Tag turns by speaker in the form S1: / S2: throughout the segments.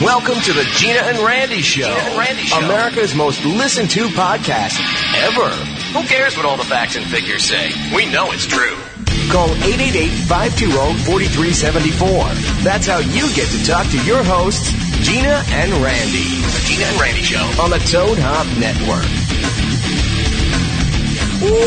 S1: Welcome to the Gina and Randy Show, America's most listened to podcast ever. Who cares what all the facts and figures say? We know it's true. Call oh, 888-520-4374. That's how you get to talk to your hosts, Gina and Randy. The Gina and Randy Show on the Toad Hop Network.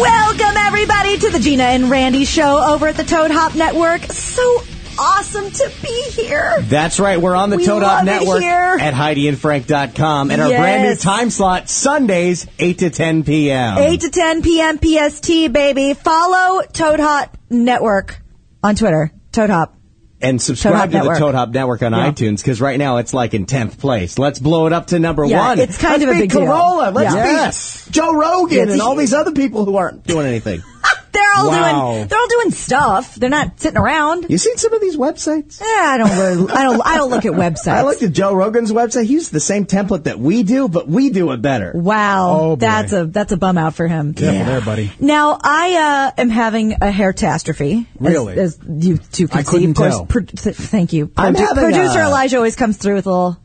S2: Welcome, everybody, to the Gina and Randy show over at the Toad Hop Network. So awesome to be here.
S3: That's right. We're on the
S2: We
S3: Toad
S2: love
S3: Hop
S2: it
S3: Network
S2: here.
S3: at HeidiandFrank.com and our brand new
S2: Yes.
S3: time slot Sundays, 8 to 10 p.m.
S2: 8 to 10 p.m. PST, baby. Follow Toad Hop Network on Twitter. Toad Hop.
S3: And
S2: Toad Hop
S3: subscribe to
S2: Network.
S3: the Toad Hop Network on
S2: Yeah.
S3: iTunes because right now it's like in 10th place. Let's blow it up to number
S2: Yeah,
S3: one.
S2: it's kind
S3: Let's
S2: of a
S3: beat
S2: big deal.
S3: Corolla. Let's
S2: Yeah.
S3: beat
S2: Yes.
S3: Joe Rogan
S2: Yeah, it's
S3: and
S2: a-
S3: all these other people who aren't doing anything.
S2: They're all
S3: Wow.
S2: doing they're all doing stuff. They're not sitting around.
S3: you seen some of these websites?
S2: Eh, I don't really, I don't I don't look at websites.
S3: I looked at Joe Rogan's website. He uses the same template that we do, but we do it better.
S2: Wow,
S4: Oh, boy.
S2: that's a that's a bum out for him.
S4: Careful there, buddy.
S2: Now I uh, am having a hair catastrophe. as-
S4: Really?
S2: as, you two can
S4: I
S2: see.
S4: couldn't
S2: Of course,
S4: tell.
S2: pro- th- thank you.
S3: I'm
S2: Produ-
S3: having
S2: Producer
S3: a-
S2: Elijah always comes through with a little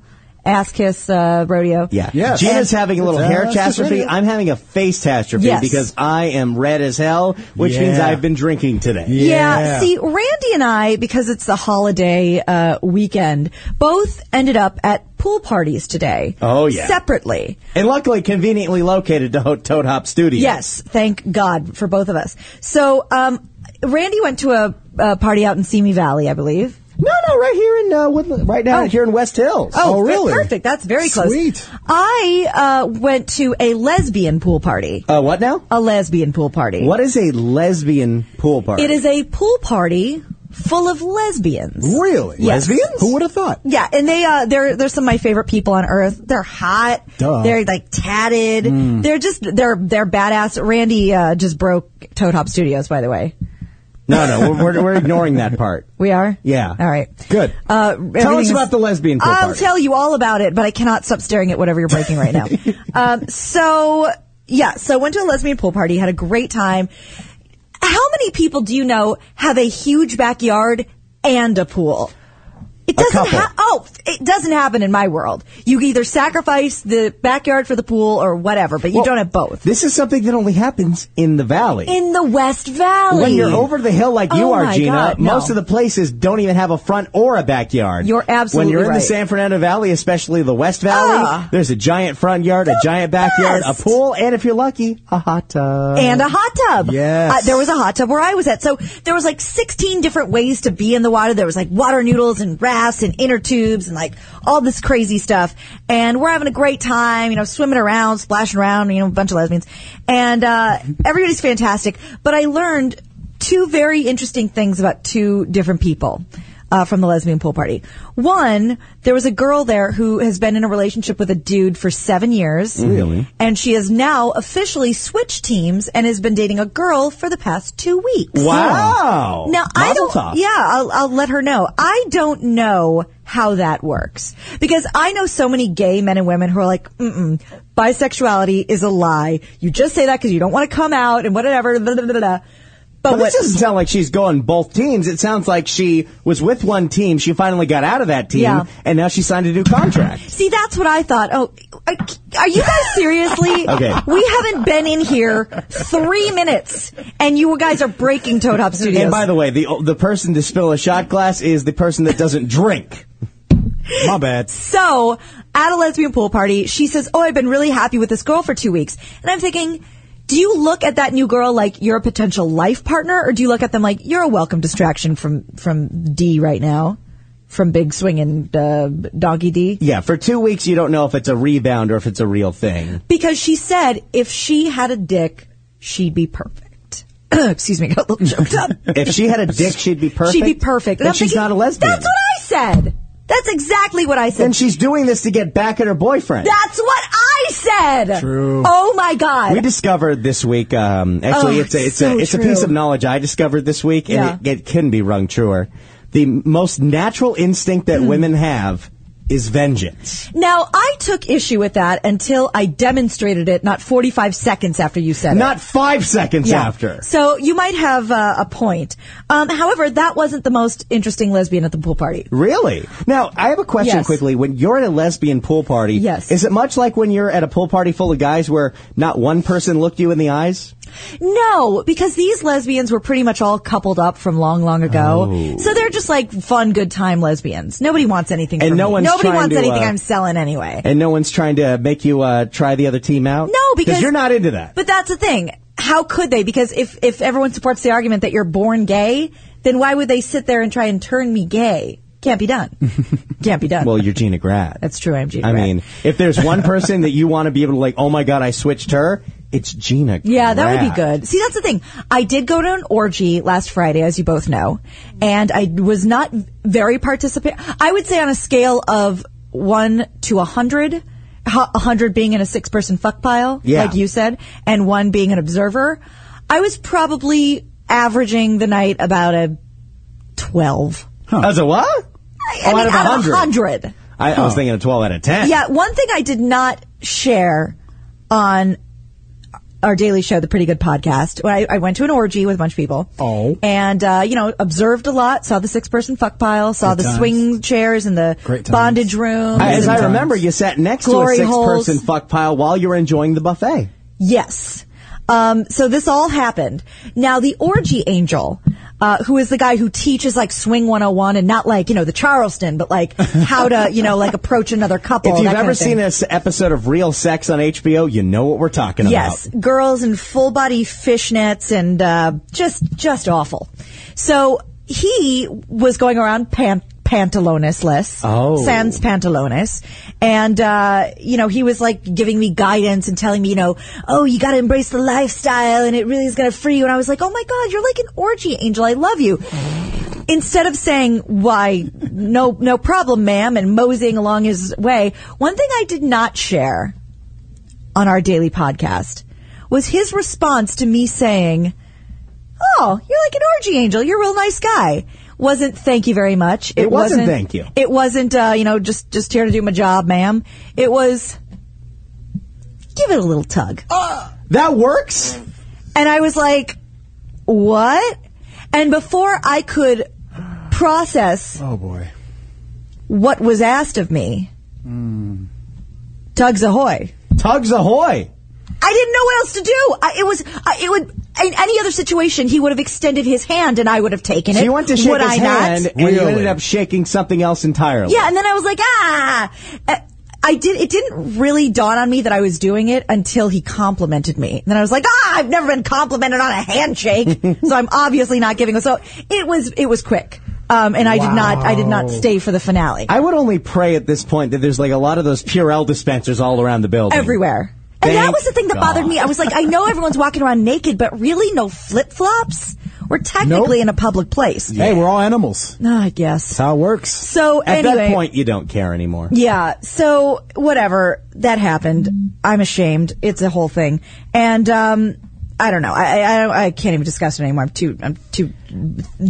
S2: ass kiss uh, rodeo.
S3: Yeah.
S4: Yes.
S3: Gina's having a little
S4: That's
S3: hair
S4: just
S3: catastrophe.
S4: right.
S3: I'm having a face catastrophe
S2: Yes.
S3: because I am red as hell, which
S4: Yeah.
S3: means I've been drinking today.
S2: Yeah.
S4: Yeah.
S2: See, Randy and I, because it's the holiday uh, weekend, both ended up at pool parties today.
S3: Oh, yeah.
S2: Separately.
S3: And luckily, conveniently located to Ho- Toad Hop Studios.
S2: Yes, thank God for both of us. So, um, Randy went to a, a party out in Simi Valley, I believe.
S3: No, no, right here in uh, Woodland, right now
S2: Oh.
S3: here in West Hills.
S2: Oh,
S4: Oh,
S2: per-
S4: really?
S2: Perfect. That's very close.
S4: Sweet.
S2: I uh, went to a lesbian pool party.
S3: Uh, what now?
S2: A lesbian pool party.
S3: What is a lesbian pool party?
S2: It is a pool party full of lesbians.
S4: Really?
S2: Yes. Lesbians?
S4: Who would have thought?
S2: Yeah, and they uh, they're they're some of my favorite people on earth. They're hot.
S4: Duh. Hmm.
S2: They're like tatted. They're just they're they're badass. Randy uh, just broke Toad Hop Studios, by the way.
S3: No, no, we're, we're, we're ignoring that part.
S2: We are.
S3: Yeah.
S2: All right.
S4: Good.
S2: Uh,
S3: Tell us
S2: everything's-
S3: about the lesbian pool
S2: I'll
S3: party.
S2: tell you all about it, but I cannot stop staring at whatever you're breaking right now. um, so yeah, so went to a lesbian pool party, had a great time. How many people do you know have a huge backyard and a pool? It doesn't.
S3: couple.
S2: Ha- oh, it doesn't happen in my world. You either sacrifice the backyard for the pool or whatever, but you
S3: Well,
S2: don't have both.
S3: This is something that only happens in the valley.
S2: in the West Valley,
S3: when you're over the hill like you
S2: Oh
S3: are,
S2: my
S3: Gina,
S2: God, no.
S3: most of the places don't even have a front or a backyard.
S2: You're absolutely
S3: When you're in
S2: right.
S3: the San Fernando Valley, especially the West Valley,
S2: Ah.
S3: there's a giant front yard, a giant backyard,
S2: best.
S3: a pool, and if you're lucky, a hot tub.
S2: and a hot tub.
S4: Yes.
S2: Uh, there was a hot tub where I was at. So there was like 16 different ways to be in the water. There was like water noodles and rafts and inner tubes and like all this crazy stuff. And we're having a great time, you know, swimming around, splashing around, you know, a bunch of lesbians. And, uh, everybody's fantastic. But I learned two very interesting things about two different people. Uh, from the lesbian pool party. One, there was a girl there who has been in a relationship with a dude for seven years. Really? And she has now officially switched teams and has been dating a girl for the past two weeks.
S3: Wow.
S2: Now I
S3: Mazel
S2: don't.
S3: tov.
S2: Yeah, I'll, I'll let her know. I don't know how that works because I know so many gay men and women who are like, Mm-mm, bisexuality is a lie. You just say that because you don't want to come out and whatever. Blah, blah, blah, blah. But
S3: Well,
S2: what?
S3: this doesn't sound like she's going both teams. It sounds like she was with one team. She finally got out of that team,
S2: Yeah.
S3: and now she signed a new contract.
S2: See, that's what I thought. Oh, are- are you guys seriously?
S3: Okay.
S2: We haven't been in here three minutes, and you guys are breaking Toad Hop Studios.
S3: And by the way, the the person to spill a shot glass is the person that doesn't drink.
S4: My bad.
S2: So at a lesbian pool party, she says, Oh, I've been really happy with this girl for two weeks. And I'm thinking, do you look at that new girl like you're a potential life partner or do you look at them like you're a welcome distraction from, from D right now? From big swinging uh, doggy D?
S3: Yeah, for two weeks you don't know if it's a rebound or if it's a real thing.
S2: Because she said if she had a dick, she'd be perfect. Excuse me, I got a little choked up.
S3: If she had a dick, she'd be perfect.
S2: She'd be perfect. And
S3: But
S2: I'm
S3: she's
S2: thinking,
S3: not a lesbian.
S2: That's what I said. That's exactly what I said.
S3: and she's doing this to get back at her boyfriend.
S2: That's what I said.
S4: True.
S2: Oh my god.
S3: we discovered this week. Um, actually,
S2: Oh,
S3: it's a it's
S2: so
S3: a it's
S2: true.
S3: a piece of knowledge I discovered this week, and
S2: Yeah. Hmm.
S3: it, it couldn't be rung truer. The most natural instinct that women have is vengeance.
S2: Now, I took issue with that until I demonstrated it not 45 seconds after you said it.
S3: Not five seconds
S2: Yeah.
S3: after.
S2: So you might have uh, a point. Um, however, that wasn't the most interesting lesbian at the pool party.
S3: Really? Now, I have a question
S2: Yes.
S3: quickly. When you're at a lesbian pool party,
S2: Yes.
S3: is it much like when you're at a pool party full of guys where not one person looked you in the eyes?
S2: No, because these lesbians were pretty much all coupled up from long, long ago.
S3: Oh.
S2: So they're just like fun, good time lesbians. Nobody wants anything
S3: And
S2: from
S3: no
S2: me.
S3: one's
S2: Nobody
S3: trying
S2: wants
S3: to,
S2: anything
S3: uh,
S2: I'm selling anyway.
S3: And no one's trying to make you uh, try the other team out?
S2: No, because
S3: you're not into that.
S2: But that's the thing. How could they? Because if if everyone supports the argument that you're born gay, then why would they sit there and try and turn me gay? Can't be done. Can't be done.
S3: well, you're Gina Grad.
S2: that's true. I'm Gina.
S3: I
S2: Grant.
S3: mean, if there's one person that you want to be able to like, oh my god, I switched her, it's Gina.
S2: Yeah, that would be
S3: Grad.
S2: good. See, that's the thing. I did go to an orgy last Friday, as you both know, and I was not very participant. I would say on a scale of one to a hundred, a hundred being in a six-person fuck pile,
S3: Yeah.
S2: like you said, and one being an observer. I was probably averaging the night about a twelve.
S3: As a what?
S2: I
S3: Oh,
S2: mean,
S3: out of a hundred.
S2: hundred.
S3: I, I was thinking a 12 out of 10.
S2: Yeah, one thing I did not share on our daily show, the Pretty Good Podcast, when I, I went to an orgy with a bunch of people.
S4: Oh.
S2: And, uh, you know, observed a lot, saw the six person fuck pile, saw the
S4: times.
S2: swing chairs and the
S4: Great times.
S2: bondage
S3: As
S2: room.
S3: I
S4: Sometimes.
S3: remember, you sat next
S2: Glory
S3: to a six-person
S2: holes.
S3: fuck pile while you were enjoying the buffet.
S2: Yes. Um, so this all happened. Now the orgy angel, uh, who is the guy who teaches like swing 101 and not like, you know, the Charleston, but like how to, you know, like approach another couple.
S3: If you've
S2: that kind
S3: ever
S2: of thing.
S3: seen this episode of Real Sex on HBO, you know what we're talking
S2: Yes,
S3: about.
S2: girls in full body fishnets and uh, just just awful. So he was going around pant pantalonesless,
S3: Oh.
S2: sans pantalones, and uh, you know he was like giving me guidance and telling me, you know, oh, you got to embrace the lifestyle, and it really is going to free you. And I was like, oh my god, you're like an orgy angel. I love you instead of saying why no no problem ma'am and moseying along his way one thing i did not share on our daily podcast was his response to me saying oh you're like an orgy angel you're a real nice guy wasn't thank you very much
S3: It wasn't thank you.
S2: it wasn't uh, you know just just here to do my job ma'am it was give it a little tug
S3: That works?
S2: and I was like, what? And before I could process
S4: Oh boy.
S2: what was asked of me,
S3: Hmm.
S2: Tugs Ahoy.
S3: Tugs ahoy.
S2: I didn't know what else to do. I, it was, I, it would, in any other situation, he would have extended his hand and I would have taken it.
S3: So you went to shake
S2: would
S3: his
S2: I
S3: hand,
S2: not?
S3: and you
S4: Really?
S3: ended up shaking something else entirely.
S2: Yeah, and then I was like, ah. Uh, I did. It didn't really dawn on me that I was doing it until he complimented me. And then I was like, ah, I've never been complimented on a handshake, so I'm obviously not giving. a- So it was it was quick, um, and I did not I did not stay for the finale
S3: I would only pray at this point that there's like a lot of those Purell dispensers all around the building.
S2: everywhere. And that
S3: Thank
S2: was the thing that bothered
S3: God.
S2: me. I was like, I know everyone's walking around naked, but really, no flip flops. We're technically
S4: Nope.
S2: in a public place.
S4: Hey, we're all animals.
S2: Ah, I guess.
S4: That's how it works.
S2: So
S3: At
S2: anyway,
S3: that point, you don't care anymore.
S2: Yeah. So whatever that happened, I'm ashamed. It's a whole thing, and um, I don't know. I, I- I don't- I can't even discuss it anymore. I'm too I'm too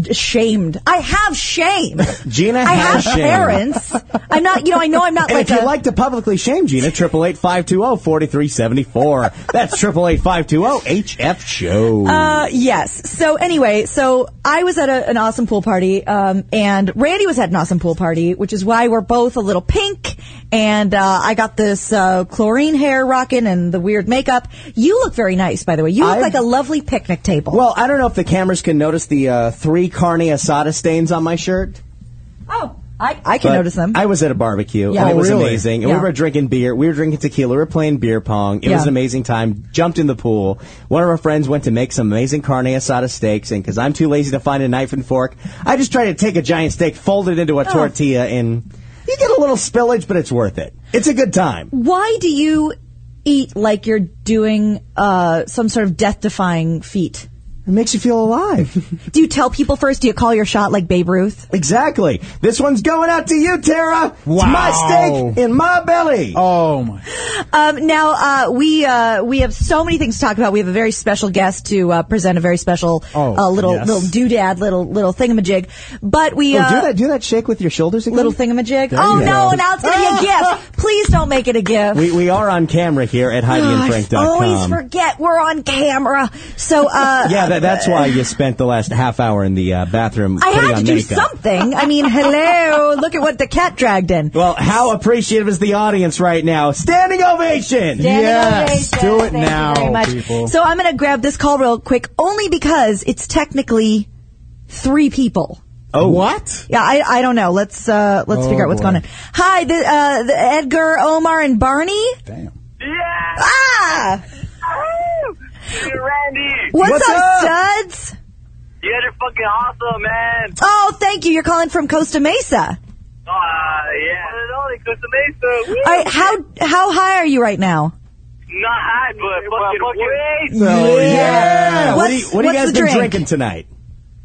S2: ashamed. I have shame.
S3: Gina
S2: I have
S3: has shame.
S2: parents. I'm not. You know. I know. I'm not
S3: And if
S2: like
S3: you
S2: a-
S3: like to publicly shame Gina, triple eight five two zero forty three seventy four. That's triple eight five two zero HF Show.
S2: Uh, yes. So anyway, so I was at a, an awesome pool party, um, and Randy was at an awesome pool party, which is why we're both a little pink. And uh, I got this uh, chlorine hair rocking and the weird makeup. You look very nice, by the way. You look
S3: I-
S2: like a lovely picnic table.
S3: well, I don't know if the cameras can notice the uh, three carne asada stains on my shirt.
S2: oh, I I can
S3: but
S2: notice them.
S3: I was at a barbecue,
S2: Yeah.
S3: and it
S2: Oh,
S3: was
S4: really?
S3: amazing. And
S2: Yeah.
S3: we were drinking beer. We were drinking tequila. We were playing beer pong. It
S2: Yeah.
S3: was an amazing time. Jumped in the pool. One of our friends went to make some amazing carne asada steaks, and because I'm too lazy to find a knife and fork, I just tried to take a giant steak, fold it into a tortilla, and you get a little spillage, but it's worth it. It's a good time.
S2: why do you eat like you're doing uh, some sort of death-defying feat?
S3: It makes you feel alive.
S2: Do you tell people first? Do you call your shot like Babe Ruth?
S3: exactly. This one's going out to you, Tara. It's my
S4: Wow.
S3: steak in my belly.
S4: Oh my.
S2: Um, now uh, we uh, we have so many things to talk about. We have a very special guest to uh, present a very special
S4: Oh,
S2: uh, little
S4: yes.
S2: little doodad, little little thingamajig. But we
S3: Oh,
S2: uh,
S3: do that. Do that. Shake with your shoulders. Again.
S2: little thingamajig.
S4: you
S2: Oh
S4: go.
S2: no! Now it's gonna make it a gift.
S3: We, we are on camera here at HeidiandFrank.com.
S2: I always forget we're on camera. So uh,
S3: Yeah, that, that's why you spent the last half hour in the uh, bathroom
S2: I
S3: putting
S2: had to
S3: on
S2: do
S3: makeup.
S2: something. I mean, hello, look at what the cat dragged in.
S3: Well, how appreciative is the audience right now? Standing ovation!
S2: Standing
S4: Yes,
S2: ovation.
S4: do it
S2: Thank you
S4: now,
S2: very much.
S4: people.
S2: So I'm going to grab this call real quick, only because it's technically three people.
S3: Oh,
S4: What?
S2: Yeah, I, I don't know. Let's uh, let's
S4: Oh,
S2: figure out what's
S4: boy.
S2: going on. Hi, the, uh, the Edgar, Omar, and Barney.
S4: Damn.
S5: Yeah!
S2: Ah,
S5: Hey, Randy!
S2: what's,
S3: What's
S2: up,
S3: up?
S2: studs?
S5: You guys are fucking awesome, man!
S2: Oh, thank you. You're calling from Costa Mesa.
S5: Uh, yeah. One and only Costa Mesa! Woo!
S2: All right, how how high are you right now?
S5: Not high, but fucking way!
S3: So, yeah. What do you,
S2: What's-
S3: what do you
S2: what's
S3: guys
S2: the
S3: been
S2: drink?
S3: drinking tonight?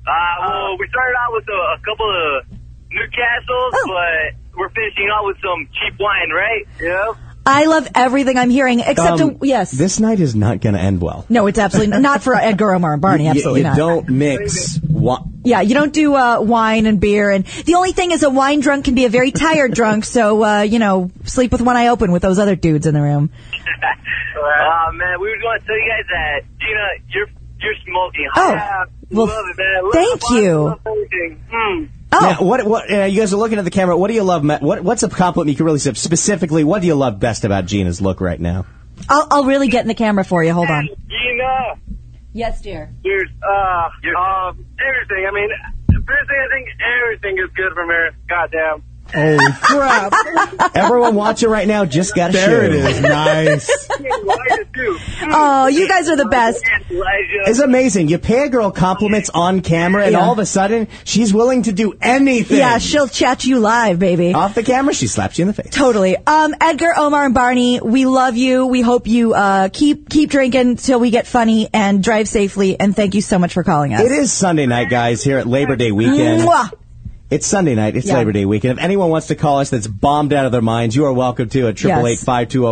S5: Uh, well, we started out with a, a couple of Newcastles,
S2: Oh.
S5: but we're finishing out with some cheap wine, right? Yep.
S2: I love everything I'm hearing, except
S3: Um,
S2: a, yes.
S3: This night is not going to end well.
S2: no, it's absolutely not, not for Edgar Omar and Barney.
S3: You-
S2: Absolutely
S3: you,
S2: not.
S3: don't mix. Wa-
S2: Yeah, you don't do uh, wine and beer, and the only thing is a wine drunk can be a very tired drunk. So uh, you know, sleep with one eye open with those other dudes in the room.
S5: Uh, man, we were going to tell you guys that, Gina, you're, you're smoking
S2: Oh.
S5: hot.
S2: Well,
S5: love it, man. Love
S2: thank
S5: the vibe,
S2: you.
S5: love everything. Mm.
S2: Oh,
S3: Now, what? What? Uh, you guys are looking at the camera. What do you love? ma- What? What's a compliment you can really say? Specifically, what do you love best about Gina's look right now?
S2: I'll, I'll really get in the camera for you. Hold on.
S5: Gina!
S2: Yes, dear.
S5: There's uh, uh, everything. I mean, basically, I think everything is good from here. Goddamn.
S4: Holy crap.
S3: Everyone watching right now just got a
S4: there it
S3: shoe.
S4: is. Nice.
S5: Elijah too.
S2: Oh, you guys are the best.
S5: Elijah.
S3: It's amazing. You pay a girl compliments on camera, and
S2: Yeah.
S3: all of a sudden, she's willing to do anything.
S2: Yeah, she'll chat you live, baby.
S3: Off the camera, she slaps you in the face.
S2: Totally. Um, Edgar, Omar, and Barney, we love you. We hope you uh, keep keep drinking till we get funny and drive safely. And thank you so much for calling us.
S3: It is Sunday night, guys, here at Labor Day weekend.
S2: Mwah.
S3: It's Sunday night. It's
S2: Yeah.
S3: Labor Day weekend. If anyone wants to call us that's bombed out of their minds, you are welcome to at
S2: Yes.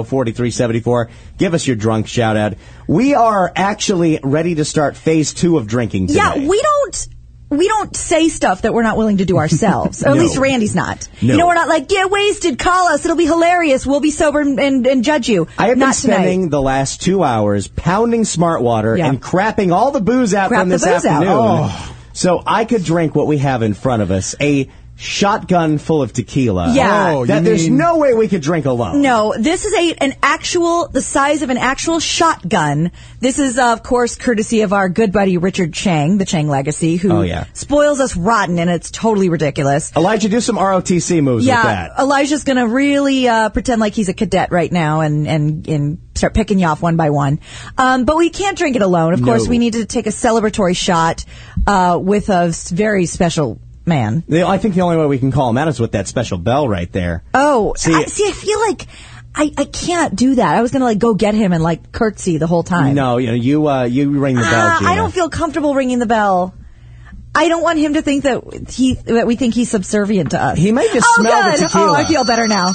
S3: 888-520-4374. Give us your drunk shout out. We are actually ready to start phase two of drinking today.
S2: Yeah, we don't we don't say stuff that we're not willing to do ourselves. Or at
S3: No.
S2: least Randy's not.
S3: No.
S2: You know, we're not like get wasted. Call us. It'll be hilarious. We'll be sober and, and, and judge you.
S3: I have
S2: not
S3: been spending
S2: tonight.
S3: the last two hours pounding smart water
S2: Yeah.
S3: and crapping all the booze out
S2: Crap
S3: from
S2: the
S3: this
S2: booze out.
S3: afternoon.
S4: Oh.
S3: So I could drink what we have in front of us, a shotgun full of tequila.
S2: Yeah.
S4: Oh, you
S3: that there's
S4: mean-
S3: no way we could drink alone.
S2: No, this is a an actual the size of an actual shotgun. This is uh, of course courtesy of our good buddy Richard Chang, the Chang Legacy, who
S3: Oh, yeah.
S2: spoils us rotten, and it's totally ridiculous.
S3: Elijah, do some ROTC moves with
S2: Yeah,
S3: that.
S2: Elijah's gonna really uh, pretend like he's a cadet right now and and and start picking you off one by one. Um, but we can't drink it alone. Of course,
S3: No.
S2: we need to take a celebratory shot uh, with a s- very special man.
S3: The- I think the only way we can call him out is with that special bell right there.
S2: Oh,
S3: See-
S2: I, see, I feel like I I can't do that. I was gonna like go get him and like curtsy the whole time.
S3: No, you know, you uh, you ring the bell.
S2: Ah,
S3: Gina.
S2: I don't feel comfortable ringing the bell. I don't want him to think that he that we think he's subservient to us.
S3: He might just
S2: oh,
S3: smell the
S2: good.
S3: tequila.
S2: Oh, I feel better now. All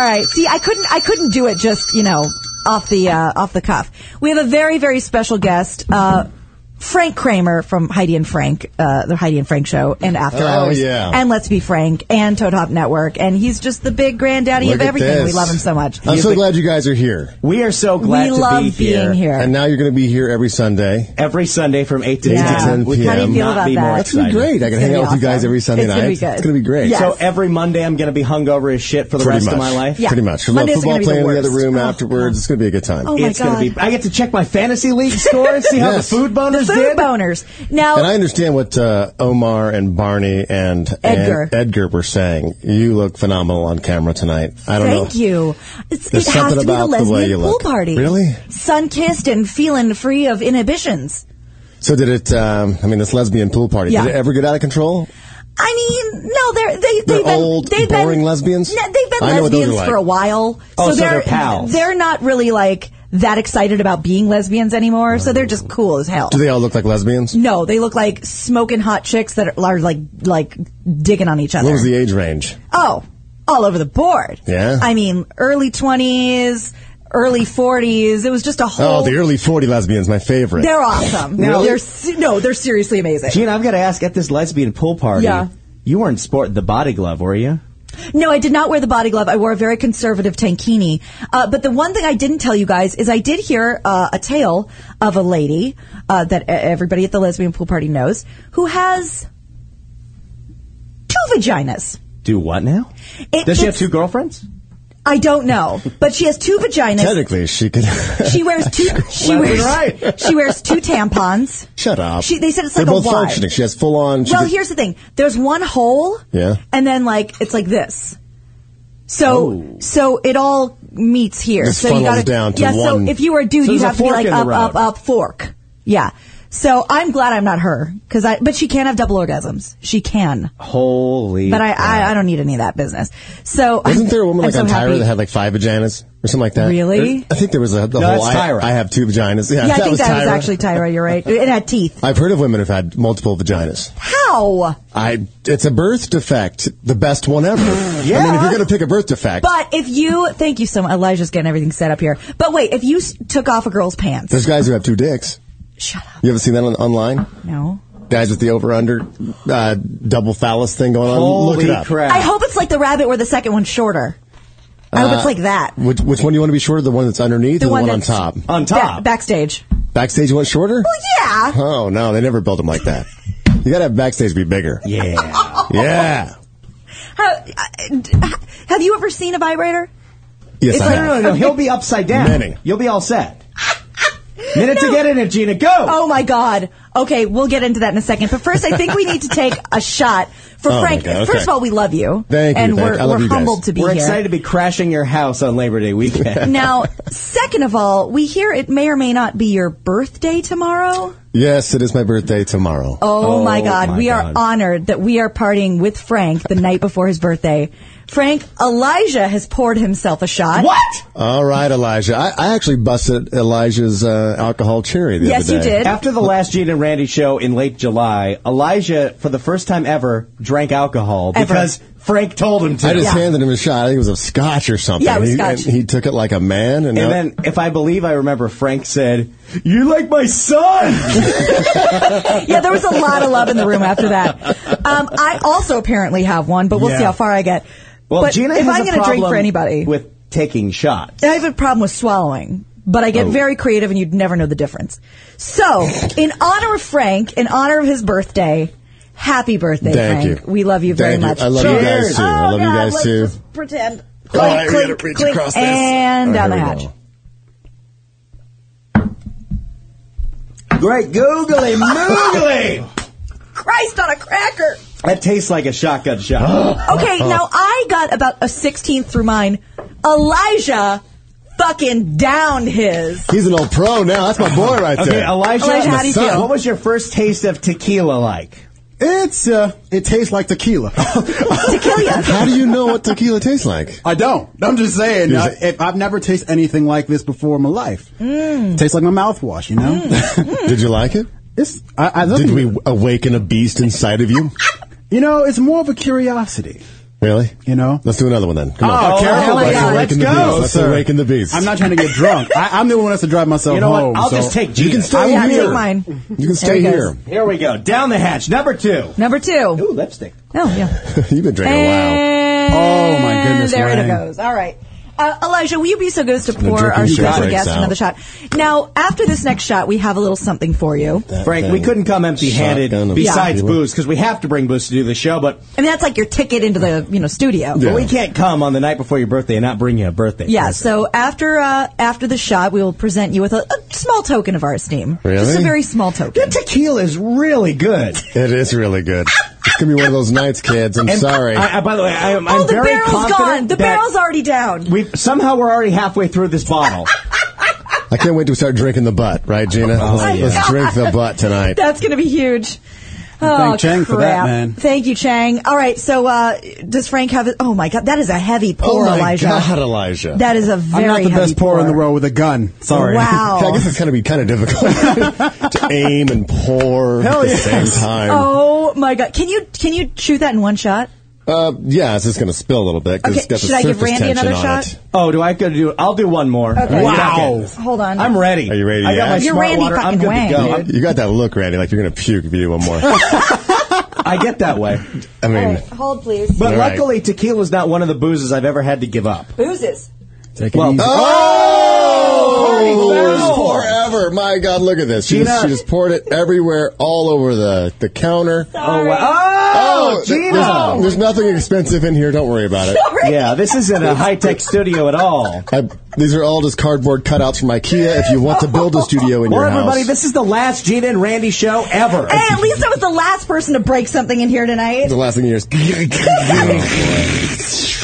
S2: right. See, I couldn't I couldn't do it just you know off the uh, off the cuff. We have a very very special guest. Uh, Frank Kramer from Heidi and Frank, uh, the Heidi and Frank show, and After
S4: Oh,
S2: Hours,
S4: yeah.
S2: and Let's Be Frank, and Toad Hop Network, and he's just the big granddaddy
S6: Look
S2: of
S6: at
S2: everything. We
S6: this.
S2: love him so much.
S6: I'm so glad you guys are here.
S3: We are so glad
S2: we
S3: to
S2: love
S3: be
S2: being here.
S6: And now you're going to be here every Sunday.
S3: every Sunday from eight to
S6: Eight to
S3: ten.
S6: 10
S3: We
S6: p.m. How do
S3: could
S6: you feel
S3: not
S2: about
S3: be
S2: that?
S3: more
S6: That's going to
S3: excited.
S6: be great. I
S2: It's
S6: can hang
S2: gonna
S6: out
S2: be
S6: with you guys
S2: awesome.
S6: every Sunday
S2: It's gonna
S6: night.
S2: be good.
S6: It's going to be great.
S2: Yes.
S3: So every Monday, I'm going to be hungover as shit for the
S6: Pretty
S3: rest
S6: much.
S3: of my life.
S2: Yeah.
S6: Pretty much. A
S2: Monday's
S6: little football
S2: gonna be the
S6: play in the other
S2: worst.
S6: room
S2: Oh,
S6: afterwards. It's going to be a good time.
S2: Oh, my
S3: It's going to be.
S2: God.
S3: I get to check my fantasy league score and see how
S6: Yes.
S3: the food
S2: the
S3: boners
S2: food
S3: did.
S2: boners. Now,
S6: And I understand what uh, Omar and Barney and
S2: Edgar.
S6: and Edgar were saying. You look phenomenal on camera tonight. I don't know.
S2: Thank you. It's, it
S6: Oh, There's
S2: has to
S6: something
S2: be the
S6: about the way
S2: lesbian
S6: you
S2: pool
S6: look.
S2: party.
S6: Really?
S2: Sun kissed and feeling free of inhibitions.
S6: So did it? Um, I mean, this lesbian pool party.
S2: Yeah.
S6: Did it ever get out of control?
S2: I mean, no, they're they,
S6: They're
S2: they've been
S6: old,
S2: they've
S6: boring
S2: been,
S6: lesbians?
S2: No, they've been
S6: I know what those are
S2: lesbians
S6: like.
S2: for a while.
S3: Oh, so they're pals.
S2: They're not really like that excited about being lesbians anymore. So they're just cool as hell.
S6: Do they all look like lesbians?
S2: no, they look like smoking hot chicks that are like like digging on each other.
S6: What was the age range?
S2: Oh, all over the board.
S6: Yeah?
S2: I mean, early 20s, early 40s. It was just a whole.
S6: Oh, the early 40 lesbians, my favorite.
S2: they're awesome.
S3: Really?
S2: They're se- no, they're seriously amazing.
S3: Gina, I've got to ask. At this lesbian pool party,
S2: Yeah.
S3: you weren't sporting the body glove, were you?
S2: No, I did not wear the body glove. I wore a very conservative tankini. Uh, but the one thing I didn't tell you guys is I did hear uh, a tale of a lady uh, that e- everybody at the lesbian pool party knows who has two vaginas.
S3: Do what now?
S2: It-
S3: Does she have
S2: it's-
S3: two girlfriends?
S2: I don't know, but she has two vaginas.
S6: Technically, she could.
S2: She wears two. She
S6: Well,
S2: wears.
S6: right.
S2: She wears two tampons.
S6: Shut up.
S2: She- they said it's
S6: They're
S2: like a
S6: both
S2: Y.
S6: functioning. She has full on.
S2: well, here's the thing. There's one hole.
S6: Yeah.
S2: And then like it's like this. So
S3: Oh.
S2: so it all meets here.
S6: Just
S2: so you
S6: funnels
S2: got
S6: down to
S2: Yeah,
S6: one.
S2: so if you were a dude,
S3: So
S2: you'd
S3: there's a
S2: have to be
S3: fork
S2: like
S3: in the
S2: up up
S3: road.
S2: up fork. Yeah. So I'm glad I'm not her cuz I but she can have double orgasms. She can.
S3: Holy.
S2: But I, I I don't need any of that business. So
S6: Wasn't there a woman
S2: I'm
S6: like
S2: so
S6: on Tyra
S2: happy.
S6: that had like five vaginas or something like that?
S2: Really?
S6: There- I think there was a the
S3: No,
S6: whole.
S3: that's Tyra.
S6: I, I have two vaginas. Yeah,
S2: Yeah, I
S6: that
S2: think
S6: was
S2: that
S6: Tyra.
S2: was actually Tyra, you're right. It had teeth.
S6: I've heard of women who've had multiple vaginas.
S2: How?
S6: I it's a birth defect, the best one ever. I mean, if you're going to pick a birth defect,
S2: But if you, thank you so much. Elijah's getting everything set up here. But wait, if you s- took off a girl's pants,
S6: there's guys who have two dicks.
S2: shut up.
S6: You ever seen that on, online?
S2: No.
S6: Guys with the over under uh, double phallus thing going on. Look it
S3: Holy
S6: up.
S3: crap.
S2: I hope it's like the rabbit where the second one's shorter. I
S6: Uh,
S2: hope it's like that.
S6: Which, which one do you want to be shorter? The one that's underneath
S2: The
S6: or the
S2: one
S6: one, on
S2: that's-
S6: top?
S3: on top.
S2: Ba- backstage.
S6: Backstage you want shorter?
S2: Yeah.
S6: Oh no, they never built them like that. You gotta have backstage be bigger.
S3: yeah.
S2: Oh.
S6: Yeah.
S2: How, uh, have you ever seen a vibrator?
S6: Yes,
S2: It's
S6: I
S2: like-
S3: No,
S6: have.
S3: no, no. He'll be upside down.
S6: Many.
S3: You'll be all set. Minute to get in it, Gina. Go.
S2: Oh my God. Okay, we'll get into that in a second. But first, I think we need to take a shot for
S6: Oh my
S2: Frank.
S6: God, okay.
S2: First of all, we love you.
S6: Thank you,
S2: And
S6: thank
S2: we're,
S6: you. I love
S2: we're
S6: you guys.
S2: humbled to be
S3: We're
S2: here.
S3: excited to be crashing your house on Labor Day weekend.
S2: Now, second of all, we hear it may or may not be your birthday tomorrow.
S6: Yes, it is my birthday tomorrow.
S2: Oh,
S3: Oh,
S2: my God.
S3: my
S2: we are
S3: God.
S2: honored that we are partying with Frank the night before his birthday. Frank, Elijah has poured himself a shot.
S3: what?
S6: All right, Elijah. I, I actually busted Elijah's uh, alcohol cherry the
S2: Yes,
S6: other
S2: you
S6: day.
S2: did.
S3: After the last Gene and Randy show in late July, Elijah, for the first time ever, drank alcohol
S2: Ever.
S3: because Frank told him to.
S6: I just
S2: Yeah.
S6: handed him a shot. I think it was of scotch or something.
S2: Yeah, it was
S6: He-
S2: scotch.
S6: and He, took it like a man,
S3: and
S6: and, now-
S3: then, if I believe I remember, Frank said, "You like my son."
S2: Yeah, there was a lot of love in the room after that. Um, I also apparently have one, but we'll see
S3: Yeah.
S2: how far I get.
S3: well,
S2: but
S3: Gina
S2: if
S3: has
S2: I'm
S3: a
S2: gonna drink for
S3: problem
S2: anybody,
S3: with taking shots.
S2: I have a problem with swallowing, but I get
S6: Oh.
S2: very creative and you'd never know the difference. So, in honor of Frank, in honor of his birthday, happy birthday,
S6: Thank
S2: Frank.
S6: you.
S2: We love you very
S6: Thank you.
S2: much.
S6: I love you
S2: Cheers.
S6: guys, too.
S2: Oh,
S6: I love you
S2: God,
S6: guys,
S2: let's
S6: too.
S2: just pretend.
S6: Oh, I
S2: Clink,
S6: gotta
S2: clink,
S6: reach
S2: clink,
S6: across this.
S2: and
S6: All right,
S2: down the
S6: here we
S2: hatch.
S6: go.
S3: Great googly moogly.
S2: Christ on a cracker.
S3: that tastes like a shotgun shot.
S2: Okay,
S6: Uh-huh.
S2: now I got about a 16th through mine. Elijah fucking downed his.
S6: he's an old pro now. That's my boy right
S3: okay,
S6: there.
S3: Elijah.
S2: Elijah, how do you
S6: son.
S2: feel?
S3: What was your first taste of tequila like?
S7: It's uh, it tastes like tequila.
S2: Tequila.
S6: How do you know what tequila tastes like?
S7: I don't. I'm just saying.
S6: Is
S7: uh,
S6: it- Mm.
S7: if I've never tasted anything like this before in my life. Tastes like my mouthwash, you know.
S2: Hmm.
S6: Did you like it?
S7: it's I, I love
S6: Mm. Did
S7: it.
S6: we awaken a beast inside of you?
S7: You know, it's more of a curiosity.
S6: Really?
S7: You know.
S6: Let's do another one then. Come on.
S7: Oh,
S3: oh
S2: my
S6: Let's
S2: God.
S6: awaken
S3: Let's
S6: the
S3: go,
S6: beast. Let's
S7: sir.
S6: awaken the beast.
S7: I'm not trying to get drunk. I, I'm the one who has to drive myself
S3: You know
S7: home.
S3: what? I'll
S7: so-
S3: just take Gina.
S6: you can stay
S2: Yeah,
S6: here.
S2: take mine.
S6: You can stay
S2: There he
S6: here.
S3: Here we go. Down the hatch. Number two.
S2: Number two.
S3: Ooh, lipstick.
S2: Oh, yeah.
S6: You've been drinking a
S2: And
S6: while.
S7: Oh, my goodness,
S2: There it
S7: Lorraine.
S2: goes. All right. Uh, Elijah, will you be so good as to pour
S6: drinking
S2: our
S6: shot
S2: special
S6: breaks
S2: guest
S6: out.
S2: another shot? Now, after this next shot, we have a little something for you.
S3: Frank, we couldn't come
S6: Shotgun
S3: empty-handed.
S6: of
S3: Besides
S6: tequila.
S3: booze, because we have to bring booze to do the show, but
S2: I mean, that's like your ticket into the you know studio.
S3: but we can't come on the night before your birthday and not bring you a birthday.
S2: Yeah,
S3: present.
S2: so after uh, after the shot, we will present you with a, a small token of our esteem.
S6: Really?
S2: Just a very small token.
S3: that tequila is really good.
S6: It is really good. It's gonna be one of those nights, kids. I'm
S3: And
S6: sorry.
S3: I, I- by the way, I, am I'm
S2: oh, the
S3: very
S2: barrel's
S3: confident
S2: gone. The
S3: that
S2: barrel's already down.
S3: We somehow we're already halfway through this bottle.
S6: I can't wait to start drinking the butt, right, Gina? let's,
S3: yeah.
S6: let's drink the butt tonight.
S2: That's going to be huge. Oh,
S7: Thank Chang for that,
S2: crap.
S7: man.
S2: Thank you, Chang. All right, so uh, does Frank have? A, oh my God, that is a heavy pour,
S6: oh my
S2: Elijah.
S6: God, Elijah.
S2: That is a very
S7: I'm not the
S2: heavy
S7: best pourer in the world with a gun. Sorry.
S6: I
S2: Wow.
S6: guess it's gonna be kind of difficult to aim and pour
S7: Hell
S6: at the
S7: yes.
S6: same time.
S2: Oh my God! Can you can you shoot that in one shot?
S6: Uh, yeah, it's just gonna spill a little bit. 'cause
S2: Okay,
S6: it's got the
S2: should I give
S6: surface
S2: Randy
S6: tension
S2: another
S6: on
S2: shot?
S6: It.
S3: Oh, do I have to do? I'll do one more.
S2: Okay.
S7: Wow.
S2: Hold on.
S3: I'm ready.
S6: Are you ready
S3: I
S6: yet?
S3: got my
S2: You're
S3: smart
S2: Randy
S3: water. I'm
S2: fucking
S3: good
S2: Wang,
S3: to go.
S2: dude.
S3: I'm,
S6: You got that look, Randy, like you're gonna puke if you do one more.
S3: I get that way.
S6: I mean,
S2: Hold, please.
S3: but
S6: All right.
S3: luckily, tequila is not one of the boozes I've ever had to give up.
S2: Boozes.
S7: Take it
S3: Well,
S7: easy.
S6: Oh,
S3: Barney
S6: Forever. My God, look at this. She
S3: Gina.
S6: just, she just poured it everywhere, all over the, the counter.
S3: Oh, wow.
S6: Oh,
S3: oh,
S6: th-
S3: Gino.
S6: There's, there's nothing expensive in here. Don't worry about it.
S3: yeah, this isn't a high tech studio at all.
S6: I, these are all just cardboard cutouts from IKEA. If you want to build a studio in
S3: Well,
S6: your house,
S3: everybody, this is the last Gina and Randy show ever.
S2: Hey, at least I was the last person to break something in here tonight.
S6: the last thing you hear is.
S2: I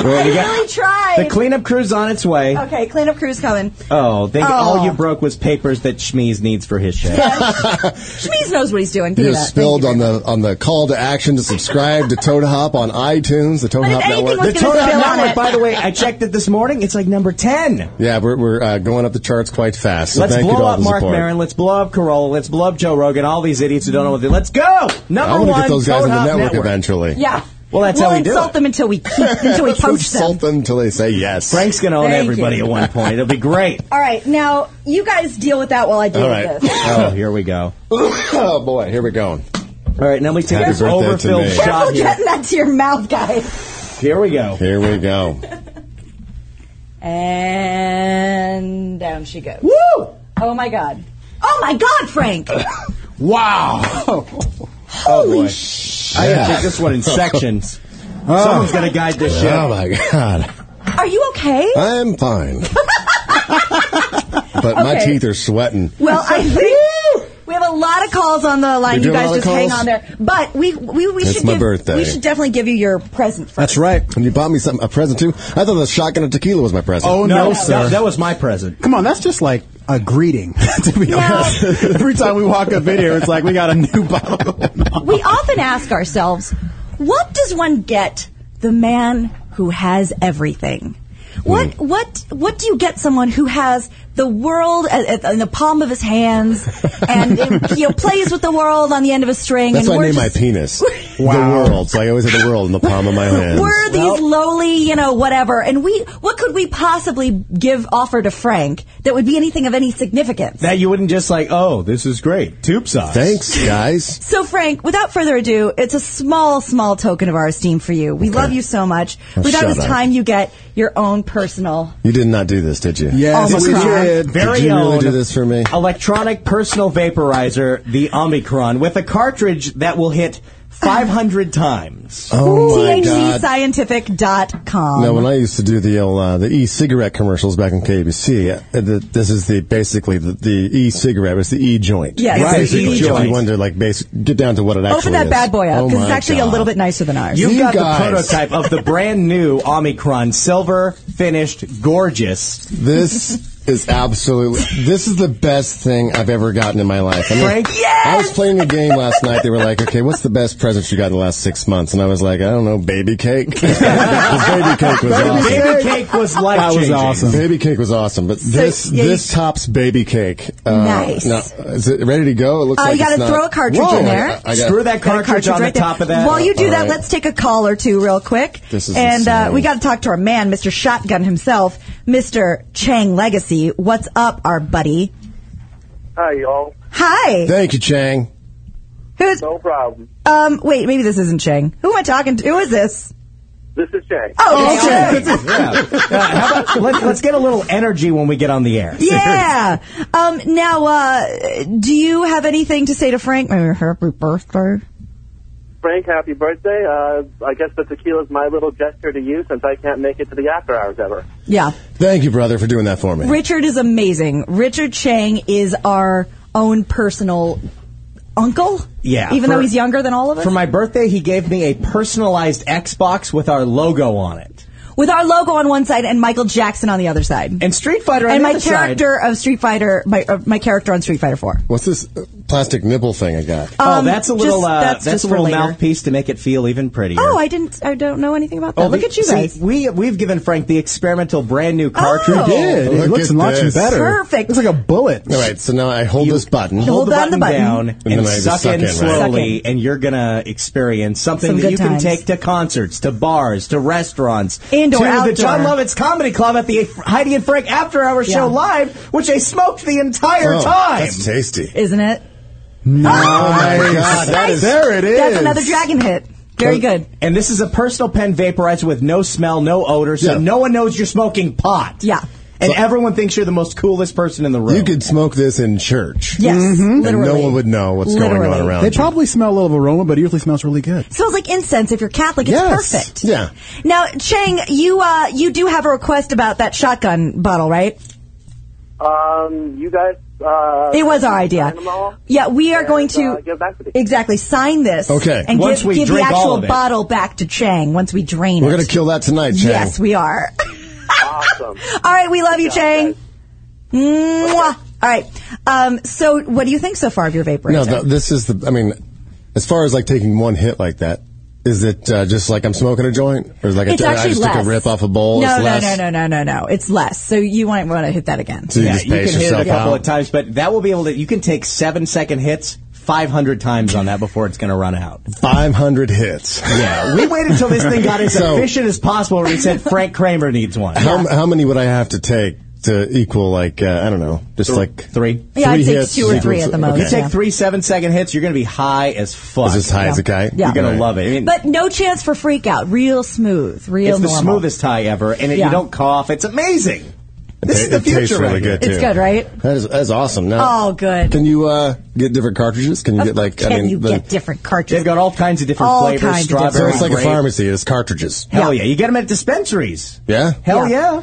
S3: Well, we got-
S2: really tried.
S3: the cleanup crew's on its way.
S2: okay, cleanup crew's coming.
S3: Oh, they, all
S2: Oh.
S3: you broke was papers that Schmeez needs for his show.
S2: Schmeez knows what he's doing. Think
S6: You
S2: of
S6: just
S2: that. Thank
S6: spilled
S2: you
S6: on
S2: very much.
S6: the on the call to action to subscribe to Toad Hop on iTunes, the Toad
S2: But if
S6: Hop
S2: anything
S6: Network.
S2: was
S6: The
S2: gonna
S6: Toad Hop
S2: spill on
S6: Network.
S3: By the way, I checked it this morning. It's like number 10.
S6: Yeah, we're, we're uh, going up the charts quite fast. So
S3: let's
S6: thank you
S3: blow
S6: to all
S3: up
S6: the
S3: Mark
S6: support.
S3: Maron. Let's blow up Corolla. Let's blow up Joe Rogan. All these idiots who don't know what they. Let's go.
S6: I
S3: Number
S6: want to
S3: one.
S6: get those guys
S3: Toad
S6: on the
S3: Hop
S6: network, eventually.
S2: Yeah.
S3: Well, that's
S2: we'll
S3: how we do
S2: insult
S3: it.
S2: them until we keep, until we poach
S6: Insult
S2: them.
S6: them until they say yes.
S3: Frank's gonna own
S2: Thank
S3: everybody
S2: you.
S3: at one point. It'll be great.
S2: All right, now you guys deal with that while I deal
S6: All
S2: with
S6: right.
S2: this.
S3: Oh, here we go.
S6: oh boy, here we
S3: All
S6: go.
S3: right, now we take
S6: Happy
S3: this
S6: birthday to
S3: overfilled
S6: me.
S3: shot
S2: Careful
S3: here.
S2: getting that to your mouth, guys.
S3: Here we go.
S6: Here we go.
S2: And down she goes.
S3: Woo!
S2: Oh my god. Oh my god, Frank!
S3: Wow.
S2: Holy sh!
S3: Oh, I gotta
S6: Yeah.
S3: take this one in sections. Someone's gonna guide this ship.
S6: Oh my god,
S2: Are you okay?
S6: I'm fine. but my
S2: Okay.
S6: teeth are sweating.
S2: Well, I think we have a lot of calls on the line.
S6: We do
S2: You
S6: have
S2: guys
S6: a lot of
S2: just hang
S6: calls?
S2: on there. But we we, we
S6: It's
S2: should
S6: my
S2: give,
S6: birthday.
S2: we should definitely give you your present first.
S6: That's right. And you bought me some a present too. I thought the shotgun and tequila was my present.
S7: Oh,
S3: No,
S7: no,
S3: that-
S7: sir.
S3: That, was my present.
S7: Come on, that's just like a greeting, to be honest. Every time we walk up in here, it's like we got a new bottle.
S2: We often ask ourselves, what does one get the man who has everything? What
S6: Hmm.
S2: what what do you get someone who has the world at, at, in the palm of his hands and you know, plays with the world on the end of a string?
S6: That's
S2: and
S6: why
S2: we're
S6: I named my
S2: just-
S6: penis.
S7: Wow.
S6: The world. So I always had the world in the palm of my hand.
S2: We're these lowly, you know, whatever, and we what could we possibly give offer to Frank that would be anything of any significance?
S3: That you wouldn't just like, oh, this is great. Tube sauce.
S6: Thanks, guys.
S2: So, Frank, without further ado, it's a small, small token of our esteem for you. We love you so much. we thought it was
S6: shut up.
S2: time you get your own personal.
S6: You did not do this, did you?
S7: Yes,
S2: Oh, my
S7: we
S2: God.
S7: did.
S3: Very
S6: Did you really
S3: own
S6: do this for me?
S3: Electronic personal vaporizer, the Omicron, with a cartridge that will hit 500 times.
S6: Oh my God.
S2: THCScientific.com.
S6: Now, when I used to do the old, uh, the e-cigarette commercials back in KBC, uh, the, this is the basically the, the e-cigarette. It's the e-joint.
S2: Yes, Right, it's the
S6: Basically, If
S3: e-joint.
S6: you wanted to like basic, get down to what it actually
S2: Open that
S6: is.
S2: bad boy up
S6: Oh
S2: because it's
S6: my
S2: actually a
S6: God.
S2: little bit nicer than ours.
S3: You've
S6: You
S3: got
S6: guys.
S3: the prototype of the brand new Omicron, silver, finished, gorgeous.
S6: This is absolutely. This is the best thing I've ever gotten in my life. I mean,
S3: Frank?
S6: I was playing a game last night. They were like, "Okay, what's the best present you got in the last six months?" And I was like, "I don't know, baby cake." 'Cause baby cake was awesome.
S3: Baby cake was life
S7: That was
S3: changing.
S7: awesome.
S6: Baby cake was awesome, but this
S2: yeah,
S6: this
S2: you-
S6: tops baby cake. Uh,
S2: Nice.
S6: now, is it ready to go? It looks
S2: Uh,
S6: like
S2: you gotta
S6: it's not-
S2: throw a cartridge
S6: Whoa,
S2: in there.
S6: I, I got,
S3: Screw that
S2: Got a
S3: cartridge, on the
S2: right there.
S3: top of that.
S2: While you do
S6: All
S2: that,
S6: right.
S2: let's take a call or two real quick.
S6: This is
S2: and uh,
S6: insane.
S2: we got to talk to our man, Mr. Shotgun himself, Mr. Chang Legacy. What's up, our buddy?
S5: Hi, y'all.
S2: Hi.
S6: Thank you, Chang.
S2: Who's?
S5: No problem.
S2: Um. Wait. Maybe this isn't Chang. Who am I talking to? Who is this?
S5: This is Shane.
S2: Oh, okay.
S3: Yeah. Uh, how about- let's, let's get a little energy when we get on the air.
S2: Yeah. Um. Now, uh, do you have anything to say to Frank? Uh, Happy birthday.
S5: Frank, happy birthday. Uh, I guess the tequila's my little gesture to you since I can't make it to the after hours ever.
S2: Yeah.
S6: Thank you, brother, for doing that for me.
S2: Richard is amazing. Richard Chang is our own personal uncle.
S3: Yeah,
S2: Even though
S3: for-
S2: he's younger than all of us.
S3: For my birthday, he gave me a personalized Xbox with our logo on it.
S2: With our logo on one side and Michael Jackson on the other side.
S3: And Street Fighter on
S2: And
S3: the
S2: my
S3: other
S2: character of Street Fighter, my, uh, my character on Street Fighter 4.
S6: What's this uh, plastic nipple thing I got?
S3: Side.
S2: um,
S3: oh, that's a little
S2: just-
S3: uh,
S2: that's
S3: that's,
S2: just
S3: a
S2: for
S3: little
S2: later.
S3: mouthpiece to make it feel even prettier.
S2: Oh, I didn't, I don't know anything about that.
S3: Oh,
S2: Look
S3: the-
S2: at you
S3: see,
S2: guys.
S3: we we've given Frank the experimental brand new cartridge.
S2: You did.
S7: It
S6: Look
S7: looks
S6: at
S7: much
S6: this.
S7: better.
S2: Perfect.
S7: It's like a bullet.
S6: All right, so now I hold this button.
S2: Hold
S3: Hold,
S2: down the
S3: the
S2: button.
S3: button down
S6: then
S3: and
S6: I just
S3: suck
S6: suck
S3: in
S6: in, right?
S3: slowly,
S2: Suck in.
S3: and you're gonna experience something
S2: Some
S3: that
S2: good
S3: you
S2: times.
S3: can take to concerts, to bars, to restaurants,
S2: Indoor,
S3: to
S2: outdoor.
S3: the John Lovitz Comedy Club at the Heidi and Frank After Hour
S2: Yeah.
S3: Show live, which I smoked the entire
S6: Oh,
S3: time.
S6: That's tasty. Oh,
S2: Isn't it? Ah,
S7: Nice.
S6: my God, Ah, that is- there it
S2: That's
S6: is.
S2: another dragon hit. Very good.
S3: And this is a personal pen vaporizer with no smell, no odor, so
S6: Yeah.
S3: no one knows you're smoking pot.
S2: Yeah.
S3: And everyone thinks you're the most coolest person in the room.
S6: You could smoke this in church.
S2: Yes.
S6: And
S2: Literally.
S6: no one would know what's going
S2: Literally.
S6: on around
S7: They
S6: you.
S7: probably smell a little aroma, but it usually smells really good.
S2: Smells like incense. If you're Catholic,
S6: Yes.
S2: it's perfect.
S6: Yeah.
S2: Now, Chang, you uh, you do have a request about that shotgun bottle, right?
S5: Um, you guys. Uh,
S2: It was our idea.
S5: sign them all?
S2: Yeah, we are
S5: And,
S2: going to
S5: uh, give back to me.
S2: exactly sign this.
S6: Okay.
S2: and
S3: Once
S2: give,
S3: we
S2: give the
S3: drink all
S2: actual
S3: of it.
S2: bottle back to Chang once we drain
S6: We're
S2: it.
S6: going to kill that tonight, Chang.
S2: Yes, we are.
S5: Awesome.
S2: All right, we love you, Chang.
S5: guys.
S2: Mwah. All right. Um, so, what do you think so far of your vaporizer?
S6: No, th- this is the. I mean, as far as like taking one hit like that, is it uh, just like I'm smoking a joint, or is it like
S2: it's
S6: I, I
S2: actually
S6: just
S2: less.
S6: took a rip off a bowl?
S2: No,
S6: it's
S2: no,
S6: less.
S2: no, no, no, no, no. It's less. So you might want to hit that again.
S6: So you
S3: yeah,
S6: just
S3: you
S6: pace
S3: can hit it
S6: yourself
S3: a couple
S6: out.
S3: of times, but that will be able to. You can take seven second hits, five hundred times on that before it's going to run out.
S6: Five hundred hits.
S3: Yeah, we waited until this thing got as
S6: So-
S3: efficient as possible. and We said Frank Kramer needs one.
S6: How, how many would I have to take to equal like uh, I don't know, just like
S3: Three.
S2: Yeah, I'd
S6: three
S2: say
S6: hits
S2: two or three
S6: equals-
S2: at the most.
S6: okay.
S3: You take
S2: Yeah.
S3: three seven second hits, you're going to be high as fuck.
S6: Is as high as a guy?
S2: Yeah.
S3: You're going
S6: Right.
S3: to love it. I mean,
S2: But no chance for freak out. Real smooth. Real
S3: it's the
S2: normal.
S3: smoothest high ever, and it,
S2: Yeah.
S3: you don't cough. It's amazing. This
S6: ta-
S3: is the
S6: it
S3: future.
S6: tastes really
S3: right
S6: good
S3: here.
S2: It's
S6: too.
S2: good, right?
S6: That is that's awesome. Now,
S2: Oh, good.
S6: Can you uh, get different cartridges? Can uh, you get like
S2: Can
S6: I mean,
S2: you
S6: the,
S2: get different cartridges?
S3: They've got all kinds of different
S2: All
S3: flavors,
S2: kinds of different-
S3: strawberry.
S6: so it's like a
S3: grape.
S6: pharmacy. It's cartridges.
S3: Hell yeah. You get them at dispensaries.
S6: Yeah.
S3: Hell yeah.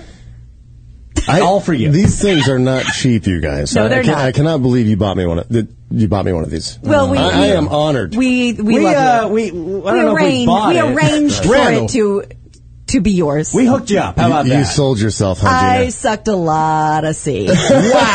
S6: I-
S3: All for you.
S6: These things are not cheap, you guys.
S2: No,
S6: I- I
S2: they're
S6: can't-
S2: not.
S6: I cannot believe you bought me one. Of, that you bought me one of these.
S2: Well, we-
S6: I, I
S2: we-
S6: am honored.
S2: We we,
S3: we,
S2: love
S3: uh,
S2: you.
S3: we, I don't know if we
S2: arranged
S3: bought it.
S2: arranged for
S6: Randall.
S2: it to to be yours.
S3: We hooked you up. How about
S6: you,
S3: that?
S6: you sold yourself, huh,
S2: I
S6: Gina?
S2: sucked a lot of sea. wow.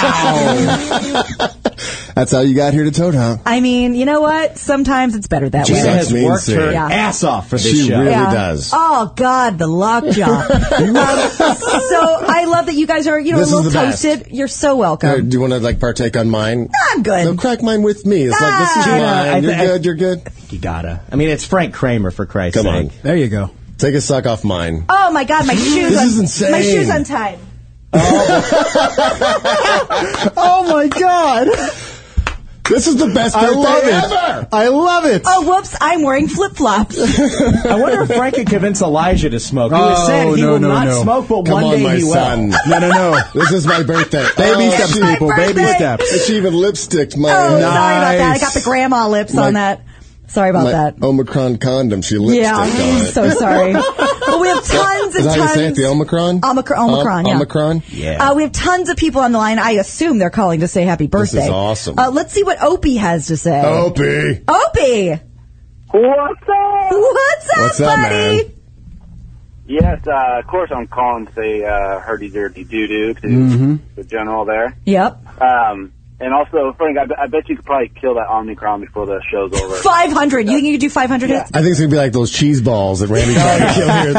S6: That's how you got here to Toad Hop.
S2: I mean, you know what? Sometimes it's better that
S6: Just
S3: Gina
S2: way.
S6: like-
S3: has
S6: mean
S3: worked
S6: saying.
S3: her
S2: Yeah.
S3: ass off for this
S6: She
S3: show.
S6: really does.
S2: Oh God, the lockjaw. um, so I love that you guys are you know
S6: This is
S2: a little
S6: the best.
S2: toasted. You're so
S6: Uh,
S2: welcome.
S6: do you want to like partake on mine?
S2: I'm Um, good.
S6: No, crack mine with me. It's like this is
S2: Ah.
S6: mine.
S2: Gina,
S3: I
S6: you're
S3: thi- I-
S6: good. You're good.
S3: You gotta. I mean, it's Frank Kramer for Christ's
S6: Come
S3: sake.
S6: on,
S7: There you go.
S6: take a suck off mine.
S2: Oh my God, my shoes.
S6: This
S2: un-
S6: is insane.
S2: My shoes untied.
S7: Oh my god!
S6: This is the best
S7: I
S6: birthday
S7: love
S6: ever.
S7: it. I love it.
S2: Oh whoops, I'm wearing flip flops.
S6: Oh,
S3: I wonder if Frank could convince Elijah to smoke. He
S7: Oh,
S3: was said he
S7: no,
S3: will
S7: no,
S3: not
S7: no.
S3: smoke, but
S6: Come
S3: one
S6: on,
S3: day
S6: my
S3: he
S6: son.
S3: will.
S6: no, no, no. This is my birthday.
S7: baby
S6: Oh,
S7: steps,
S6: she-
S2: my
S7: people. Baby
S2: birthday.
S7: steps.
S6: She even lipsticked my.
S2: Oh, sorry about that. I
S7: Nice.
S2: got the grandma lips
S6: My-
S2: on that. Sorry about
S6: my
S2: that.
S6: Omicron condom. She lipsticked
S2: yeah,
S6: oh, on
S2: I'm
S6: it.
S2: so sorry. but we have tons and
S6: Is that how you
S2: tons.
S6: say it? The Omicron?
S2: Omicron. Omicron.
S6: Om-
S2: yeah.
S6: Omicron?
S3: Yeah.
S2: Uh, we have tons of people on the line. I assume they're calling to say happy birthday.
S6: awesome. Oh.
S2: Uh, let's see what Opie has to say.
S6: Opie.
S2: Opie,
S5: What's up?
S2: what's up,
S6: What's up,
S2: buddy?
S6: man?
S8: Yes, uh, of course I'm calling to say uh, hurdy dirty doo doo to
S6: Mm-hmm.
S8: the general there.
S2: Yep.
S8: Um, and also, Frank, I, be- I bet you could probably kill that Omnicron before the show's over.
S2: 500. You think you could do 500 hits?
S6: I think it's going to be like those cheese balls that Randy tried to kill here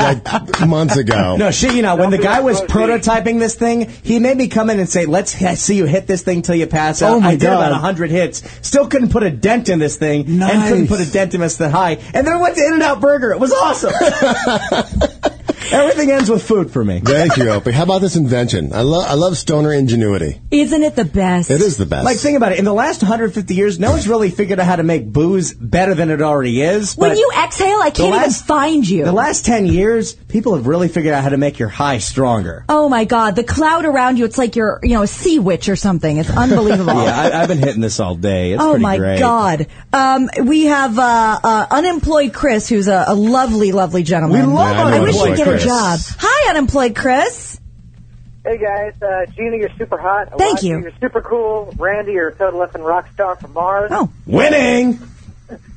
S6: like months ago.
S3: No, shit, you know, when the
S8: be
S3: guy
S8: like
S3: was
S8: Rosie.
S3: prototyping this thing, he made me come in and say, let's he- see you hit this thing till you pass out.
S7: Oh, my
S3: I did
S7: God.
S3: about 100 hits. Still couldn't put a dent in this thing. And
S7: Nice.
S3: couldn't put a dent in this high. And then I went to In-N-Out Burger. It was awesome. Everything ends with food for me.
S6: Thank you, Opie. How about this invention? I love I love stoner ingenuity.
S2: Isn't it the best?
S6: It is the best.
S3: Like, think about it. In the last 150 years, no one's really figured out how to make booze better than it already is.
S2: When
S3: but
S2: you exhale, I
S3: the
S2: can't even
S3: last-
S2: find you.
S3: The last 10 years, people have really figured out how to make your high stronger.
S2: oh my God, the cloud around you, it's like you're, you know, a sea witch or something. It's unbelievable.
S3: Yeah, I, I've been hitting this all day. It's
S2: Oh
S3: pretty
S2: my
S3: great.
S2: God! Um, we have uh, uh, unemployed Chris, who's a, a lovely, lovely gentleman.
S3: We love
S6: Yeah, I know
S2: I wish he'd
S6: unemployed
S2: get a
S6: Chris.
S2: job. Hi, unemployed Chris.
S5: Hey guys, uh, Gina, you're super hot.
S2: Thank
S5: Elijah,
S2: you.
S5: You're super cool. Randy, you're a total effing rock star from Mars.
S2: Oh,
S3: Winning!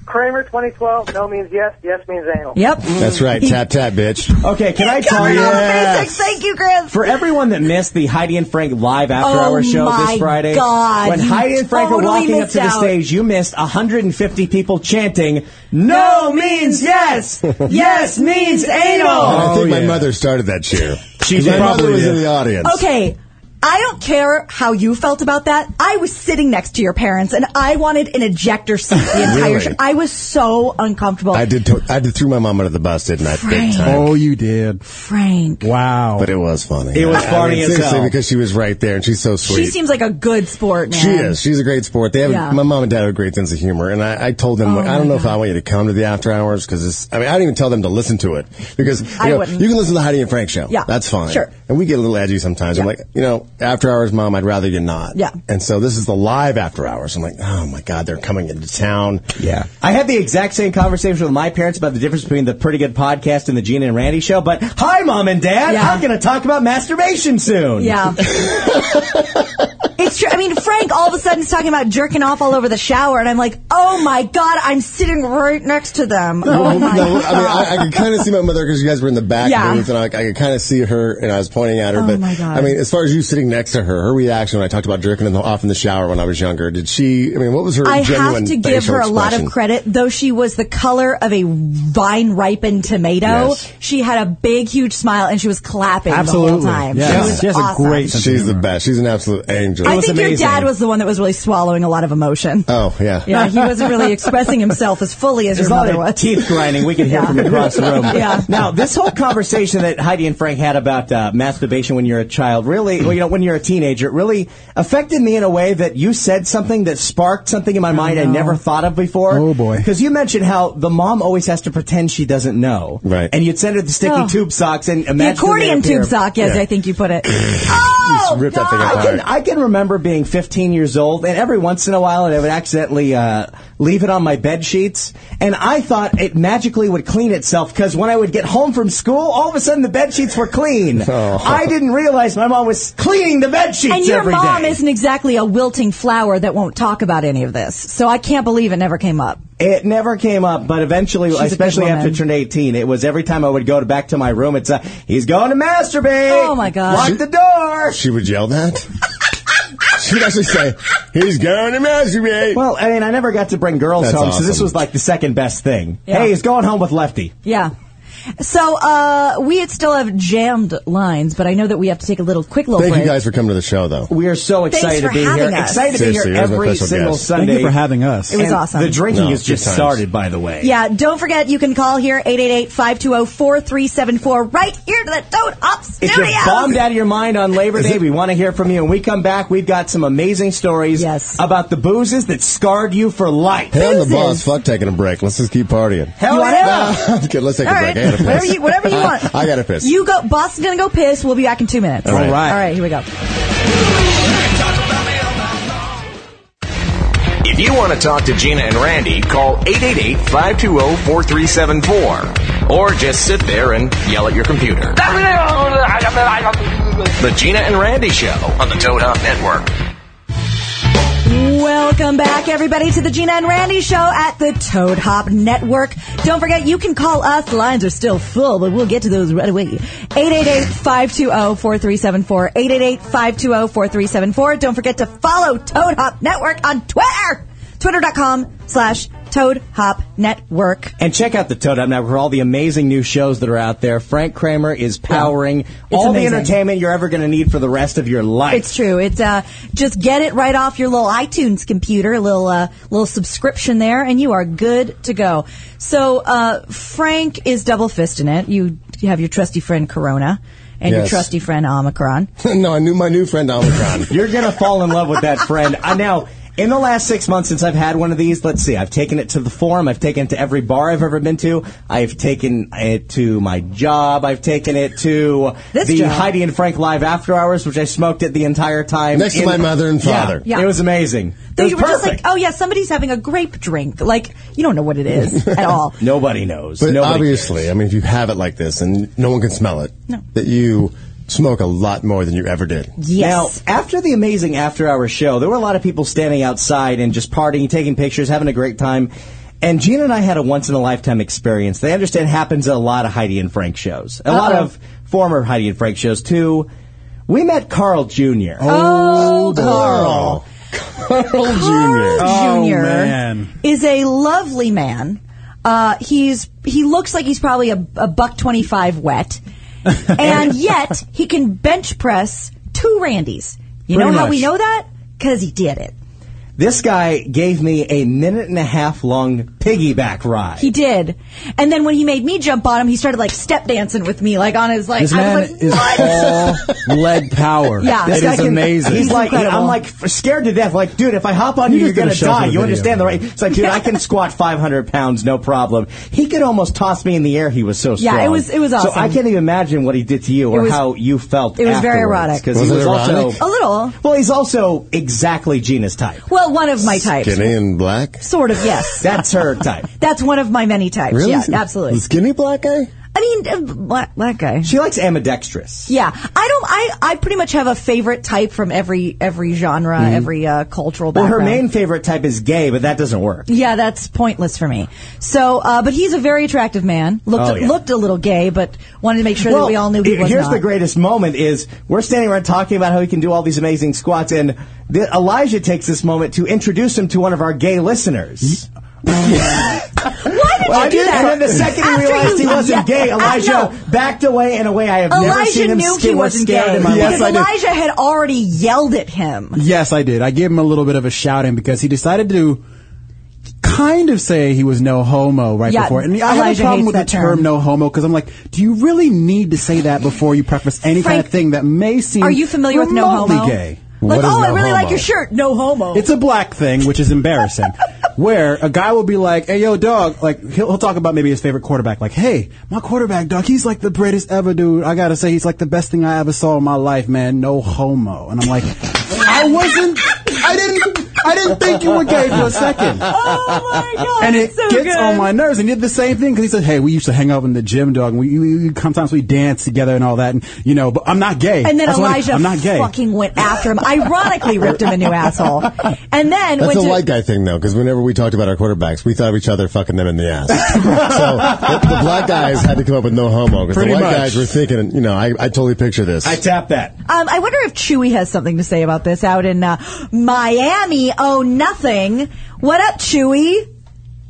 S5: Kramer, 2012. No means yes. Yes means anal.
S2: yep.
S6: That's right. Tap, tap, bitch.
S3: Okay, can I tell
S2: Covered
S3: you?
S2: all the
S6: Yes.
S2: basics. Thank you, Chris.
S3: For everyone that missed the Heidi and Frank live after
S2: Oh
S3: hour show
S2: my
S3: this Friday,
S2: God,
S3: when
S2: you
S3: Heidi and Frank were
S2: totally
S3: walking up
S2: missed
S3: to the
S2: out.
S3: stage, you missed 150 people chanting, No means yes! Yes means anal!
S6: I think my
S7: yeah.
S6: mother started that cheer.
S3: She
S6: 'Cause my
S3: did.
S6: mother
S3: Oh, Probably
S6: was
S3: did.
S6: in the audience.
S2: okay, I don't care how you felt about that. I was sitting next to your parents, and I wanted an ejector seat the entire
S6: Really?
S2: show. I was so uncomfortable.
S6: I did. To- I did threw my mom under the bus, didn't I?
S2: Frank.
S6: Big time.
S7: Oh, you did.
S2: Frank.
S7: Wow.
S6: But it was funny.
S3: It was funny as
S6: seriously,
S3: hell.
S6: because she was right there and she's so
S2: She
S6: sweet.
S2: seems like a good sport, man.
S6: She is. She's a great sport. They have
S2: Yeah.
S6: my mom and dad have a great sense of humor, and I, I told them
S2: Oh
S6: I don't
S2: my
S6: know if I want you to come to the after hours because I mean I don't even tell them to listen to it because you,
S2: I
S6: know,
S2: wouldn't.
S6: you can listen to the Heidi and Frank show.
S2: Yeah.
S6: that's fine.
S2: Sure.
S6: And we get a little edgy sometimes. I'm
S2: Yeah.
S6: like, you know, after hours, mom, I'd rather you not.
S2: Yeah.
S6: And so this is the live after hours. I'm like, oh my god, they're coming into town.
S7: Yeah.
S3: I had the exact same conversation with my parents about the difference between the Pretty Good Podcast and the Gina and Randy show, but hi, Mom and Dad!
S2: Yeah.
S3: I'm going to talk about masturbation soon.
S2: Yeah. it's true. I mean, Frank all of a sudden is talking about jerking off all over the shower, and I'm like, oh my God, I'm sitting right next to them. oh my
S6: No, I mean,
S2: God.
S6: I, I could kind of see my mother because you guys were in the back
S2: Yeah.
S6: booth, and I, I could kind of see her, and I was pointing at her.
S2: Oh,
S6: but
S2: my God.
S6: I mean, as far as you sitting next to her, her reaction when I talked about jerking in the, off in the shower when I was younger, did she? I mean, what was her?
S2: I
S6: genuine
S2: have to give
S6: facial
S2: her a lot of
S6: expression?
S2: credit, though she was the color of a vine ripened tomato.
S6: Yes.
S2: She had a big, huge smile, and she was clapping the
S7: Absolutely.
S2: whole time.
S7: Yeah.
S2: She was
S7: She has a
S2: awesome.
S7: great sense of
S6: She's the best. She's an absolute angel.
S2: I think your
S3: amazing.
S2: dad was the one that was really swallowing a lot of emotion.
S6: oh yeah.
S2: yeah, he wasn't really expressing himself as fully as,
S3: There's
S2: your
S3: a lot
S2: mother
S3: of
S2: was.
S3: teeth grinding we can hear from across the room.
S2: Yeah.
S3: Now, this whole conversation that Heidi and Frank had about uh, masturbation when you're a child really, well, you know, when you're a teenager, it really affected me in a way that you said something that sparked something in my mind I never thought of before.
S7: Oh, boy.
S3: Because you mentioned how the mom always has to pretend she doesn't know.
S6: Right.
S3: And you'd send her the sticky
S2: Oh.
S3: tube socks and imagine
S2: The accordion
S3: they appear.
S2: tube sock, yes,
S6: Yeah.
S2: I think you put it. oh,
S6: ripped that thing
S2: God.
S6: apart.
S3: I can, I can remember being 15 years old, and every once in a while, I would accidentally uh, leave it on my bed sheets, and I thought it magically would clean itself because when I would get home from school, all of a sudden the bed sheets were clean.
S6: Oh.
S3: I didn't realize my mom was cleaning the bed sheets
S2: And your
S3: every
S2: mom
S3: day.
S2: isn't exactly a wilting flower that won't talk about any of this, so I can't believe it never came up.
S3: It never came up, but eventually,
S2: She's a good
S3: especially after I
S2: woman.
S3: turned 18, it was every time I would go to back to my room. It's uh, he's going to masturbate.
S2: Oh, my God.
S3: Lock the door.
S6: She would yell that. she would actually say, "He's going to masturbate."
S3: Well, I mean, I never got to bring girls
S6: That's
S3: home, so this
S6: awesome.
S3: was like the second best thing.
S2: Yeah.
S3: Hey, he's going home with Lefty.
S2: Yeah. So uh, we still have jammed lines, but I know that we have to take a little quick little
S6: Thank
S2: break.
S6: you guys for coming to the show, though.
S3: We are so excited
S2: for
S3: to be here.
S2: having us.
S3: Excited to be here
S6: Seriously, that was my
S3: every
S6: special
S3: single
S6: guest.
S3: Sunday.
S7: Thank you for having us.
S2: It was
S3: And
S2: awesome.
S3: The drinking
S6: No,
S3: has just
S6: good times.
S3: started, by the way.
S2: Yeah, don't forget you can call here oh, 888-520-4374 right here to the Toad Up
S3: If
S2: Studios.
S3: you're bombed out of your mind on Labor Day, we want to hear from you. And we come back, we've got some amazing stories
S2: Yes.
S3: about the boozes that scarred you for life.
S6: Hey, I'm the
S2: Susan.
S6: boss. Fuck taking a break. Let's just keep partying.
S3: Hell
S2: You want
S3: yeah.
S2: it?
S6: I'm kidding. Let's take
S2: All
S6: a
S2: right,
S6: break. I gotta piss.
S2: whatever you, whatever you want.
S6: I gotta piss.
S2: You go. Boss is gonna go piss. We'll be back in two minutes.
S6: All right.
S2: All
S6: All
S2: right,
S6: right.
S2: here we go.
S1: If you want to talk to Gina and Randy, call 888-520-4374. Or just sit there and yell at your computer. The Gina and Randy Show on the Toad Hop Network.
S2: Welcome back, everybody, to the Gina and Randy Show at the Toad Hop Network. Don't forget, you can call us. The lines are still full, but we'll get to those right away. oh, 888-520-4374. oh, 888-520-4374. Don't forget to follow Toad Hop Network on Twitter. Twitter.com slash Toad Hop Network.
S3: And check out the Toad Hop Network for all the amazing new shows that are out there. Frank Kramer is powering all
S2: amazing.
S3: the entertainment you're ever going to need for the rest of your life.
S2: It's true. It's uh, just get it right off your little iTunes computer, a little uh, little subscription there, and you are good to go. So uh, Frank is double fisting it. You you have your trusty friend Corona and your
S6: Yes.
S2: trusty friend Omicron.
S6: no, I knew my new friend Omicron.
S3: You're gonna fall in love with that friend. I now. In the last six months since I've had one of these, let's see, I've taken it to the forum, I've taken it to every bar I've ever been to, I've taken it to my job, I've taken it to
S2: This
S3: the
S2: job.
S3: Heidi and Frank live after hours, which I smoked it the entire time.
S6: Next to my mother and
S3: Yeah,
S6: father.
S2: Yeah.
S3: It was amazing.
S2: So
S3: it was
S2: you were
S3: perfect.
S2: just like, oh yeah, somebody's having a grape drink. Like you don't know what it is at all.
S3: Nobody knows.
S6: But
S3: Nobody
S6: obviously, I mean, if you have it like this and no one can smell it,
S2: No.
S6: that you smoke a lot more than you ever did.
S2: Yes.
S3: Now, after the amazing after hour show, there were a lot of people standing outside and just partying, taking pictures, having a great time. And Gina and I had a once in a lifetime experience. They understand happens at a lot of Heidi and Frank shows, a lot
S2: Uh-oh.
S3: of former Heidi and Frank shows too. We met Carl Jr.
S2: oh, Carl.
S6: Oh. Carl Jr.
S2: Carl
S7: Oh,
S2: Jr.
S7: man.
S2: is a lovely man. Uh, he's he looks like he's probably a, a buck twenty five wet, and yet he can bench press two Randys. You
S3: Pretty
S2: know how we
S3: much.
S2: know that? Because he did it.
S3: This guy gave me a minute and a half long piggyback ride.
S2: He did. And then when he made me jump on him, he started like step dancing with me, like on his like.
S3: This
S2: I
S3: man
S2: was like,
S3: is
S2: "What?"
S3: all
S7: lead power.
S2: Yeah.
S3: This
S2: It
S3: guy
S2: is
S3: can-
S2: amazing.
S3: He's
S2: He's
S3: like,
S2: incredible.
S3: I'm like f- scared to death. Like, dude, if I hop on you,
S7: You're
S3: you're
S7: just gonna
S3: gonna
S7: show us
S3: die. You
S7: the video,
S3: understand the
S7: man.
S3: right? It's like, dude, I can squat 500 pounds, no problem. He could almost toss me in the air. He was so
S2: Yeah,
S3: strong.
S2: it was- it was
S3: So
S2: awesome.
S3: I can't even imagine what he did to you or
S2: It was-
S3: how you felt.
S2: it was very erotic.
S3: because
S6: Was
S3: he
S6: it
S3: was
S6: erotic?
S2: a
S3: also.
S2: little.
S3: Well, he's also exactly Gina's type.
S2: Well, one of my types.
S6: Skinny and black.
S2: Sort of, yes.
S3: That's her type.
S2: That's one of my many types.
S6: Really?
S2: Yeah, absolutely.
S6: The skinny black guy.
S2: I mean, uh, black, black guy.
S3: She likes ambidextrous.
S2: Yeah, I don't. I, I pretty much have a favorite type from every every genre, every uh, cultural
S3: Mm-hmm. Well,
S2: background.
S3: her main favorite type is gay, but that doesn't work.
S2: Yeah, that's pointless for me. So, uh, but he's a very attractive man. Looked
S3: Oh, yeah.
S2: looked a little gay, but wanted to make sure that we all knew he was
S3: here's
S2: not.
S3: the greatest moment: is we're standing around talking about how he can do all these amazing squats, and the, Elijah takes this moment to introduce him to one of our gay listeners.
S2: Why did you do that?
S3: And then the second he
S2: After
S3: realized he
S2: you-
S3: wasn't
S2: yeah,
S3: gay,
S2: uh,
S3: Elijah
S2: no.
S3: backed away in a way I have never
S2: Elijah
S3: seen him
S2: knew
S3: scared-
S2: he wasn't
S3: scared
S2: gay
S3: in my
S7: Yes,
S2: because
S3: life.
S7: I did.
S2: Elijah had already yelled at him.
S7: Yes, I did. I gave him a little bit of a shouting because he decided to kind of say he was no homo right
S2: Yeah,
S7: before. And I have a
S2: Elijah
S7: problem
S2: hates
S7: with the
S2: that
S7: term,
S2: term.
S7: no homo because I'm like, do you really need to say that before you preface any kind
S2: Frank,
S7: of thing that may seem
S2: Are you familiar with no
S7: remotely
S2: homo?
S7: gay?
S2: Like,
S6: What is
S2: oh, I
S6: no
S2: really
S6: homo?
S2: like your shirt. No homo.
S7: It's a black thing, which is embarrassing. Where a guy will be like, "Hey, yo, dog!" Like he'll, he'll talk about maybe his favorite quarterback. Like, "Hey, my quarterback, dog. He's like the greatest ever, dude. I gotta say, he's like the best thing I ever saw in my life, man. No homo." And I'm like, "I wasn't. I didn't. I didn't think you were gay for a second.
S2: oh my god!
S7: And it
S2: it's so
S7: gets
S2: good.
S7: on my nerves. And he did the same thing because he said, "Hey, we used to hang out in the gym, dog. And we, we, we sometimes we dance together and all that. And you know, but I'm not gay.
S2: And then
S7: That's why
S2: Elijah
S7: I'm not gay.
S2: fucking went after him. Ironically, ripped him a new asshole. And then
S6: That's
S2: went
S6: a
S2: to,
S6: white guy thing, though, because whenever we talked about our quarterbacks, we thought of each other fucking them in the ass. so the, the black guys had to come up with no homo, because the
S7: Pretty
S6: white
S7: much.
S6: guys were thinking, you know, I, I totally picture this.
S3: I tap that.
S2: Um, I wonder if Chewy has something to say about this out in uh, Miami. Oh, nothing. What up, Chewy?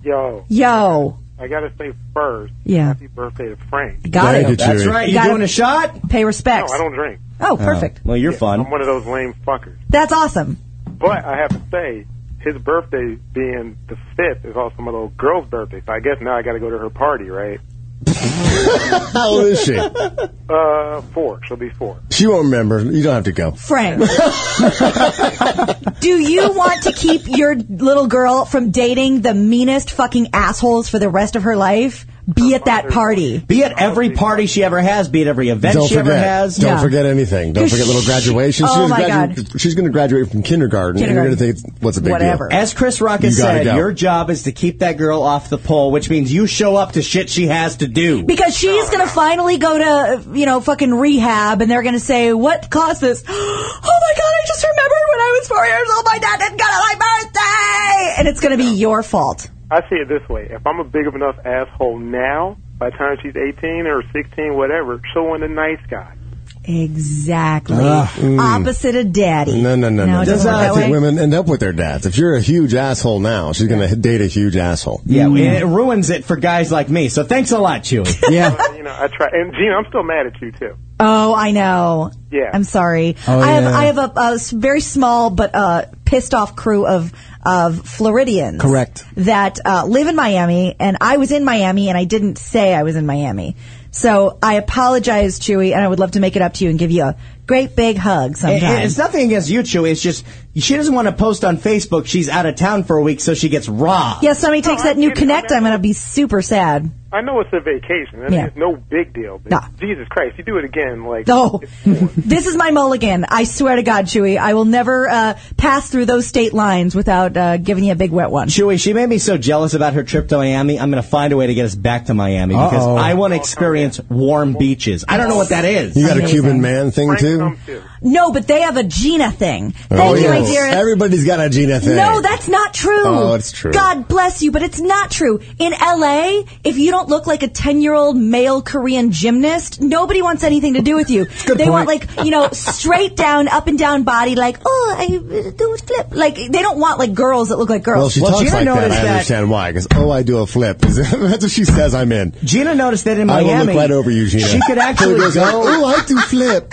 S9: Yo,
S2: Yo,
S9: I gotta say first,
S2: Yeah.
S9: happy birthday to Frank.
S2: got
S6: Thank you,
S2: it.
S3: That's
S6: Chewy.
S3: right. You
S2: Got
S3: doing
S2: it.
S3: a shot?
S2: Pay
S9: No,
S2: respects.
S9: I don't drink.
S2: oh, perfect.
S3: Well, you're fun.
S9: I'm one of those lame fuckers.
S2: That's awesome.
S9: But I have to say, his birthday being the fifth is also my little girl's birthday. So I guess now I gotta go to her party, right?
S6: How old is she?
S9: Uh, four. She'll be four.
S6: She won't remember. You don't have to go.
S2: Frank, do you want to keep your little girl from dating the meanest fucking assholes for the rest of her life? Be at that party.
S3: Be at every party she ever has. Be at every event
S6: Don't
S3: she
S6: forget.
S3: ever has.
S6: Don't
S2: Yeah.
S6: forget anything. Don't forget little
S2: She-
S6: graduation.
S2: Oh,
S6: she's
S2: my
S6: gonna gradu- She's going to graduate from kindergarten,
S2: Kindergarten.
S6: and you're going to think, it's- what's a big
S2: Whatever.
S6: deal?
S3: As Chris Rock has
S6: You gotta
S3: said,
S6: go.
S3: your job is to keep that girl off the pole, which means you show up to shit she has to do.
S2: Because she's gonna finally go to you know fucking rehab, and they're gonna say, "What caused this?" Oh my god! I just remembered when I was four years old, my dad didn't go to my birthday, and it's gonna be your fault.
S9: I see it this way: if I'm a big of enough asshole now, by the time she's 18 or 16, whatever, she'll want a nice guy.
S2: Exactly. Opposite of daddy.
S6: Ah. Mm. No, no, no, no.
S2: it doesn't work
S6: I
S2: that
S6: think
S2: way?
S6: women end up with their dads. If you're a huge asshole now, she's going to date a huge asshole.
S3: yeah, it ruins it for guys like me. So thanks a lot, Chewy.
S7: yeah.
S9: You know, I try. And Gina, I'm still mad at you too.
S2: Oh, I know.
S9: Yeah.
S2: I'm sorry.
S7: Oh,
S2: I have
S7: yeah.
S2: I have a, a s- very small but uh, pissed off crew of of Floridians.
S7: Correct.
S2: That uh, live in Miami, and I was in Miami, and I didn't say I was in Miami. So I apologize, Chewy, and I would love to make it up to you and give you a great big hug
S3: And- and
S2: sometime.
S3: It's nothing against you, Chewy. It's just she doesn't want to post on Facebook. She's out of town for a week, so she gets robbed.
S2: yeah, somebody takes
S9: I
S2: that new
S9: get it. I'm
S2: connect.
S9: not-
S2: I'm gonna be super sad.
S9: I know it's a vacation. I mean,
S2: Yeah.
S9: It's no big deal. But
S2: No.
S9: Jesus Christ, you do it again, like
S2: No,
S9: it's four.
S2: this is my mulligan. I swear to God, Chewy, I will never uh, pass through those state lines without uh, giving you a big wet one.
S3: Chewy, she made me so jealous about her trip to Miami. I'm going to find a way to get us back to Miami because
S7: Uh-oh.
S3: I want to experience warm beaches. I don't know what that is.
S6: You got a
S2: Amazing.
S6: Cuban man thing,
S9: Frank
S6: too?
S9: comes too.
S2: No, but they have a Gina thing. Thank
S6: Oh,
S2: you, my
S6: yes.
S2: dearest.
S6: Everybody's got a Gina thing.
S2: no, that's not true.
S6: Oh, it's true.
S2: God bless you, but it's not true. In LA, if you don't look like a 10-year-old male Korean gymnast, nobody wants anything to do with you. they want like, you know, straight down, up and down body like, oh, I uh, do a flip. Like, they don't want like girls that look like
S6: Well,
S2: girls.
S6: she
S3: Well,
S6: talks
S3: Gina
S6: like that.
S3: noticed
S6: I
S3: that-
S6: understand why. Because oh, I do a flip. That's what she says. I'm in.
S3: Gina noticed that in
S6: I
S3: Miami,
S6: will look right over you, Gina.
S3: she could
S6: She
S3: actually
S6: goes,
S3: go.
S6: Oh, I do flip.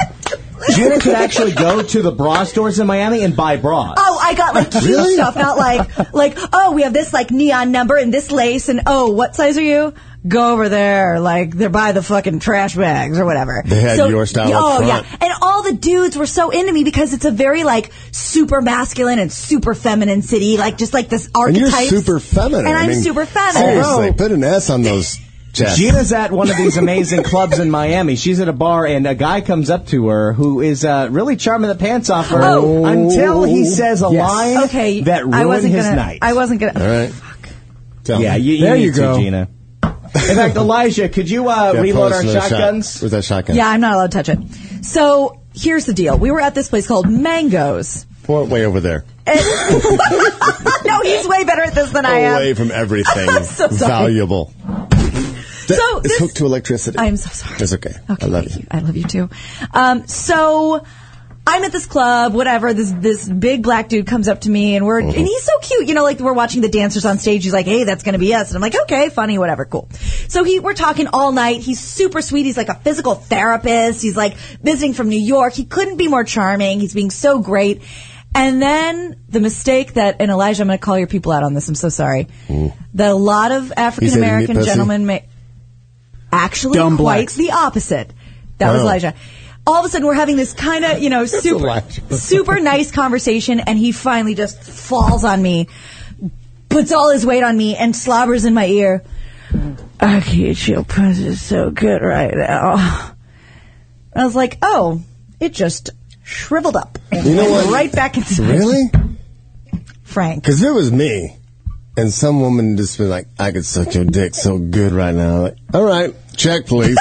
S3: Junior could actually go to the bra stores in Miami and buy bras.
S2: Oh, I got like cute
S3: Really?
S2: stuff, not like like oh, we have this like neon number and this lace and oh, what size are you? Go over there, like they're by the fucking trash bags or whatever.
S6: They had your style up
S2: Oh
S6: front.
S2: yeah, and all the dudes were so into me because it's a very like super masculine and super feminine city, like just like this
S6: And
S2: archetype.
S6: you're super feminine.
S2: and
S6: I
S2: I'm
S6: mean,
S2: super feminine.
S3: Oh.
S6: Seriously, put an S on those checks.
S3: Gina's at one of these amazing clubs in Miami. She's at a bar, and a guy comes up to her who is uh, really charming the pants off her
S2: Oh.
S3: until he says a
S2: Yes.
S3: line
S2: Oh, Okay,
S3: that ruined
S2: I wasn't
S3: his
S2: gonna,
S3: night.
S2: I wasn't gonna.
S6: All right. Tell
S3: yeah,
S6: me.
S3: you, you
S6: There
S3: need
S6: you
S3: to,
S6: go.
S3: Gina. In fact, Elijah, could you uh,
S6: Yeah,
S3: reload
S6: pull us
S3: our
S6: another shot.
S3: shotguns?
S6: Where's that shotgun?
S2: Yeah, I'm not allowed to touch it. So here's the deal: we were at this place called Mangoes.
S6: Pour it way over there.
S2: no, he's way better at this than I am.
S6: Away from everything
S2: I'm so sorry.
S6: valuable.
S2: So
S6: it's hooked to electricity.
S2: I'm so sorry.
S6: It's okay. I love you.
S2: I love you too. Um, so I'm at this club, whatever. This this big black dude comes up to me, and we're
S6: Mm-hmm.
S2: and he's so cute. You know, like we're watching the dancers on stage. He's like, "Hey, that's gonna be us," and I'm like, "Okay, funny, whatever, cool." So he we're talking all night. He's super sweet. He's like a physical therapist. He's like visiting from New York. He couldn't be more charming. He's being so great. And then the mistake that, and Elijah, I'm going to call your people out on this. I'm so sorry. That a lot of African American
S6: pussy?
S2: gentlemen make actually
S6: Dumb
S2: quite
S6: blacks.
S2: the opposite. That was
S6: Oh.
S2: Elijah. All of a sudden, we're having this kind of you know super
S6: Elijah.
S2: super nice conversation, and he finally just falls on me, puts all his weight on me, and slobbers in my ear. I can't your pussy is so good right now. I was like, oh, it just shriveled up.
S6: You know what?
S2: Right back inside.
S6: Really?
S2: Frank.
S6: Because it was me, and some woman just been like, "I could suck your dick so good right now." Like, All right, check please.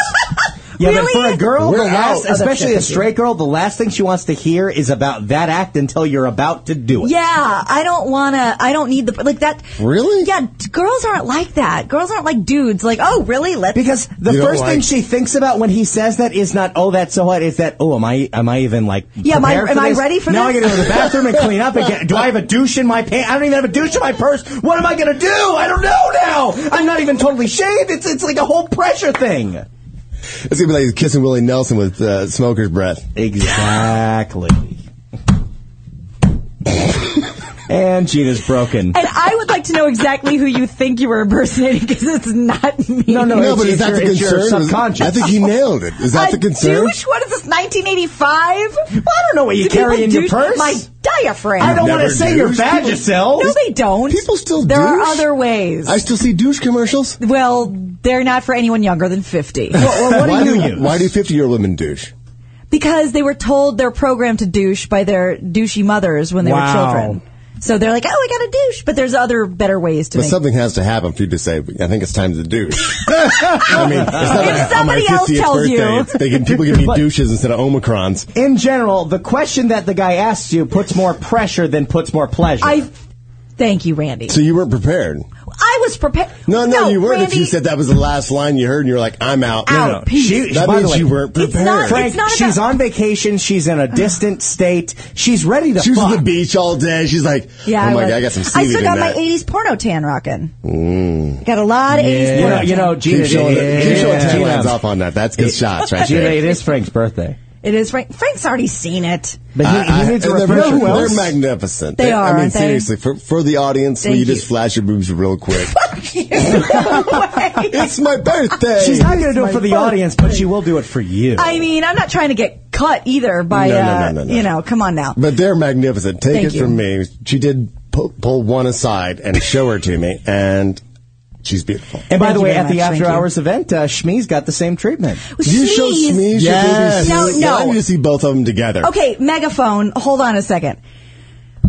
S3: Yeah, but for a girl,
S6: We're
S3: the last,
S6: out.
S3: especially a straight girl, the last thing she wants to hear is about that act until you're about to do it.
S2: Yeah, I don't want to. I don't need the like that.
S3: Really?
S2: Yeah, t- girls aren't like that. Girls aren't like dudes. Like, oh, really? Let's
S3: because The first thing she thinks about when he says that is not, "Oh, that's so hot." It's that, "Oh, am I am I even like
S2: Yeah, am I-
S3: prepared for
S2: am I
S3: this?
S2: ready for
S3: now
S2: this?
S3: I got to go to the bathroom and clean up again. Do I have a douche in my pants? I don't even have a douche in my purse. What am I going to do? I don't know now. I'm not even totally shaved. It's it's like a whole pressure thing.
S6: It's gonna be like kissing Willie Nelson with uh, smoker's breath.
S3: Exactly. And Gina's broken.
S2: And I would like to know exactly who you think you were impersonating because it's not me.
S6: no, but is that the concern? Was- I think he nailed it. Is that
S2: a
S6: the concern?
S2: Douche? What is this? 1985? Well, I
S3: don't know what you carry in your purse.
S2: My diaphragm.
S3: I don't You've wanna never say your douchey? Vagicells.
S2: No, they don't. People
S6: still.
S2: There are
S6: douche?
S2: other ways.
S6: I still see douche commercials.
S2: Well, they're not for anyone younger than 50.
S6: why Why do fifty-year-old women douche?
S2: Because they were told they're programmed to douche by their douchey mothers when they
S6: Wow.
S2: were children. So they're like, oh, I got a douche. But there's other better ways to
S6: But
S2: make
S6: something has to happen for you to say, "I think it's time to douche." I mean,
S2: If
S6: it's not like on my
S2: somebody else
S6: 50th
S2: tells
S6: birthday.
S2: you.
S6: It's, they can, people give me douches instead of omicrons.
S3: In general, the question that the guy asks you puts more pressure than puts more pleasure.
S2: I thank you, Randy.
S6: So you weren't prepared.
S2: I was prepared.
S6: No, no, you weren't. If
S2: Randy-
S6: you said that was the last line you heard, and you were like, "I'm out,"
S3: No, no, no. She- she-
S6: that
S3: by the
S6: means
S3: way,
S6: you weren't
S3: it's
S6: prepared.
S3: not- it's Frank, not she's about- on vacation. She's in a distant state. She's ready to.
S6: She was at the beach all day. She's like,
S2: Yeah,
S6: "Oh
S2: I
S6: my
S2: was.
S6: god, I got some
S2: I
S6: seaweed
S2: still
S6: in
S2: got
S6: that."
S2: my 80s porno tan rocking.
S6: Mm.
S2: Got a lot of 80s porno tan.
S3: you know, Gina,
S6: keep showing,
S3: yeah,
S6: keep showing
S3: yeah,
S6: tan
S3: Gina.
S6: lines off on that. That's good shots, right
S3: Gina,
S6: there.
S3: it is Frank's birthday.
S2: It is Frank. Frank's already seen it.
S3: But he,
S6: I-
S3: he needs a
S6: and they're,
S3: refresher
S6: they're
S3: course.
S6: magnificent.
S2: They are,
S6: I mean,
S2: aren't they?
S6: seriously, for for the audience, will
S2: Thank
S6: you just flash your boobs real quick? it's my birthday.
S3: She's not going to
S2: It's
S3: do
S2: my
S3: it for the
S2: birthday.
S3: audience, but she will do it for you.
S2: I mean, I'm not trying to get cut either by,
S6: No, no,
S2: uh,
S6: no, no, no.
S2: you know, come on now.
S6: But they're magnificent. Take
S2: Thank
S6: it
S2: you.
S6: from me. She did pull, pull one aside and show her to me, and she's beautiful.
S3: and by
S2: Thank
S3: the
S2: you
S3: way,
S2: very
S3: at the
S2: much. Thank
S3: after
S2: you.
S3: hours event, uh, Shmi's got the same treatment.
S6: you show
S2: Smeeze.
S6: Smeeze
S3: Yes.
S6: your
S2: No,
S6: baby Smeeze.
S2: no.
S6: Why do you see both of them together?
S2: Okay, megaphone. Hold on a second.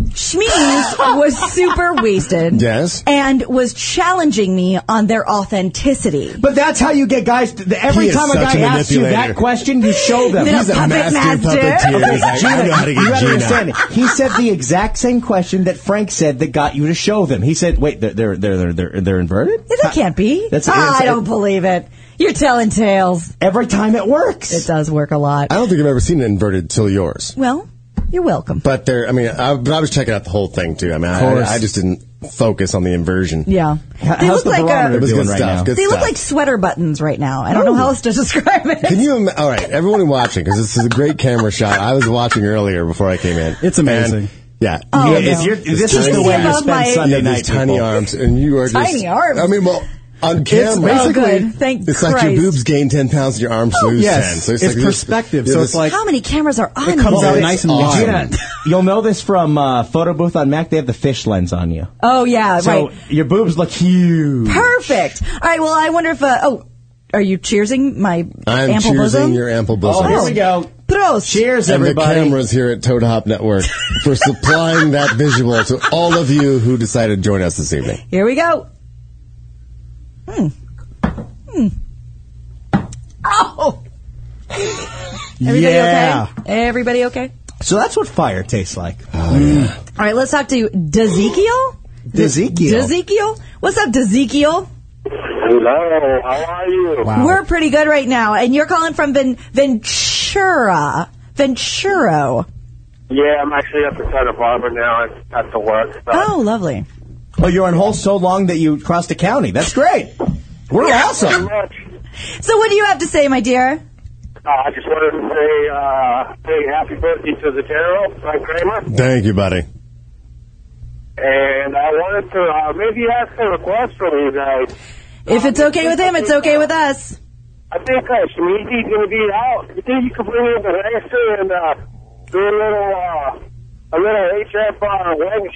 S2: Schmeez was super wasted.
S6: Yes.
S2: And was challenging me on their authenticity.
S3: But that's how you get guys. To, the- every
S6: He is
S3: time a
S6: such
S3: guy
S6: a
S3: asks you
S6: manipulator.
S3: that question, you show them.
S2: Little He's a puppet master master.
S6: puppeteer. He's like, I know how to get
S3: you gotta
S6: Gina.
S3: understand. He said the exact same question that Frank said that got you to show them. He said, "Wait, they're they're they're they're, they're, they're inverted."
S2: That can't be.
S3: That's-
S2: Ah,
S3: it's-
S2: I don't believe it. You're telling tales.
S3: Every time it works.
S2: It does work a lot.
S6: I don't think I've ever seen an inverted till yours.
S2: Well, You're welcome.
S6: But there, I mean, I, but I was checking out the whole thing too. I mean, I,
S2: course.
S6: I, I just didn't focus on the inversion.
S2: Yeah. They look
S6: how's the
S2: like uh,
S6: barometer It was good doing right stuff, now? good
S2: They look
S6: stuff.
S2: like sweater buttons right now. I don't know how else to describe it.
S6: Can you? Im- All right, everyone watching, because this is a great camera shot. I was watching earlier before I came in. It's
S7: amazing.
S6: yeah,
S2: Oh, Yeah, no. is your-
S6: These
S3: this is the
S6: tiny-
S3: way you Above spend my- Sunday
S6: Yeah, these
S3: night,
S6: Tiny
S3: people.
S6: arms, and you are just
S2: Tiny arms?
S6: I mean, well, on camera,
S2: basically- Oh, good. Thank
S6: it's like
S2: Christ. Oh,
S6: your boobs gain ten pounds, and your arms lose
S3: yes.
S6: ten. So it's,
S3: It's
S6: like this-
S3: perspective,
S6: yeah,
S3: so
S6: this-
S3: it's like-
S2: how many cameras are on?
S3: Well,
S2: these?
S3: it's awesome. Gina, you'll know this from uh, photo booth on Mac. They have the fish lens on you,
S2: Oh yeah,
S3: so
S2: right.
S3: your boobs look huge.
S2: Perfect. All right. Well, I wonder if. Uh, oh, are you cheersing my
S6: I'm
S2: ample
S6: cheersing
S2: bosom?
S6: your ample bosom.
S2: Oh,
S6: Oh,
S2: here
S6: here
S2: we
S6: we
S2: go. Prost. Cheers,
S6: and the cameras here at Toad Hop Network for supplying that visual to all of you who decided to join us this evening.
S2: Here we go. Hmm. Hmm. Oh. Everybody okay? Everybody okay?
S3: So that's what fire tastes like.
S2: All right, let's talk to Dezekiel.
S3: Dezekiel.
S2: Dezekiel, what's up, Dezekiel?
S10: Hello, how are you?
S2: We're pretty good right now, and you're calling from Ven- Ventura, Venturo.
S10: Yeah, I'm actually up in Santa Barbara now. I'm at the work. So.
S2: Oh, lovely.
S3: Oh, you're on hold so long that you crossed a county. That's great. We're awesome.
S2: So, what do you have to say, my dear?
S10: Uh, I just wanted to say uh, big happy birthday to the general, Frank Kramer.
S6: Thank you, buddy.
S10: And I wanted to uh, maybe ask a request from you guys.
S2: If it's okay with him, it's okay with us.
S10: I think uh, Shmizi's going to be out. You think you could bring in the Lancer and uh, do a little, uh, a little HF uh, wedding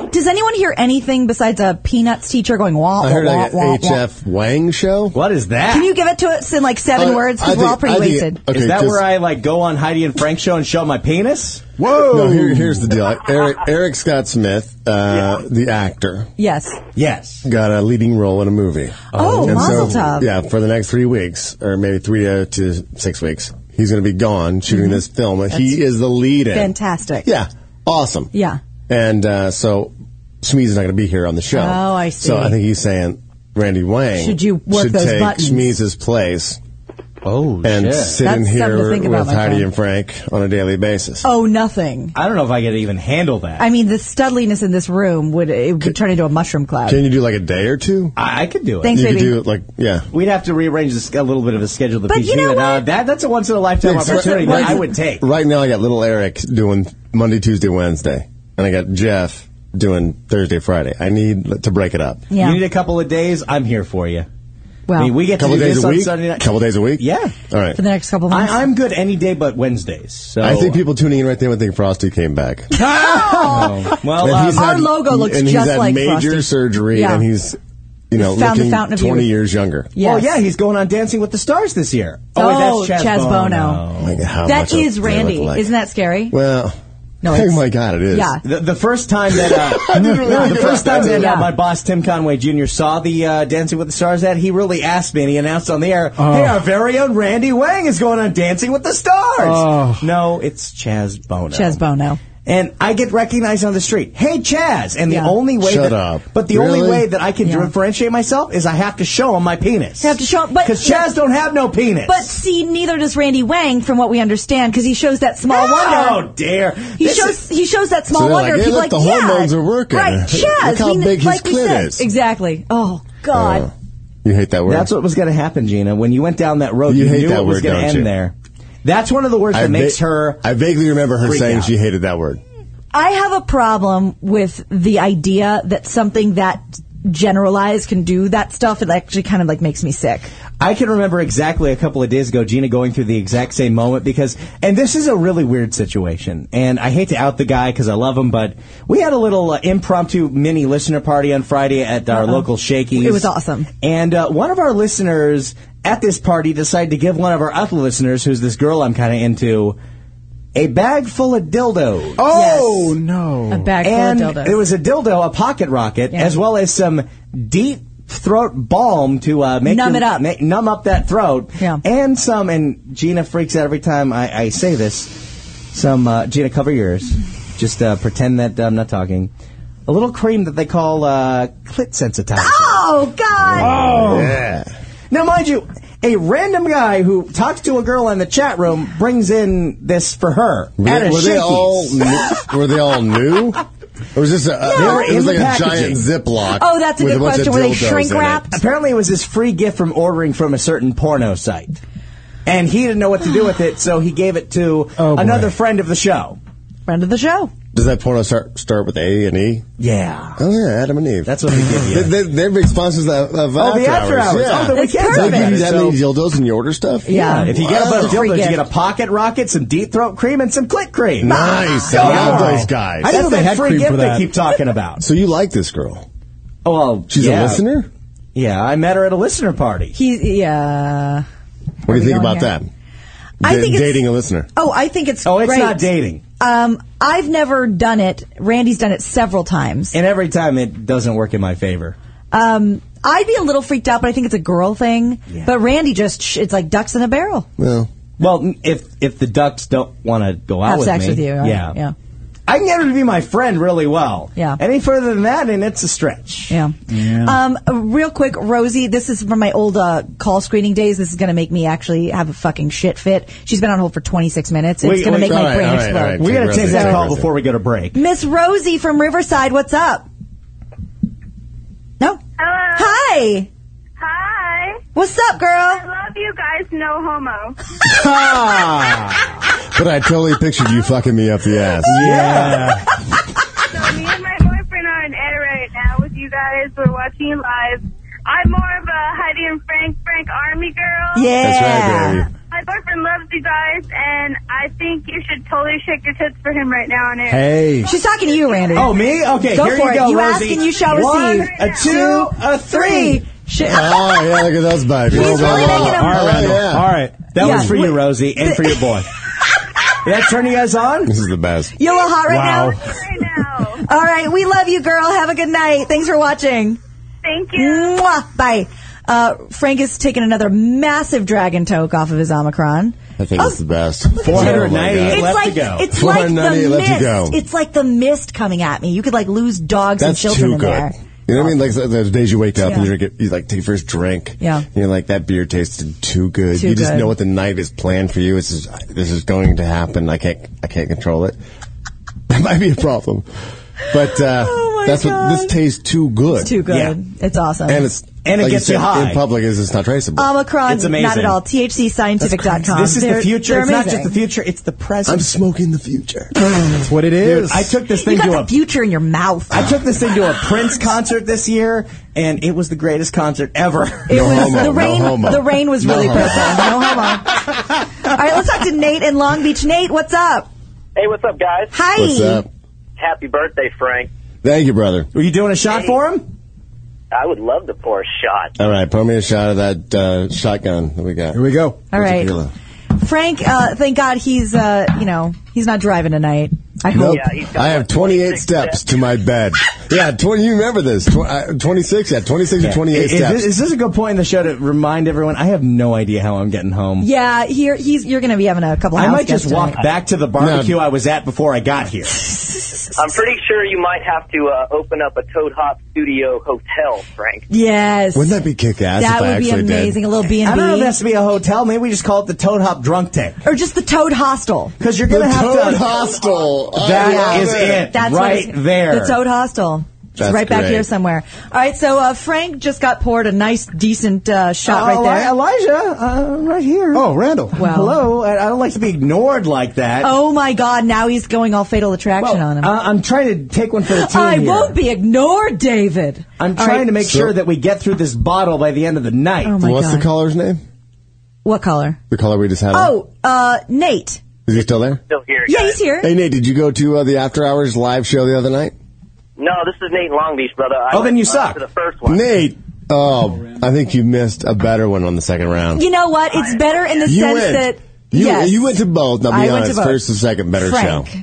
S10: show?
S2: Does anyone hear anything besides a Peanuts teacher going wah, wah,
S6: I heard
S2: wah,
S6: like a
S2: wah, wah?
S6: HF Wang show.
S3: What is that?
S2: Can you give it to us in like seven words? Because we're all pretty wasted.
S3: is that
S6: just-
S3: where I like go on Heidi and Frank show and show my penis?
S6: Whoa! No, here, here's the deal. Eric, Eric Scott Smith, uh, the actor,
S2: Yes.
S3: Yes.
S6: got a leading role in a movie.
S2: Oh,
S6: And
S2: Mazel tov.
S6: Yeah, for the next three weeks, or maybe three to, to six weeks, he's going to be gone shooting this film. he is the lead in.
S2: Mm-hmm. Fantastic.
S6: Yeah, awesome.
S2: Yeah.
S6: And uh, so Shmee's not going to be here on the show.
S2: Oh, I see.
S6: So I think he's saying Randy Wang
S2: Should you work
S6: should
S2: those
S6: take
S2: buttons?
S6: Shmee's place.
S3: Oh,
S6: and
S3: shit.
S6: sit
S2: That's something
S6: in
S2: to
S6: here
S2: think
S6: with
S2: about, my
S6: Heidi
S2: friend.
S6: and Frank on a daily basis.
S2: Oh, nothing.
S3: I don't know if I could even handle that.
S2: I mean, the studliness in this room would it would turn into a mushroom cloud.
S6: Can you do like a day or two?
S3: I, I could do it.
S2: Thanks,
S6: you
S2: baby.
S6: could do it like yeah.
S3: We'd have to rearrange this, a little bit of a schedule to
S2: But
S3: PG,
S2: you know
S3: but, uh,
S2: what?
S3: that that's a once in a lifetime
S6: Thanks.
S3: opportunity
S6: Right-
S3: that I would take.
S6: Right now, I got little Eric doing Monday, Tuesday, Wednesday, and I got Jeff doing Thursday, Friday. I need to break it up.
S2: Yeah. Oh.
S3: You need a couple of days. I'm here for you.
S2: well,
S3: I mean, we get
S6: couple
S3: to do
S6: days
S3: this
S6: a
S3: on
S6: week.
S3: Sunday night.
S6: Couple days a week.
S3: Yeah.
S6: All right.
S2: for the next couple of months.
S3: I, I'm good any day but Wednesdays. So
S6: I think people tuning in right there would think Frosty came back.
S2: Oh,
S6: Oh,
S3: Well,
S6: And
S3: um,
S6: he's
S2: our logo looks
S6: and
S2: just
S6: he's had
S2: like
S6: major
S2: Frosty.
S6: surgery,
S2: Yeah.
S6: and he's you know
S2: Found the
S6: looking
S2: fountain of
S6: twenty
S2: youth.
S6: years younger.
S2: Yes.
S3: Oh yeah, he's going on Dancing with the Stars this year.
S2: Oh,
S3: wait, that's Chaz,
S2: Chaz
S3: Bono.
S6: Oh my God, how
S2: that
S6: much I-
S2: is
S6: they look
S2: Randy.
S6: alike.
S2: Isn't that scary?
S6: Well,
S2: No,
S6: oh
S2: it's-
S6: my God, it is.
S2: Yeah.
S3: The, the first time that uh, the first time that uh, my boss Tim Conway Jr. saw the uh, Dancing with the Stars ad, he really asked me, and he announced on the air,
S2: Oh.
S3: "Hey, our very own Randy Wang is going on Dancing with the Stars."
S7: Oh.
S3: No, it's Chaz Bono.
S2: Chaz Bono.
S3: And I get recognized on the street. Hey, Chaz! And the
S2: Yeah.
S3: only way
S6: Shut
S3: that,
S6: up.
S3: but the only
S6: Really?
S3: way that I can
S2: Yeah.
S3: differentiate myself is I have to show him my penis.
S2: You have to show him- but-
S3: because Chaz don't have no penis.
S2: But see, neither does Randy Wang, from what we understand, because he shows that small
S3: oh
S2: wonder.
S3: dear,
S2: He
S3: This
S2: shows
S3: is-
S2: he shows that small
S6: So they're
S2: wonder.
S6: like, hey,
S2: People
S6: look,
S2: like,
S6: the
S2: yeah,
S6: hormones are working.
S2: Right,
S6: Look
S2: Chaz.
S6: how
S2: he-
S6: big his
S2: like we
S6: clit
S2: said.
S6: is.
S2: Exactly. Oh God.
S6: Uh, you hate that word.
S3: That's what was going to happen, Gina. When you went down that road, you,
S6: You hate
S3: knew
S6: that
S3: it was
S6: word,
S3: going to
S6: don't
S3: end
S6: you?
S3: there. That's one of the words that
S6: va-
S3: makes her.
S6: I vaguely remember her
S3: freak
S6: saying
S3: out.
S6: she hated that word.
S2: I have a problem with the idea that something that generalized can do that stuff. It actually kind of like makes me sick.
S3: I can remember exactly a couple of days ago, Gina going through the exact same moment because, and this is a really weird situation. And I hate to out the guy because I love him, but we had a little uh, impromptu mini listener party on Friday at our local Shakey's.
S2: It was awesome.
S3: And uh, one of our listeners at this party decided to give one of our other listeners, who's this girl I'm kind of into, a bag full of dildos.
S7: Oh
S2: Yes.
S7: no!
S2: A bag
S3: and
S2: full of dildos.
S3: it was a dildo, a pocket rocket,
S2: Yeah.
S3: as well as some deep throat balm to uh, make
S2: Numb
S3: your-
S2: it up.
S3: ma- numb up that throat,
S2: Yeah.
S3: and some. And Gina freaks out every time I, I say this. Some uh, Gina, cover yours. Just uh, pretend that I'm not talking. A little cream that they call uh, clit sensitizer.
S2: Oh God.
S6: Yeah.
S3: Now, mind you, a random guy who talks to a girl in the chat room brings in this for her
S6: Were
S3: at
S6: they,
S3: a
S6: were they
S3: Shakey's.
S6: all new, were they all new? Or was this a,
S3: No. They were
S6: it
S3: in
S6: was
S3: the
S6: like a giant
S3: packaging. Oh,
S6: Ziploc? with bunch of dildos in it.
S3: Apparently, it was this free gift from ordering from a certain porno site, and he didn't know what to do with it, so he gave it to another friend of the show.
S6: Oh.
S2: Friend of the show.
S6: Does that porno start start with A and E?
S3: Yeah.
S6: Oh yeah, Adam and Eve.
S3: That's what they give you.
S6: They, they, are big sponsors of, of
S3: Oh, the after hours.
S6: Yeah.
S3: Oh, then we That's can do
S6: They
S3: that.
S6: give you that
S3: So-
S6: many dildos and you order stuff.
S3: Yeah, Uh, if you get a
S6: Wow.
S3: bunch of dildos, you get a pocket rocket, some deep throat cream, and some clit cream.
S6: Nice. I love those guys.
S3: I didn't know they had free
S6: cream
S3: gift
S6: for
S3: they
S6: that.
S3: keep talking about.
S6: So you like this girl?
S3: Oh, well,
S6: She's
S3: yeah.
S6: a listener.
S3: Yeah, I met her at a listener party.
S2: He, yeah.
S6: What do you think
S2: going
S6: about
S2: here?
S6: that?
S2: I
S6: Da-
S2: think it's-
S6: dating a listener.
S2: Oh, I think it's
S3: Oh, it's
S2: great.
S3: not dating.
S2: Um, I've never done it. Randy's done it several times.
S3: And every time it doesn't work in my favor.
S2: Um, I'd be a little freaked out, but I think it's a girl thing. But Randy just, sh- it's like ducks in a barrel.
S6: Well,
S3: well, if if the ducks don't want to go out
S2: Have
S3: with
S2: sex
S3: me,
S2: with you. right?
S3: yeah,
S2: Yeah.
S3: I can get her to be my friend really well.
S2: Yeah.
S3: Any further than that, and it's a stretch.
S2: Yeah. Um, real quick, Rosie, this is from my old uh, call screening days. This is going to make me actually have a fucking shit fit. She's been on hold for 26 minutes. It's going to make my brain explode.
S3: we got to
S6: Rosie,
S3: take that
S6: take
S3: call
S6: Rosie.
S3: before we go to break.
S2: Miss Rosie from Riverside, what's up? No? Hi.
S11: Hi.
S2: What's up, girl?
S11: I love you guys. No homo.
S6: Ah. but I totally pictured you fucking me up the ass.
S3: Yeah.
S11: So me and my boyfriend are in Ed right now with you guys. We're watching you live. I'm more of a Heidi and Frank Frank Army girl.
S2: Yeah. That's right,
S6: baby.
S11: My boyfriend loves you guys, and I think you should totally shake your tits for him right now on air.
S2: She's talking to you, Randy.
S3: Oh, me? Okay,
S2: Go
S3: here
S2: for
S3: you
S2: it.
S3: go,
S2: You ask
S3: Rosie.
S2: and you shall
S3: One,
S2: receive.
S3: a two, a three.
S2: Shit.
S6: Oh, yeah, look at those babies.
S3: He's
S6: Whoa,
S3: really
S6: whoa, whoa.
S3: making 'em-
S6: Oh,
S3: All right, Randall.
S6: yeah.
S3: All right. That
S2: Yeah.
S3: was for you, Rosie, and for your boy. Did that turn you guys on?
S6: This is the best.
S2: You all hot right
S3: Wow.
S2: now? All right. We love you, girl. Have a good night. Thanks for watching.
S11: Thank
S2: you. Mwah. Bye. Uh, Frank has taken another massive dragon toke off of his Omicron. Oh,
S6: I think it's the best. Oh,
S2: it's like it's like the
S6: 498 left to go.
S2: mist. It's like the mist coming at me. You could like lose dogs
S6: That's
S2: and
S6: too
S2: children
S6: good.
S2: in there.
S6: You know what I mean? Like so those days you wake up and
S2: Yeah.
S6: you're, get- you like take your first drink.
S2: Yeah.
S6: And you're like that beer tasted too good.
S2: Too
S6: you just
S2: good.
S6: know what the night is planned for you. It's just, this is going to happen. I can't I can't control it. That might be a problem. But uh, that's what this tastes too good.
S2: Oh, It's too good. It's awesome.
S6: And it's like said, in public. Is it's not traceable?
S2: Omicron,
S6: It's amazing.
S2: not at all. THCscientific.com.
S3: This is
S2: They're-
S3: the future.
S2: they're
S3: It's not
S2: amazing.
S3: just the future, it's the present.
S6: I'm smoking the future.
S3: That's
S7: what it
S3: is. I took this thing
S2: you got
S3: to
S2: the
S3: a
S2: future in your mouth.
S3: I took this thing to a Prince concert this year, and it was the greatest concert ever.
S2: It was the rain. The rain was really present. No homo. All right, let's talk to Nate in Long Beach. Nate, what's up?
S12: Hey, what's up, guys?
S2: Hi.
S6: What's up?
S12: Happy birthday, Frank.
S6: Thank you, brother.
S3: Were you doing a shot for him?
S12: I would love to pour a shot.
S6: All right, pour me a shot of that uh, shotgun that we got. Here we
S7: go.
S2: All right. Frank, uh, thank God he's uh, you know he's not driving tonight. I hope.
S6: Nope. I have 28 steps to my bed. Yeah, 20, you remember this. Tw- uh, 26, yeah, 26 or 28
S3: Is,
S6: steps.
S3: this, is this a good point in the show to remind everyone? I have no idea how I'm getting home.
S2: Yeah, here he's you're going to be having a couple.
S3: I
S2: house
S3: might just
S2: guests
S3: walk
S2: tonight.
S3: back to the barbecue I was at before I got here.
S12: I'm pretty sure you might have to uh, open up a Toad Hop Studio hotel, Frank.
S2: Yes.
S6: Wouldn't that be kick ass
S2: That
S6: if I
S2: would be
S6: actually
S2: amazing. A
S6: did?
S2: little B
S3: I
S2: and
S3: don't know if
S2: B,
S3: that's to be a hotel. Maybe we just call it the Toad Hop Drunk Tank.
S2: or just the Toad Hostel.
S3: Because you're gonna
S6: The
S3: have
S6: Toad
S3: to.
S6: Hostel.
S3: That
S2: Oh, Yeah.
S3: is it.
S2: That's what
S3: right
S2: it-
S3: there.
S2: The Toad Hostel. It's
S3: That's
S2: right back
S3: great.
S2: here somewhere. All right, so uh, Frank just got poured a nice, decent uh, shot
S3: Uh,
S2: right there.
S3: Elijah, uh, right here. Oh, Randall.
S2: Wow.
S3: Hello. I, I don't like to be ignored like that.
S2: Oh my God! Now he's going all Fatal Attraction on him.
S3: Uh, I'm trying to take one for the team.
S2: I
S3: here.
S2: won't be ignored, David.
S3: I'm
S2: All
S3: trying
S2: right.
S3: to make sure that we get through this bottle by the end of the night.
S2: Oh, my What's the God.
S6: caller's name?
S2: What color?
S6: The caller we just had on.
S2: Oh, uh, Nate.
S6: Is he still there?
S12: Still here.
S2: Yeah, he's here.
S6: Hey, Nate, did you go to uh, the After Hours live show the other night?
S12: No, this is Nate Long Beach, brother. I
S6: Oh, then
S12: went,
S6: you
S12: uh,
S6: suck.
S12: To the first one.
S6: Nate! Oh, I think you missed a better one on the second round.
S2: You know what? It's better in the
S6: You
S2: sense
S6: went.
S2: that
S6: You,
S2: yes,
S6: you went to both. Now, be
S2: I went to
S6: honest.
S2: both.
S6: First and second, better
S2: Frank.
S6: show.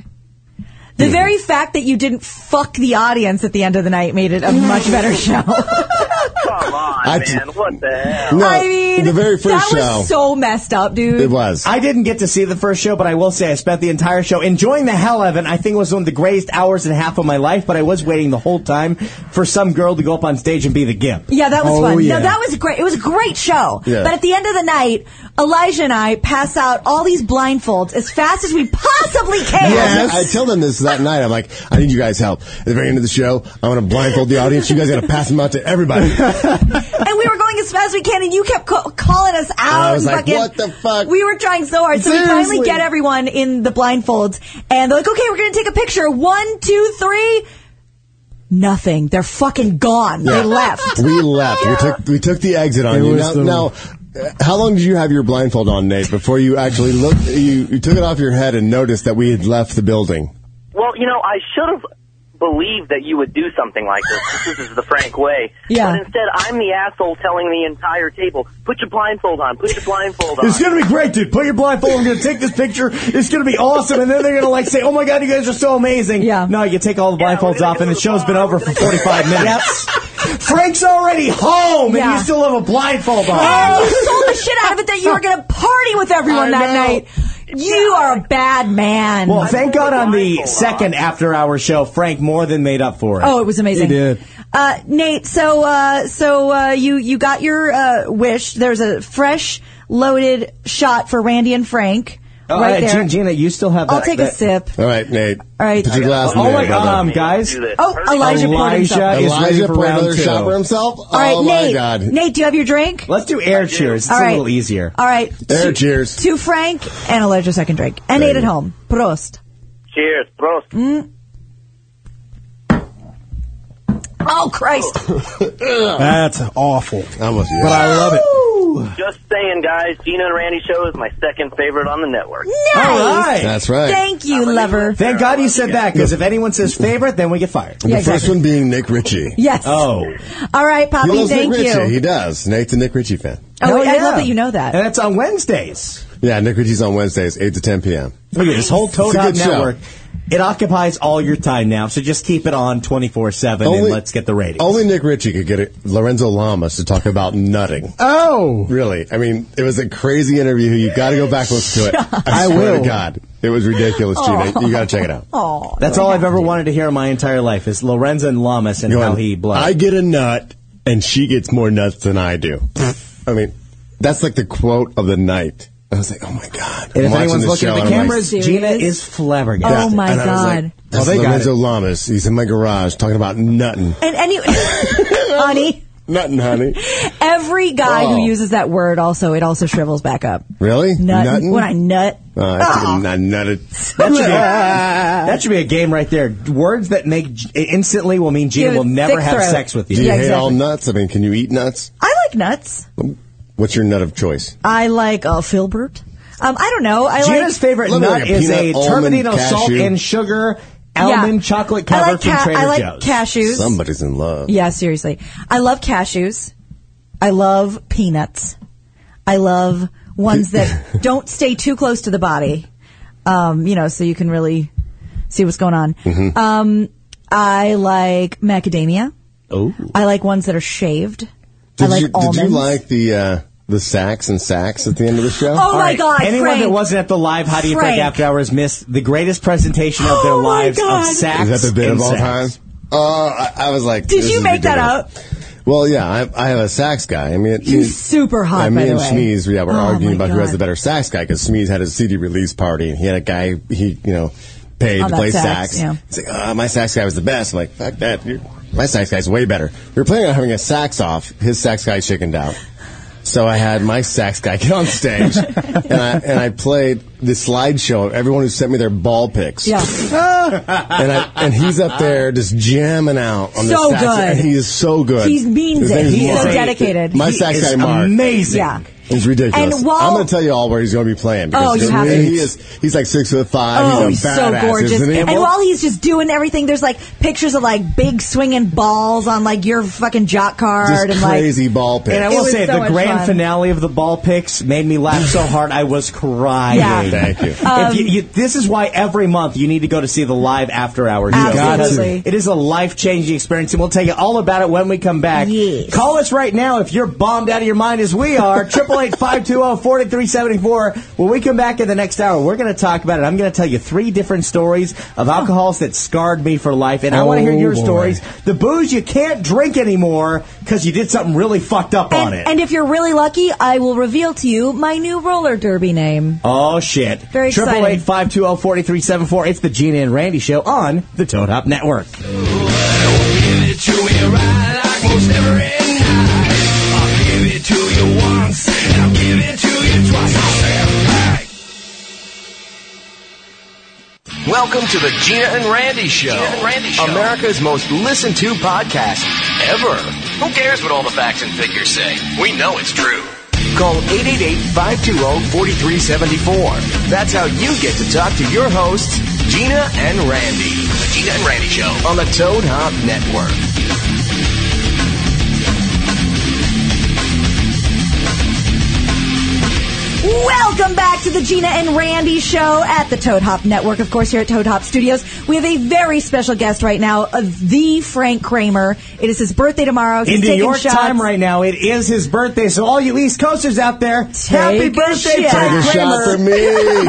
S2: the very fact that you didn't fuck the audience at the end of the night made it a much better show.
S12: Come on,
S6: I
S12: man. What the hell?
S6: No, the very first
S2: that
S6: show.
S2: was so messed up, dude.
S3: I didn't get to see the first show, but I will say I spent the entire show enjoying the hell of it. I think it was one of the greatest hours and a half of my life, but I was waiting the whole time for some girl to go up on stage and be the gimp.
S2: Yeah, that was
S3: Oh,
S2: fun.
S3: yeah.
S2: No, that was great. It was a great show.
S3: Yeah.
S2: But at the end of the night, Elijah and I pass out all these blindfolds as fast as we possibly can.
S6: I, I tell them this that night. I'm like, I need you guys' help. At the very end of the show, I'm going to blindfold the audience. You guys got to pass them out to everybody.
S2: and we were going as fast as we can, and you kept ca- calling us out.
S6: I was
S2: and
S6: like,
S2: fucking,
S6: "What the fuck?"
S2: We were trying so hard, so we finally
S6: Seriously.
S2: get everyone in the blindfolds, and they're like, "Okay, we're going to take a picture. One, two, three. Nothing. They're fucking gone.
S6: Yeah.
S2: They left.
S6: We left. We took we took the exit on
S7: It
S6: you.
S7: was
S6: Now,
S7: the-
S6: now, uh, how long did you have your blindfold on, Nate, before you actually looked? You, you took it off your head and noticed that we had left the building.
S12: Well, you know, I should have believed that you would do something like this. This is the Frank way.
S6: Yeah.
S12: But instead, I'm the asshole telling the entire table, put your blindfold on, put your blindfold on.
S3: It's gonna be great, dude. Put your blindfold. I'm gonna take this picture. It's gonna be awesome. And then they're gonna like say, "Oh my god, you guys are so amazing." Yeah. No, you take all the blindfolds off, and the show's been over for 45 minutes. Frank's already home, and
S2: Yeah. Oh.
S3: you still have a blindfold on.
S2: And you sold the shit out of it that you were going to party with everyone
S3: I
S2: that
S3: know.
S2: night. You are a bad man.
S3: Well, thank God on the second after hour show, Frank more than made up for it.
S2: Oh, it was amazing.
S3: He did.
S2: Uh, Nate, so uh, so uh, you you got your uh, wish. There's a fresh loaded shot for Randy and Frank
S3: Oh,
S2: right
S3: uh,
S2: there.
S3: Gina, Gina, you still have.
S2: I'll
S3: that-
S2: take a
S3: that-
S2: sip.
S6: All right, Nate.
S2: All right.
S6: Put your glass in
S3: Oh
S6: there,
S3: my
S6: brother.
S3: god, um, guys.
S2: Oh, Elijah poured himself.
S3: Elijah is
S6: Elijah
S3: ready for
S6: poured
S3: round
S6: another
S3: two.
S6: shot for himself?
S2: All right,
S6: oh
S2: Nate.
S6: my god.
S2: Nate, do you have your drink?
S3: Let's do air cheers. It's
S2: All
S3: a
S2: right.
S3: little easier.
S2: All right.
S3: Air
S2: To-
S3: cheers.
S2: To Frank and Elijah second drink. And Nate at home. Prost.
S12: Cheers, bro.
S2: Mm. Oh Christ.
S7: That's awful.
S6: That was
S7: But I love it.
S2: Oh.
S12: Just saying, guys, Gina and Randy show is my second favorite on the network.
S2: Nice.
S3: All right. That's right.
S2: Thank you, lover.
S3: Thank God you said that, because if anyone says favorite, then we get fired.
S6: The first one being Nick Ritchie.
S2: Yes.
S3: Oh.
S2: All right, Poppy.
S6: he loves
S2: thank
S6: Nick
S2: you.
S6: Ritchie. He does. Nate's a Nick Ritchie fan.
S2: Oh,
S3: Hell
S2: wait, I
S3: yeah.
S2: love that you know that.
S3: And that's on Wednesdays.
S6: Yeah, Nick Ritchie's on Wednesdays, 8 to 10 p.m.
S3: Look at this whole
S6: It's a
S3: Toad Hop
S6: good show.
S3: Network. It occupies all your time now, so just keep it on 24 7 and
S6: Only-
S3: let's get the ratings.
S6: Only Nick Ritchie could get it, Lorenzo Lamas to talk about nutting.
S7: Oh,
S6: really? I mean, it was a crazy interview. You got to go back and listen to it. I,
S3: I
S6: swear
S3: will.
S6: to God, it was ridiculous, Gina. You got to check it out.
S2: Oh,
S3: That's all I've ever wanted to hear in my entire life is Lorenzo and Lamas and how
S6: Going,
S3: he blows.
S6: I get a nut, and she gets more nuts than I do. I mean, that's like the quote of the night. I was like, oh my god.
S3: And
S6: I'm
S3: if
S6: watching
S3: anyone's
S6: this
S3: looking at
S6: show,
S3: the
S6: and I'm like,
S3: cameras, oh Gina is flabbergasted.
S2: Oh,
S6: Yeah. And I was like,
S3: Oh,
S6: that's
S3: they got
S6: Lorenzo Lamas. He's in my garage talking about nutting.
S2: And any honey,
S6: Nutting, honey.
S2: every guy
S6: Oh.
S2: who uses that word also it also shrivels back up.
S6: Really?
S2: Nut
S6: Nutting?
S2: when I nut. Ah,
S6: Oh, I,
S3: Ah!
S6: think I nutted.
S3: That should, be a, that should be a game right there. Words that make instantly will mean Gina
S2: Dude,
S3: will never
S2: thick
S3: have
S2: throat.
S3: sex with you.
S6: Do you
S2: Yeah,
S6: hate
S2: exactly.
S6: all nuts? I mean, can you eat nuts?
S2: I like nuts.
S6: What's your nut of choice?
S2: I like uh, Filbert. Um, I don't know. I
S3: Gina's
S2: like,
S3: favorite
S6: Let me
S3: nut
S6: like a
S3: is
S6: peanut,
S3: a
S6: almond,
S3: terminal salt
S6: cashew.
S3: and sugar
S2: Yeah.
S3: almond chocolate
S2: I
S3: cover
S2: like ca-
S3: from Trader
S2: I like
S3: Joe's.
S2: cashews.
S6: Somebody's in love.
S2: Yeah, seriously. I love cashews. I love peanuts. I love ones that don't stay too close to the body. Um, you know, so you can really see what's going on.
S6: Mm-hmm.
S13: Mhm.
S2: Um, I like macadamia.
S3: Oh.
S2: I like ones that are shaved. I
S6: Did,
S2: like
S6: you,
S2: almonds.
S6: did you like the uh, the sacks and sacks at the end of the show?
S2: Oh, my God,
S3: Anyone
S2: Frank.
S3: that wasn't at the live How Do You Frank
S2: Frank. Oh
S3: After Hours missed the greatest presentation of their lives of sacks.
S6: Is that the bit
S3: and
S6: of all
S3: sacks.
S6: time? Uh, I, I was like,
S2: Did
S6: this
S2: you
S6: is
S2: make that
S6: ridiculous.
S2: up?
S6: Well, yeah, I, I have a sax guy. I mean,
S2: He's super hot,
S6: I
S2: by
S6: mean,
S2: the
S6: and
S2: way.
S6: Sneeze, yeah, we're
S2: Oh,
S6: arguing
S2: my
S6: about who has
S2: God.
S6: the better sax guy because Sneeze had his CD release party and he had a guy he you know paid
S2: Oh,
S6: to
S2: that
S6: play
S2: sax,
S6: sax.
S2: yeah.
S6: He's like, oh, my sax guy was the best. I'm like, fuck that. You're, my sax guy's way better. We were planning on having a sax off. His sax guy chickened out. So I had my sax guy get on stage, and I and I played the slideshow of everyone who sent me their ball picks.
S2: Yeah.
S3: Ah.
S6: and I, and he's up there just jamming out on
S2: So
S6: the sax.
S2: good.
S6: And he is so good.
S2: He means
S6: His
S2: it.
S6: name is
S2: He's so
S6: Mark.
S2: dedicated.
S6: My
S2: He
S6: sax
S2: is
S6: guy, Mark,
S2: amazing. Yeah.
S6: It's ridiculous.
S2: And while-
S6: I'm going to tell you all where he's going to be playing.
S2: Oh, you have
S6: and
S2: to.
S6: he is. He's like six foot five.
S2: Oh, he's
S6: he's a
S2: so
S6: badass,
S2: gorgeous.
S6: Isn't he?
S2: And while he's just doing everything, there's like pictures of like big swinging balls on like your fucking jock card
S6: just
S2: and like
S6: crazy ball pick.
S3: And I
S2: It
S3: will
S2: was
S3: say,
S2: so
S3: the
S2: much
S3: grand
S2: fun.
S3: finale of the ball picks made me laugh so hard I was crying.
S2: Yeah, Um,
S6: Thank you.
S3: if you, you. This is why every month you need to go to see the live after hours.
S6: You got to.
S3: It is a life changing experience, and we'll tell you all about it when we come back. Call us right now if you're bombed out of your mind as we are. 888 520 4374. When we come back in the next hour, we're going to talk about it. I'm going to tell you three different stories of alcohols that scarred me for life, and I want to hear
S2: Oh,
S3: your
S2: boy.
S3: stories. The booze you can't drink anymore because you did something really fucked up on it.
S2: And if you're really lucky, I will reveal to you my new roller derby name.
S3: Oh shit!
S2: Very exciting.
S3: Triple eight five two zero forty three seven four. It's the Gina and Randy Show on the Toad Hop Network.
S1: Give it to you right like most every night. I'll give it to you once, and I'll give it to you twice. I'll say it back. Welcome to the Gina and Randy Show, America's most listened to podcast ever. Who cares what all the facts and figures say? We know it's true. Call oh, 888-520-4374. That's how you get to talk to your hosts, Gina and Randy. The Gina and Randy Show on the Toad Hop Network.
S2: Welcome back to the Gina and Randy show at the Toad Hop Network, of course, here at Toad Hop Studios. We have a very special guest right now, uh, the Frank Kramer. It is his birthday tomorrow. He's
S3: In New
S2: taking
S3: York
S2: shots.
S3: time right now, it is his birthday. So all you East Coasters out there, happy
S2: a
S3: birthday,
S2: shot.
S3: Frank
S2: Take a shot
S3: Kramer.
S2: for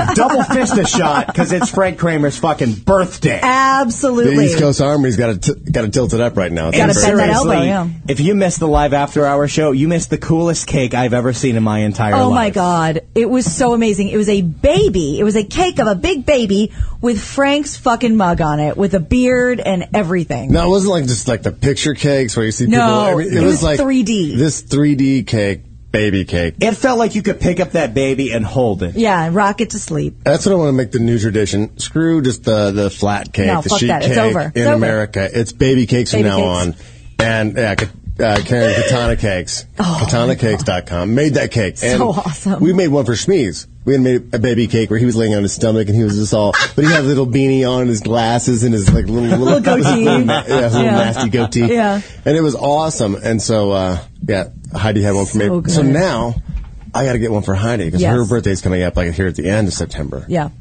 S2: me.
S3: Double fist a shot because it's Frank Kramer's fucking birthday.
S6: The
S2: Absolutely.
S6: East Coast Army's got to got to tilt it up right now. It's
S3: And
S6: their birthday.
S3: seriously, If you missed the live after hour show, you missed the coolest cake I've ever seen in my entire
S2: Oh
S3: life.
S2: my God. It was so amazing. It was a baby. It was a cake of a big baby with Frank's fucking mug on it with a beard and everything.
S6: No, it wasn't like just like the picture cakes where you see
S2: No,
S6: people. I mean,
S2: it was
S6: like
S2: 3D.
S6: This 3D cake, baby cake.
S3: It felt like you could pick up that baby and hold it.
S2: Yeah, and rock it to sleep.
S6: That's what I want to make the new tradition. Screw just the the flat cake,
S2: No,
S6: the
S2: fuck
S6: sheet
S2: that.
S6: cake
S2: It's over.
S6: in
S2: It's over.
S6: America. It's baby cakes
S2: Baby
S6: from now
S2: cakes.
S6: on. And yeah, ca- uh, Karen Katana Cakes, katanacakes.com made that cake.
S2: Oh, So
S6: and
S2: awesome.
S6: We made one for Schmeez. We had made a baby cake where he was laying on his stomach and he was just all, but he had a little beanie on and his glasses and his like little little,
S2: Little goatee.
S6: his little na- yeah, his little
S2: Yeah.
S6: nasty goatee.
S2: Yeah.
S6: and it was awesome. And so uh, yeah, Heidi had one for me.
S2: good.
S6: So now I got to get one for Heidi because
S2: Yes.
S6: her birthday's coming up like here at the end of September.
S2: Yeah.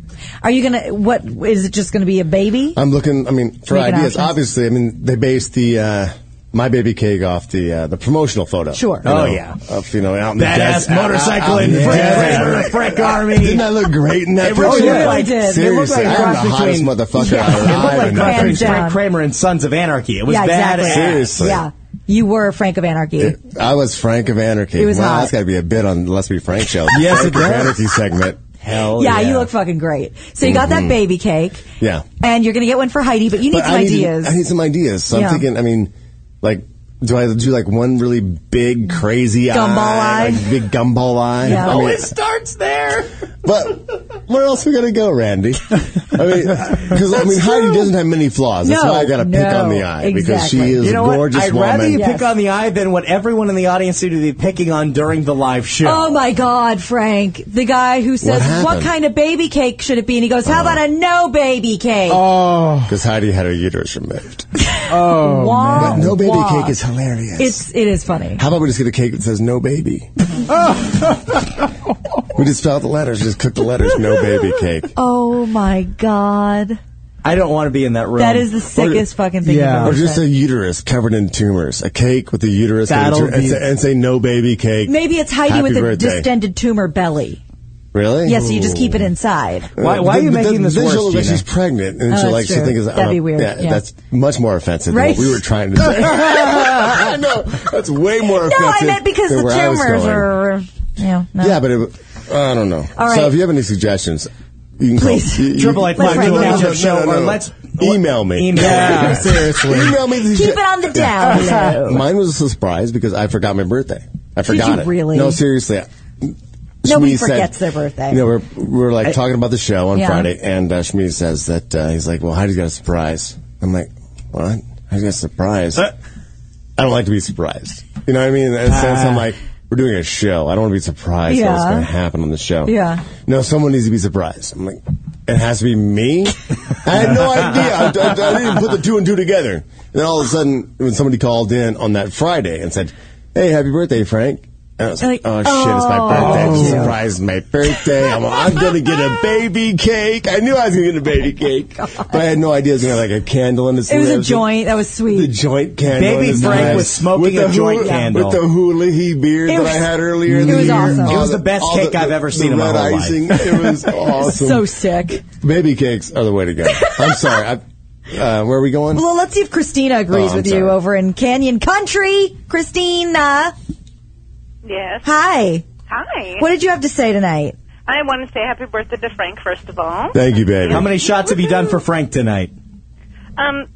S2: Are you going to, what, is it just going to be a baby?
S6: I'm looking. I mean, for
S2: Making
S6: ideas,
S2: options.
S6: obviously. I mean, they based the uh, my baby cake off the uh, the promotional photo.
S2: Sure.
S6: You
S3: Oh,
S6: know,
S3: yeah.
S6: Of you know, out in the
S3: Badass
S6: desert- out-
S3: motorcycle
S6: out-
S3: in
S6: out-
S3: Frank
S6: yeah.
S3: Kramer, Frank Army.
S6: Didn't I look great in that
S3: It
S6: picture?
S3: really did. It really did. It looked
S6: Seriously,
S3: like a
S6: I'm
S3: cross
S6: the hottest
S3: between-
S6: motherfucker
S3: Yeah. It looked like
S6: alive. in that
S3: Frank-
S6: picture.
S3: Frank Kramer and Sons of Anarchy. It was
S2: yeah,
S3: bad.
S2: exactly.
S6: Seriously.
S2: Yeah. You were Frank of Anarchy.
S6: I was Frank of Anarchy.
S2: It was
S6: wow,
S2: hot.
S6: that's got to be a bit on the Let's Be Frank show.
S2: Yes,
S6: Frank
S2: it
S6: of
S2: does.
S6: Anarchy segment. Hell
S2: yeah, you look fucking great. So you got that
S6: Mhm.
S2: baby cake,
S6: oh, Yeah.
S2: and you're going to get one for Heidi, but you need
S6: But
S2: some
S6: I
S2: ideas.
S6: I need some ideas. So
S2: Yeah.
S6: I'm thinking. I mean, like, do I do like one really big crazy
S2: Gumball
S6: eye,
S2: eye.
S6: like big gumball eye?
S2: Yeah.
S6: I mean,
S2: Always
S3: starts there.
S6: but where else are we gonna go, Randy? I mean, because I mean, Heidi doesn't have many flaws. That's
S3: No,
S6: why I gotta pick
S3: no,
S6: on the eye because she
S3: Exactly.
S6: is
S3: you know
S6: a gorgeous
S3: what? I'd
S6: woman.
S3: rather you pick on the eye than what everyone in the audience seemed to be picking on during the live show.
S2: Oh my God, Frank, the guy who says,
S3: happened?
S2: "What kind of baby cake should it be?" and he
S6: Uh-huh.
S2: goes, "How about a no baby cake?"
S6: Oh, because Heidi had her uterus removed. Oh,
S2: Wah,
S6: but no baby
S2: wah.
S6: cake is hilarious.
S2: It's it is funny.
S6: How about we just get a cake that says no baby? we just spell out the letters, just cook the letters, no baby cake.
S2: Oh my God,
S3: I don't want to be in that room.
S2: that is the sickest fucking thing.
S6: Um, Yeah,
S2: I've
S6: or
S2: ever
S6: just
S2: said.
S6: a uterus covered in tumors, a cake with a uterus covered in
S3: That'll
S6: tumor- and,
S3: be-
S6: say, and say no baby cake.
S2: Maybe it's Heidi
S6: Happy
S2: with a
S6: birthday.
S2: distended tumor belly.
S6: Really?
S2: Yes, you just keep it
S6: Uh,
S2: inside.
S3: Why- why are you making this
S6: then
S3: worse,
S6: she'll look like
S3: Gina?
S6: she's pregnant, and
S2: Oh,
S6: she'll
S2: that's
S6: like she
S2: true.
S6: thinks I
S2: That'd
S6: don't-
S2: be weird, yeah.
S6: That's much more offensive
S2: Right.
S6: than what we were trying to say. no, that's way more offensive.
S2: No, I meant because
S6: than
S2: the
S6: where I was
S2: tumors
S6: going.
S2: are. Yeah, no.
S6: Yeah, but it, I don't know.
S2: All
S6: So
S2: right.
S6: if you have any suggestions, you can
S2: Please.
S6: call. you- you-
S3: Triple eight five
S6: No,
S3: two
S6: no, no,
S3: catch
S6: no,
S3: up show
S6: no, no,
S3: or
S6: no.
S3: let's
S6: email me.
S3: Email. Yeah.
S6: seriously. email me. The
S2: Keep it on the down low.
S6: Mine was a surprise because I forgot my birthday. I
S2: Did
S6: forgot
S2: you
S6: it.
S2: really?
S6: No, seriously.
S2: Nobody
S6: Shmi said-
S2: forgets their birthday.
S6: You know, we're, we're like talking about the show on
S2: Yeah.
S6: Friday, and uh, Shmi says that uh, he's like, "Well, Heidi's got a surprise." I'm like, "What? Heidi's got a surprise?"
S3: Uh,
S6: I don't like to be surprised. You know what I mean? And so so I'm like, "We're doing a show. I don't want to be surprised by what's
S2: Ah. Yeah.
S6: going to happen on the show."
S2: Yeah.
S6: No, someone needs to be surprised. I'm like, it has to be me. I had no idea. I, I- I didn't put the two and two together. And then all of a sudden, when somebody called in on that Friday and said, "Hey, happy birthday, Frank," And I was like, oh, shit, it's my birthday.
S2: Oh.
S6: Just surprised my birthday. I'm, I'm going to get a baby cake. I knew I was going to get a baby cake, but I had no idea it was going to have like a candle in its
S2: Oh It was a
S6: lips.
S2: joint. That was sweet.
S6: The joint candle.
S3: Baby
S6: in his
S3: Frank
S6: lips.
S3: was smoking
S6: With the
S3: a joint
S6: hula-
S3: candle.
S6: With the hula he beard
S3: It
S6: that
S3: was-
S6: I had earlier in
S3: it
S6: the
S3: was
S6: year.
S3: awesome. It
S6: All
S3: was the best
S6: all
S3: cake I've ever seen
S6: the
S3: in my
S6: red
S3: whole life.
S6: icing. It was awesome.
S2: So sick.
S6: Baby cakes are the way to go. I'm sorry. I, uh, where are we going?
S2: Well, let's see if Christina agrees
S6: Oh, I'm
S2: with you
S6: sorry.
S2: over in Canyon Country. Christina.
S13: Yes.
S2: Hi.
S13: Hi.
S2: What did you have to say tonight?
S13: I want to say happy birthday to Frank, first of all.
S6: Thank you, baby.
S3: How many shots have you done for Frank tonight?
S13: Um,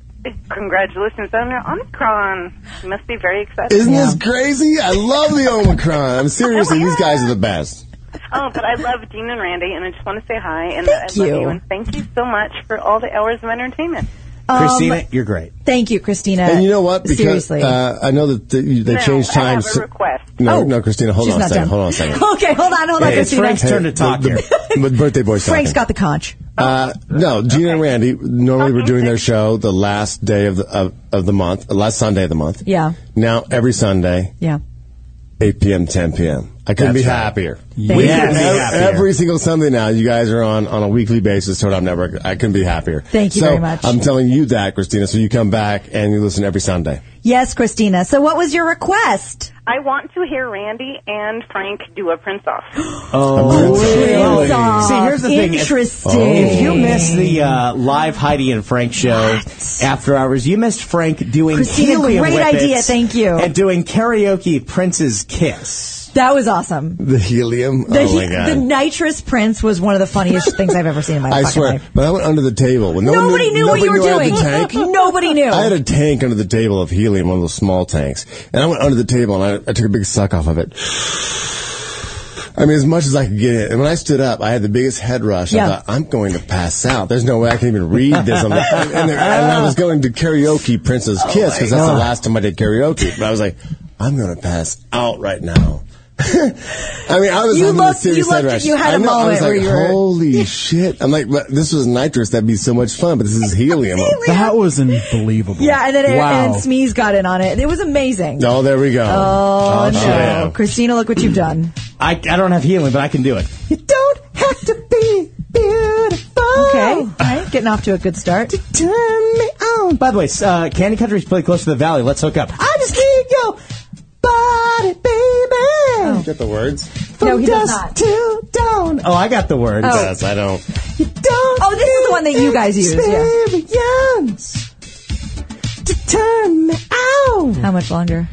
S13: congratulations on your Omicron. You must be very excited.
S6: Isn't this crazy? I love the Omicron. I'm seriously, these guys are the best.
S13: Oh, but I love Dean and Randy, and I just want to say hi and I love
S2: you.
S13: you and thank you so much for all the hours of entertainment.
S6: Christina, you're great.
S2: Um, Thank you, Christina.
S6: And you know what? Because
S2: Seriously.
S6: Uh, I know that the, you- they
S13: No,
S6: changed
S13: I have
S6: times.
S13: a request.
S6: No,
S2: Oh.
S6: no, Christina, hold
S2: She's
S6: on a
S2: not
S6: second.
S2: done.
S6: Hold on a second.
S2: okay, hold on, hold on, Christina.
S6: The, the birthday boy's
S2: Frank's
S6: talking.
S2: got the conch.
S6: Uh, no, Gina and Randy normally we're doing their show the last day of the, of, of the month, the last Sunday of the month.
S2: Yeah.
S6: Now every Sunday,
S2: Yeah.
S6: 8 p.m., 10 p.m. I couldn't
S3: That's
S6: be
S3: right.
S6: happier.
S3: Thank you. Yes.
S6: Ev-
S3: Be happier.
S6: Every single Sunday now, you guys are on on a weekly basis. Toad Hop Network. I couldn't be happier.
S2: Thank you
S6: So,
S2: very much.
S6: I'm telling you that, Christina. So you come back and you listen every Sunday.
S2: Yes, Christina. So what was your request?
S13: I want to hear Randy and Frank do a Prince Off.
S3: Oh,
S2: Prince off.
S3: See, here's the thing. If-
S2: Interesting.
S3: If you miss the uh, live Heidi and Frank show after hours, you missed Frank doing
S2: Christina,
S3: helium
S2: great
S3: whippets
S2: idea. Thank you.
S3: And doing karaoke Prince's Kiss.
S2: That was awesome.
S6: The helium.
S2: The,
S6: oh my
S2: he-
S6: god.
S2: the nitrous prince was one of the funniest things I've ever seen in my
S6: I
S2: fucking
S6: swear.
S2: life.
S6: But I went under the table. When no one
S2: Nobody knew what
S6: nobody
S2: you were
S6: knew I had
S2: doing.
S6: the tank.
S2: Nobody knew.
S6: I had a tank under the table of helium, one of those small tanks, and I went under the table and I, I took a big suck off of it. I mean, as much as I could get in. And when I stood up, I had the biggest head rush.
S2: Yeah.
S6: I thought, I'm going to pass out. There's no way I can even read this. On the, and, and there- and I was going to karaoke Princess
S2: Oh
S6: Kiss because that's the
S3: God.
S6: last time I did karaoke. But I was like, I'm going to pass out right now. I mean, I was
S2: You
S6: having
S2: looked-
S6: a serious
S2: you looked-
S6: head rush.
S2: you had
S6: I
S2: a
S6: know, I
S2: moment
S6: was
S2: where
S6: like,
S2: you were-
S6: holy shit. I'm like, but this was nitrous. That'd be so much fun, but this is helium.
S7: That was unbelievable.
S2: Yeah, and then it,
S6: Wow.
S2: and Smeeze got in on it. It was amazing.
S6: Oh, there we go.
S2: Oh,
S3: Oh,
S2: no.
S3: shit.
S2: Christina, look what you've done.
S3: I, I don't have helium, but I can do it.
S2: You don't have to be beautiful.
S6: Oh.
S2: Okay, all right, getting off to a good start.
S3: Turn me on. By the way, s- uh, Candy Country's pretty close to the valley. Let's hook up. I just need your body, baby. Oh.
S6: Get the words?
S2: No, he does
S3: dusk
S2: not.
S3: to dawn. Oh, I got the words.
S2: Oh.
S6: Yes, I
S2: Oh,
S6: don't.
S2: this is the one that you guys use. Yeah.
S3: Experience to turn me out.
S2: How much longer?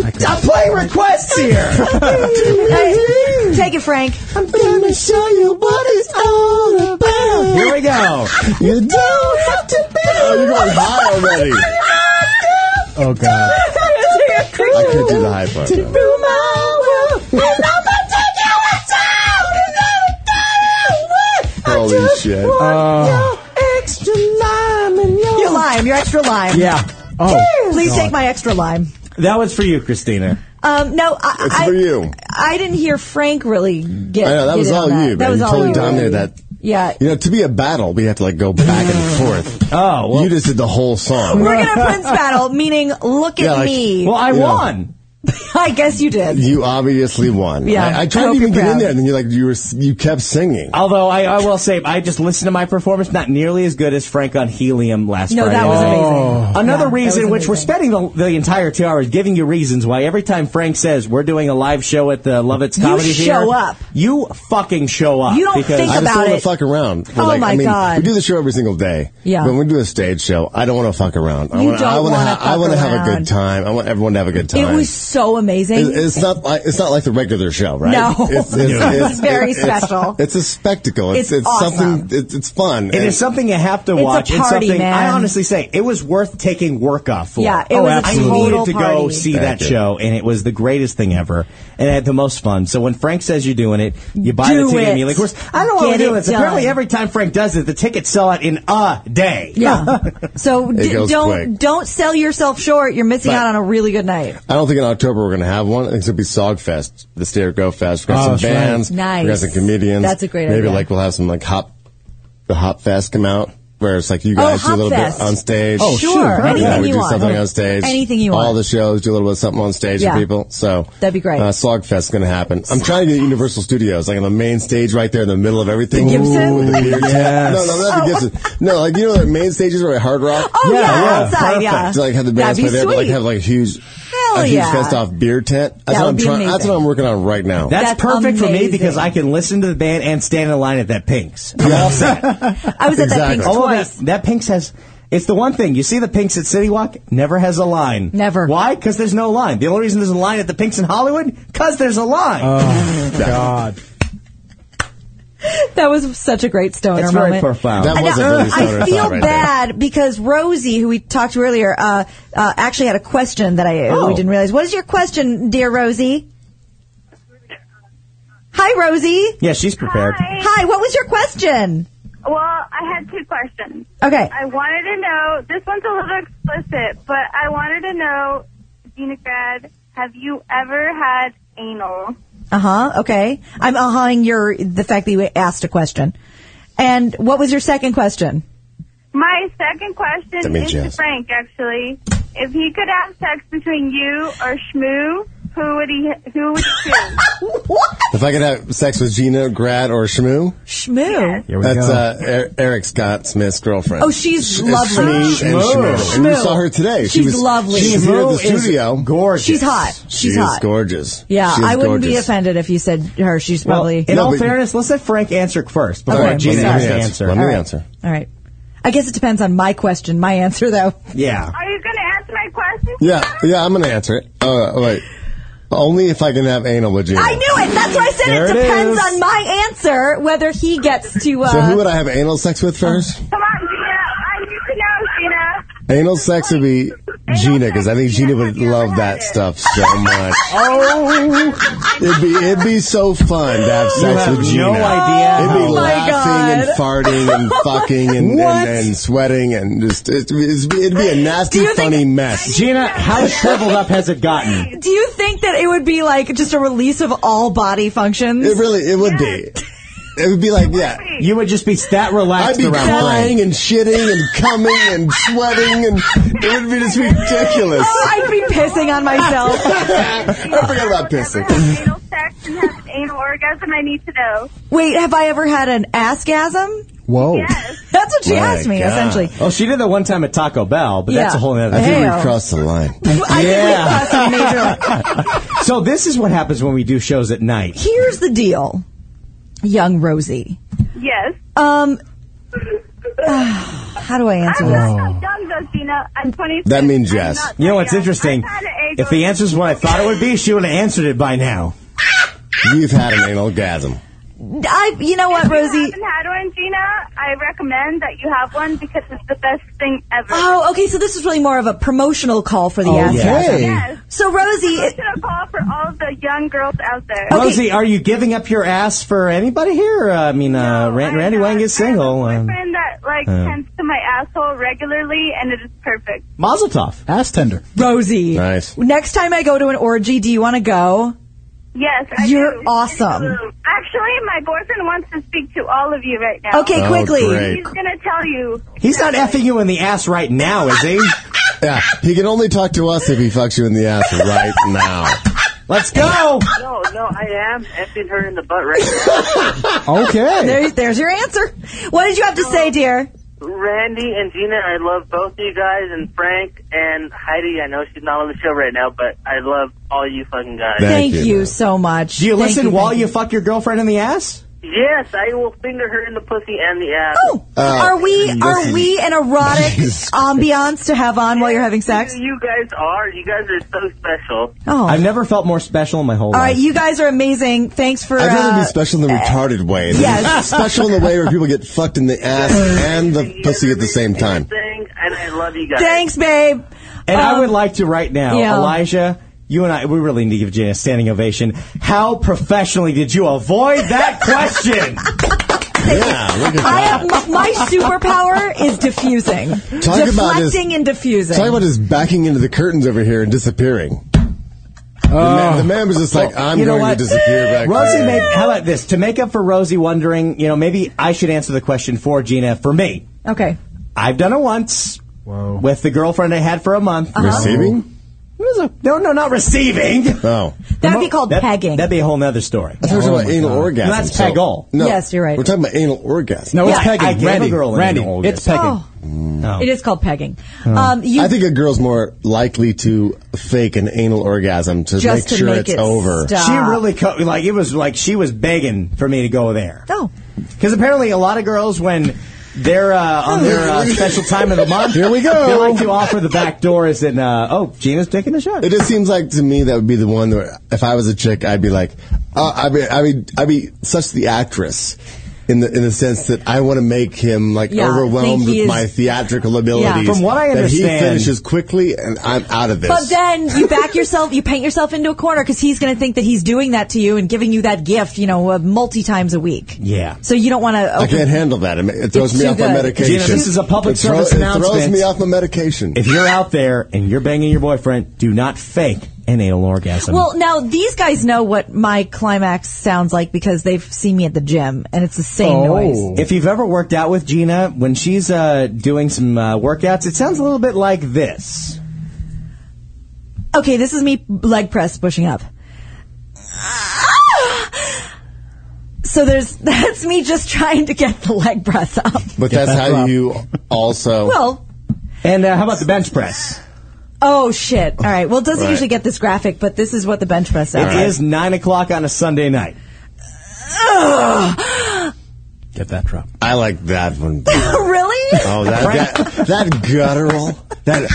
S3: I play requests here.
S2: Hey, take it, Frank.
S3: I'm gonna show you what it's all about. Here we go.
S6: You
S3: don't have to be.
S6: Oh, you're going high already.
S7: Oh god.
S6: I could do the high part. though. Holy shit.
S3: Uh, extra lime in your.
S2: Your lime, your extra lime.
S3: Yeah. Oh.
S2: Please
S3: God.
S2: take my extra lime.
S3: That was for you, Christina.
S2: Um, no, I,
S6: It's
S2: I,
S6: for you.
S2: I didn't hear Frank really get.
S6: I know, that
S2: get
S6: was
S2: in on
S6: all
S2: that.
S6: you,
S2: That
S6: man.
S2: was
S6: You
S2: all
S6: totally
S2: you, really.
S6: dominated that.
S2: Yeah.
S6: You know, to be a battle, we have to like go back and forth.
S3: Oh,
S6: You just did the whole song.
S2: We're gonna Prince battle, meaning look at
S6: Yeah, like-
S2: me.
S6: Well, I Yeah. won.
S2: I guess you did.
S6: You obviously won.
S2: Yeah,
S6: I, I
S2: I
S6: tried
S2: hope
S6: to even
S2: you're
S6: get in
S2: proud.
S6: there, and then you like you were you kept singing.
S3: Although I, I will say, I just listened to my performance, not nearly as good as Frank on Helium last
S2: No,
S3: Friday.
S2: that was amazing.
S3: Oh. Another
S2: Yeah, that
S3: reason,
S2: was
S3: which we're
S2: amazing.
S3: spending the, the entire two hours giving you reasons why every time Frank says we're doing a live show at the Lovett's
S2: You
S3: Comedy Theater,
S2: show up.
S3: you fucking show up.
S2: You don't
S3: because
S2: think
S6: I just
S2: about
S6: don't want
S2: it.
S6: to fuck around. We're
S2: Oh
S6: like,
S2: my
S6: I mean,
S2: God.
S6: We do the show every single day.
S2: Yeah.
S6: But when we do a stage show, I don't want to fuck around. I
S2: You
S6: wanna, I
S2: don't wanna
S6: wanna ha- I
S2: fuck
S6: want to have a
S2: around.
S6: good time. I want everyone to have a good
S2: It
S6: time.
S2: was so amazing.
S6: It- it's not like it's not like the regular show, right?
S2: No.
S6: it's,
S2: It's very special.
S6: It's, a spectacle. It's
S2: It's
S6: it's,
S2: awesome.
S6: something. It's, it's fun.
S3: It is something you have to
S2: It's a
S3: watch. it's
S2: party,
S3: something I
S2: man.
S3: honestly say it was worth taking work off for.
S2: Yeah, it Oh, was a absolutely.
S3: I
S2: total
S3: needed to go
S2: party.
S3: see
S6: Thank
S3: that
S6: you.
S3: show, and it was the greatest thing ever, and I had the most fun. So when Frank says you're doing it, you buy
S2: Do
S3: the ticket
S2: it.
S3: immediately. Of course, I don't know why
S2: Get
S3: we're doing
S2: it
S3: this. Apparently,
S2: done.
S3: every time Frank does it, the tickets sell out in a day.
S2: yeah. So d-
S6: goes
S2: don't
S6: quick.
S2: don't sell yourself short. You're missing
S6: But-
S2: out on a really good night.
S6: I don't think in October we're going to have one. I think it'll be Sogfest, the State of Go Fest. We're
S7: Oh,
S6: going to have
S7: that's
S6: some
S7: right.
S6: bands.
S2: Nice.
S6: We're going to have some comedians.
S2: That's a great
S6: Maybe
S2: idea.
S6: like we'll have some like hop, the Hop Fest come out. where it's like you
S2: Oh,
S6: guys do a little
S2: Hopfest.
S6: bit on stage.
S2: Oh, Sure, sure.
S6: Yeah,
S2: anything
S6: we
S2: you
S6: do
S2: want.
S6: something on stage.
S2: Anything you want.
S6: All the shows do a little bit of something on stage
S2: Yeah.
S6: for people. So
S2: That'd be great.
S6: Uh, Slogfest is going to happen. I'm trying to get Universal Studios, like on the main stage right there in the middle of everything.
S2: The Gibson?
S6: With the beer tent.
S2: Yes.
S6: No, no, not the
S2: Oh.
S6: Gibson. No, like you know, the main stages where at Hard Rock.
S2: Oh, Yeah, yeah, yeah. outside, yeah.
S6: To like have the
S2: That'd
S6: bands
S2: be
S6: play there, but like
S2: sweet.
S6: have like a huge,
S2: Hell
S6: a huge
S2: yeah.
S6: fenced off beer tent. That's
S2: That
S6: what
S2: would
S6: I'm
S2: be
S6: trying. That's
S2: amazing.
S6: what I'm working on right now.
S3: That's,
S2: That's
S3: perfect for me
S2: amazing.
S3: because I can listen to the band and stand in line at that Pink's. I'm all set.
S2: I was at that Pink's
S3: Although
S2: twice.
S3: That, that Pink's has. It's the one thing you see the Pink's at City Walk never has a line. Never. Why? Because there's no line. The only reason there's a line at the Pink's in Hollywood because there's a line.
S6: Uh,
S7: Oh God.
S2: That was such a great stoner
S3: That's very
S2: moment.
S3: profound. That
S2: And
S3: was a
S2: I-
S3: really stoner
S2: I feel
S3: thought right there.
S2: bad because Rosie, who we talked to earlier, uh, uh, actually had a question that I
S14: Oh.
S2: we didn't realize. What is your question, dear Rosie? Hi, Rosie.
S3: Yeah, she's prepared.
S2: Hi. What was your question?
S11: Well, I had two questions.
S2: Okay.
S11: I wanted to know, this one's a little explicit, but I wanted to know, Gina Grad, have you ever had anal?
S2: Uh huh. Okay. I'm uh hawing your the fact that you asked a question. And what was your second question?
S11: My second question
S2: That means
S11: is to
S2: yes.
S11: Frank, actually. If he could have sex between you or Shmoo, who would he, who would he choose?
S6: If I could have sex with Gina, Grad, or Shmoo,
S2: Shmoo.
S3: Here we
S6: that's
S3: go.
S6: Uh, er- Eric Scott Smith's girlfriend.
S2: Oh, she's
S6: Sh-
S2: lovely.
S6: Shmoo and
S2: Shmoo.
S6: Shmoo. And you
S2: Shmoo.
S6: saw her today. she
S2: She's
S6: was,
S2: lovely.
S6: She was here at the
S2: Shmoo is
S6: studio. Gorgeous.
S2: She's hot. She's
S6: she
S2: hot.
S6: is gorgeous.
S2: Yeah,
S6: She is
S2: I wouldn't be
S6: gorgeous.
S2: offended if you said her. She's
S3: Well,
S2: probably.
S3: in all fairness, let's let Frank answer first before
S6: All right,
S3: Gina
S6: let me
S3: has to
S6: answer.
S3: answer.
S6: Let me
S3: All right.
S6: answer.
S2: All right. I guess it depends on my question. My answer, though.
S3: Yeah.
S11: Are you going to ask my question?
S6: Yeah, yeah, I'm going to answer it. Uh, wait. Only if I can have anal with Gina.
S2: I knew it. That's why I said
S6: There
S2: it
S6: it
S2: depends
S6: is.
S2: on my answer whether he gets to. Uh,
S6: so who would I have anal sex with first?
S11: Come on, Gina. I need to know, Gina.
S6: anal sex would be Gina because I think Gina would love that stuff so much.
S11: Oh.
S6: It'd be it'd be so fun to have
S3: You
S6: sex
S3: have
S6: with Gina.
S3: no idea
S6: It'd be
S3: how- Oh my
S6: laughing and farting and fucking and,
S3: What?
S6: and, and sweating and just it'd be, it'd be a nasty funny mess.
S3: Gina, how shriveled up has it gotten?
S2: do you think that it would be like just a release of all body functions?
S6: It really it would be. It would be like yeah.
S3: You would just be that
S6: I'd
S3: relaxed
S6: be
S3: around
S6: crying and shitting and coming and sweating and it would be just ridiculous.
S2: Oh, I'd be pissing on myself.
S6: I forgot about pissing.
S11: Anal sex and have an anal orgasm, I need to know.
S2: Wait, have I ever had an askgasm?
S7: Whoa.
S2: That's what she asked me, essentially.
S3: Oh, she did that one time at Taco Bell, but that's
S2: Yeah.
S3: a whole other
S2: I think we Hey-o.
S6: crossed the line.
S3: so this is what happens when we do shows at night.
S2: Here's the deal, young Rosie.
S11: Yes.
S2: Um, how do I answer
S11: I'm
S2: this?
S11: not so dumb, though, Gina. I'm 26.
S3: That means
S11: I'm
S3: yes.
S11: not
S3: You know what's interesting? If the answer's what I thought it would be, she would have answered it by now.
S6: You've had an anal gasm.
S2: I, you know what, Rosie?
S11: If you haven't had one, Gina, I recommend that you have one because it's the best thing ever.
S2: Oh, okay. So this is really more of a promotional call for the
S6: Oh,
S3: Okay.
S2: askgasm.
S3: Yes.
S2: So Rosie,
S11: I'm going to call for all the young girls out there.
S3: Rosie, are you giving up your ass for anybody here? Uh, I mean, uh, Ran- Randy Wang is single. Um,
S11: friend that like
S3: Uh.
S11: tends to my asshole regularly, and it is perfect.
S3: Mazel tov.
S7: Ass tender.
S2: Rosie.
S6: Nice.
S2: next time I go to an orgy, do you want to go?
S11: Yes, I
S2: You're
S11: do.
S2: awesome.
S11: Actually, my boyfriend wants to speak to all of you right now.
S3: Okay, Oh, quickly. great.
S11: He's gonna tell you.
S3: He's not effing you in the ass right now, is he?
S6: Yeah, he can only talk to us if he fucks you in the ass right now.
S3: Let's go.
S15: No, no, I am effing her in the butt right now.
S7: Okay.
S2: There, there's your answer. What did you have to say, dear?
S15: Randy and Gina, I love both of you guys, and Frank and Heidi. I know she's not on the show right now, but I love all you fucking guys.
S2: Thank, you, so much.
S3: Do you
S2: Thank
S3: listen while
S2: thank
S3: you fuck your girlfriend in the ass?
S15: Yes, I will finger her in the pussy and the ass.
S2: Oh,
S3: Uh,
S2: are we are we an erotic ambiance to have on while you're having sex?
S15: You guys are. You guys are so special.
S2: Oh.
S3: I've never felt more special in my whole
S2: All right,
S3: life.
S2: you guys are amazing. Thanks for.
S6: I'd
S2: uh,
S6: rather be special in the retarded way. than
S2: yes.
S6: Special in the way where people get fucked in the ass and the pussy at the same time.
S15: Thing, and I love you guys.
S2: Thanks, babe.
S3: And I
S2: Um,
S3: would like to right now,
S2: yeah.
S3: Elijah. You and I, we really need to give Jane a standing ovation. How professionally did you avoid that question?
S6: yeah, look at
S2: I have my, my superpower is diffusing,
S6: Talk
S2: deflecting
S6: about his-
S2: and diffusing.
S6: Talk about just backing into the curtains over here and disappearing. The, man, the man was just like, I'm
S3: You know
S6: going
S3: what?
S6: to disappear back
S3: Rosie,
S6: there.
S3: made, how about this? To make up for Rosie wondering, you know, maybe I should answer the question for Gina for me.
S2: Okay.
S3: I've done it once. Whoa. With the girlfriend I had for a month.
S7: Uh-huh.
S6: Receiving?
S3: It was a- no, no, not receiving.
S6: Oh.
S2: That'd be called pegging.
S3: That'd be a whole nother story.
S6: I thought we were talking about anal orgasm.
S3: No, that's
S6: so-
S3: pegol.
S6: No,
S2: Yes, you're right.
S6: We're talking about anal orgasm.
S2: No, it's Yeah, pegging.
S3: I gave a Randy, girl an Randy,
S2: anal it's orgasm.
S6: Oh.
S2: It is called pegging. Um, you,
S6: I think a girl's more likely to fake an anal orgasm to
S2: Just
S6: make
S2: to
S6: sure
S2: make
S6: it's
S2: it
S6: over.
S2: stop.
S3: She really co- like it was like she was begging for me to go there.
S2: Oh,
S3: because apparently a lot of girls when they're uh, on their uh, special time of the month, here we go. They like to offer the back doors and uh, oh, Gina's taking a shot.
S6: It just seems like to me that would be the one that if I was a chick, I'd be like, uh, I'd be, I'd be, I'd be such the actress. In the, in the sense that I want to make him like
S3: Yeah, think
S6: overwhelmed
S3: he
S6: with
S3: is-
S6: my theatrical abilities.
S3: From what I
S6: that he
S3: understand-
S6: finishes quickly and I'm out of this.
S2: But then you back yourself, you paint yourself into a corner because he's going to think that he's doing that to you and giving you that gift, you know, uh, multi times a week.
S3: yeah,
S2: So you don't want to.
S6: I can't handle that. It ma- It throws
S2: It's
S6: me
S2: too
S6: off my
S2: good.
S6: medication.
S3: Gina, this is a public
S6: it thro-
S3: service
S6: It throws
S3: announcement.
S6: me off my medication.
S3: If you're out there and you're banging your boyfriend, do not fake an anal orgasm.
S2: Well, now these guys know what my climax sounds like because they've seen me at the gym, and it's the same
S6: Oh.
S2: noise.
S3: If you've ever worked out with Gina, when she's uh, doing some uh, workouts, it sounds a little bit like this.
S2: Okay, this is me leg press pushing up. So there's that's me just trying to get the leg press up.
S6: But that's how you also.
S2: Well,
S3: And uh, how about the bench press?
S2: oh shit! All right. Well, it doesn't
S3: Right.
S2: usually get this graphic, but this is what the bench press
S3: It
S2: sounds
S3: is nine o'clock on a Sunday night.
S2: like.
S6: Get that drop. I like that one.
S2: really?
S6: Oh, that, that, that guttural. That.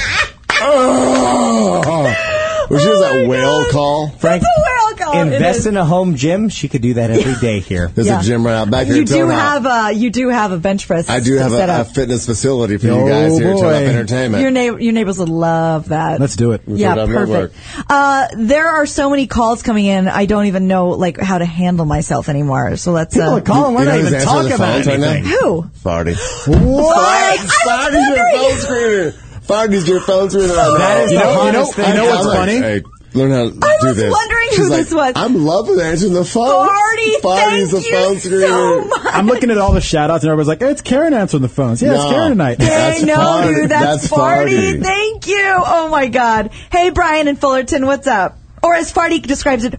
S6: Oh, Which is a whale call.
S3: Frank,
S2: Where I'll go. It is-
S3: invest in a home gym. She could do that every day here.
S6: There's
S2: Yeah.
S6: a gym right out back here.
S2: You
S6: in
S2: do
S6: Tonopah.
S2: have a you do have a bench press.
S6: I do have
S2: set
S6: a, a
S2: up.
S6: fitness facility for
S7: Oh,
S6: you guys here at Turn Up
S7: boy.
S6: Entertainment.
S2: Your neighbor, your neighbors would love that.
S7: Let's do it. We'll
S2: yeah,
S7: put it on our
S2: perfect. Uh, there are so many calls coming in. I don't even know like how to handle myself anymore. So let's.
S6: People
S2: uh,
S6: are calling. We're You not know even who's answering talking the about phones right anything. now?
S2: Who?
S6: Farty.
S2: What?
S6: Farty's your phone screener. Farty's your phone screener. right
S7: That
S6: now.
S7: is the hottest thing
S6: I
S7: ever.
S6: I'm like,
S7: funny?
S6: Hey, learn how to do this.
S2: wondering
S6: She's
S2: who
S6: like,
S2: this was.
S6: I'm loving answering the phone.
S2: Farty,
S6: Farty's the
S2: thank you
S6: phone screener.
S7: I'm looking at all the shout outs and everybody's like, hey, it's Karen answering the phones. Yeah, it's
S6: No.
S7: Karen tonight.
S6: They
S2: I know, dude. That's, Farty. Thank you. Oh my God. Hey, Brian in Fullerton, what's up? Or as Farty describs it,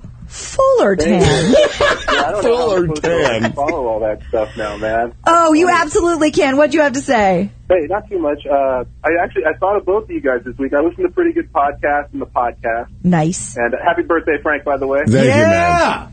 S2: Fullerton.
S9: I don't know how I'm supposed to follow all that stuff now, man.
S2: oh, you absolutely can. What do you have to say?
S9: Hey, not too much. Uh, I actually I thought of both of you guys this week. I listened to pretty good podcasts and the podcast.
S2: Nice.
S9: And uh, happy birthday, Frank, by the way.
S2: Thank you, Yeah!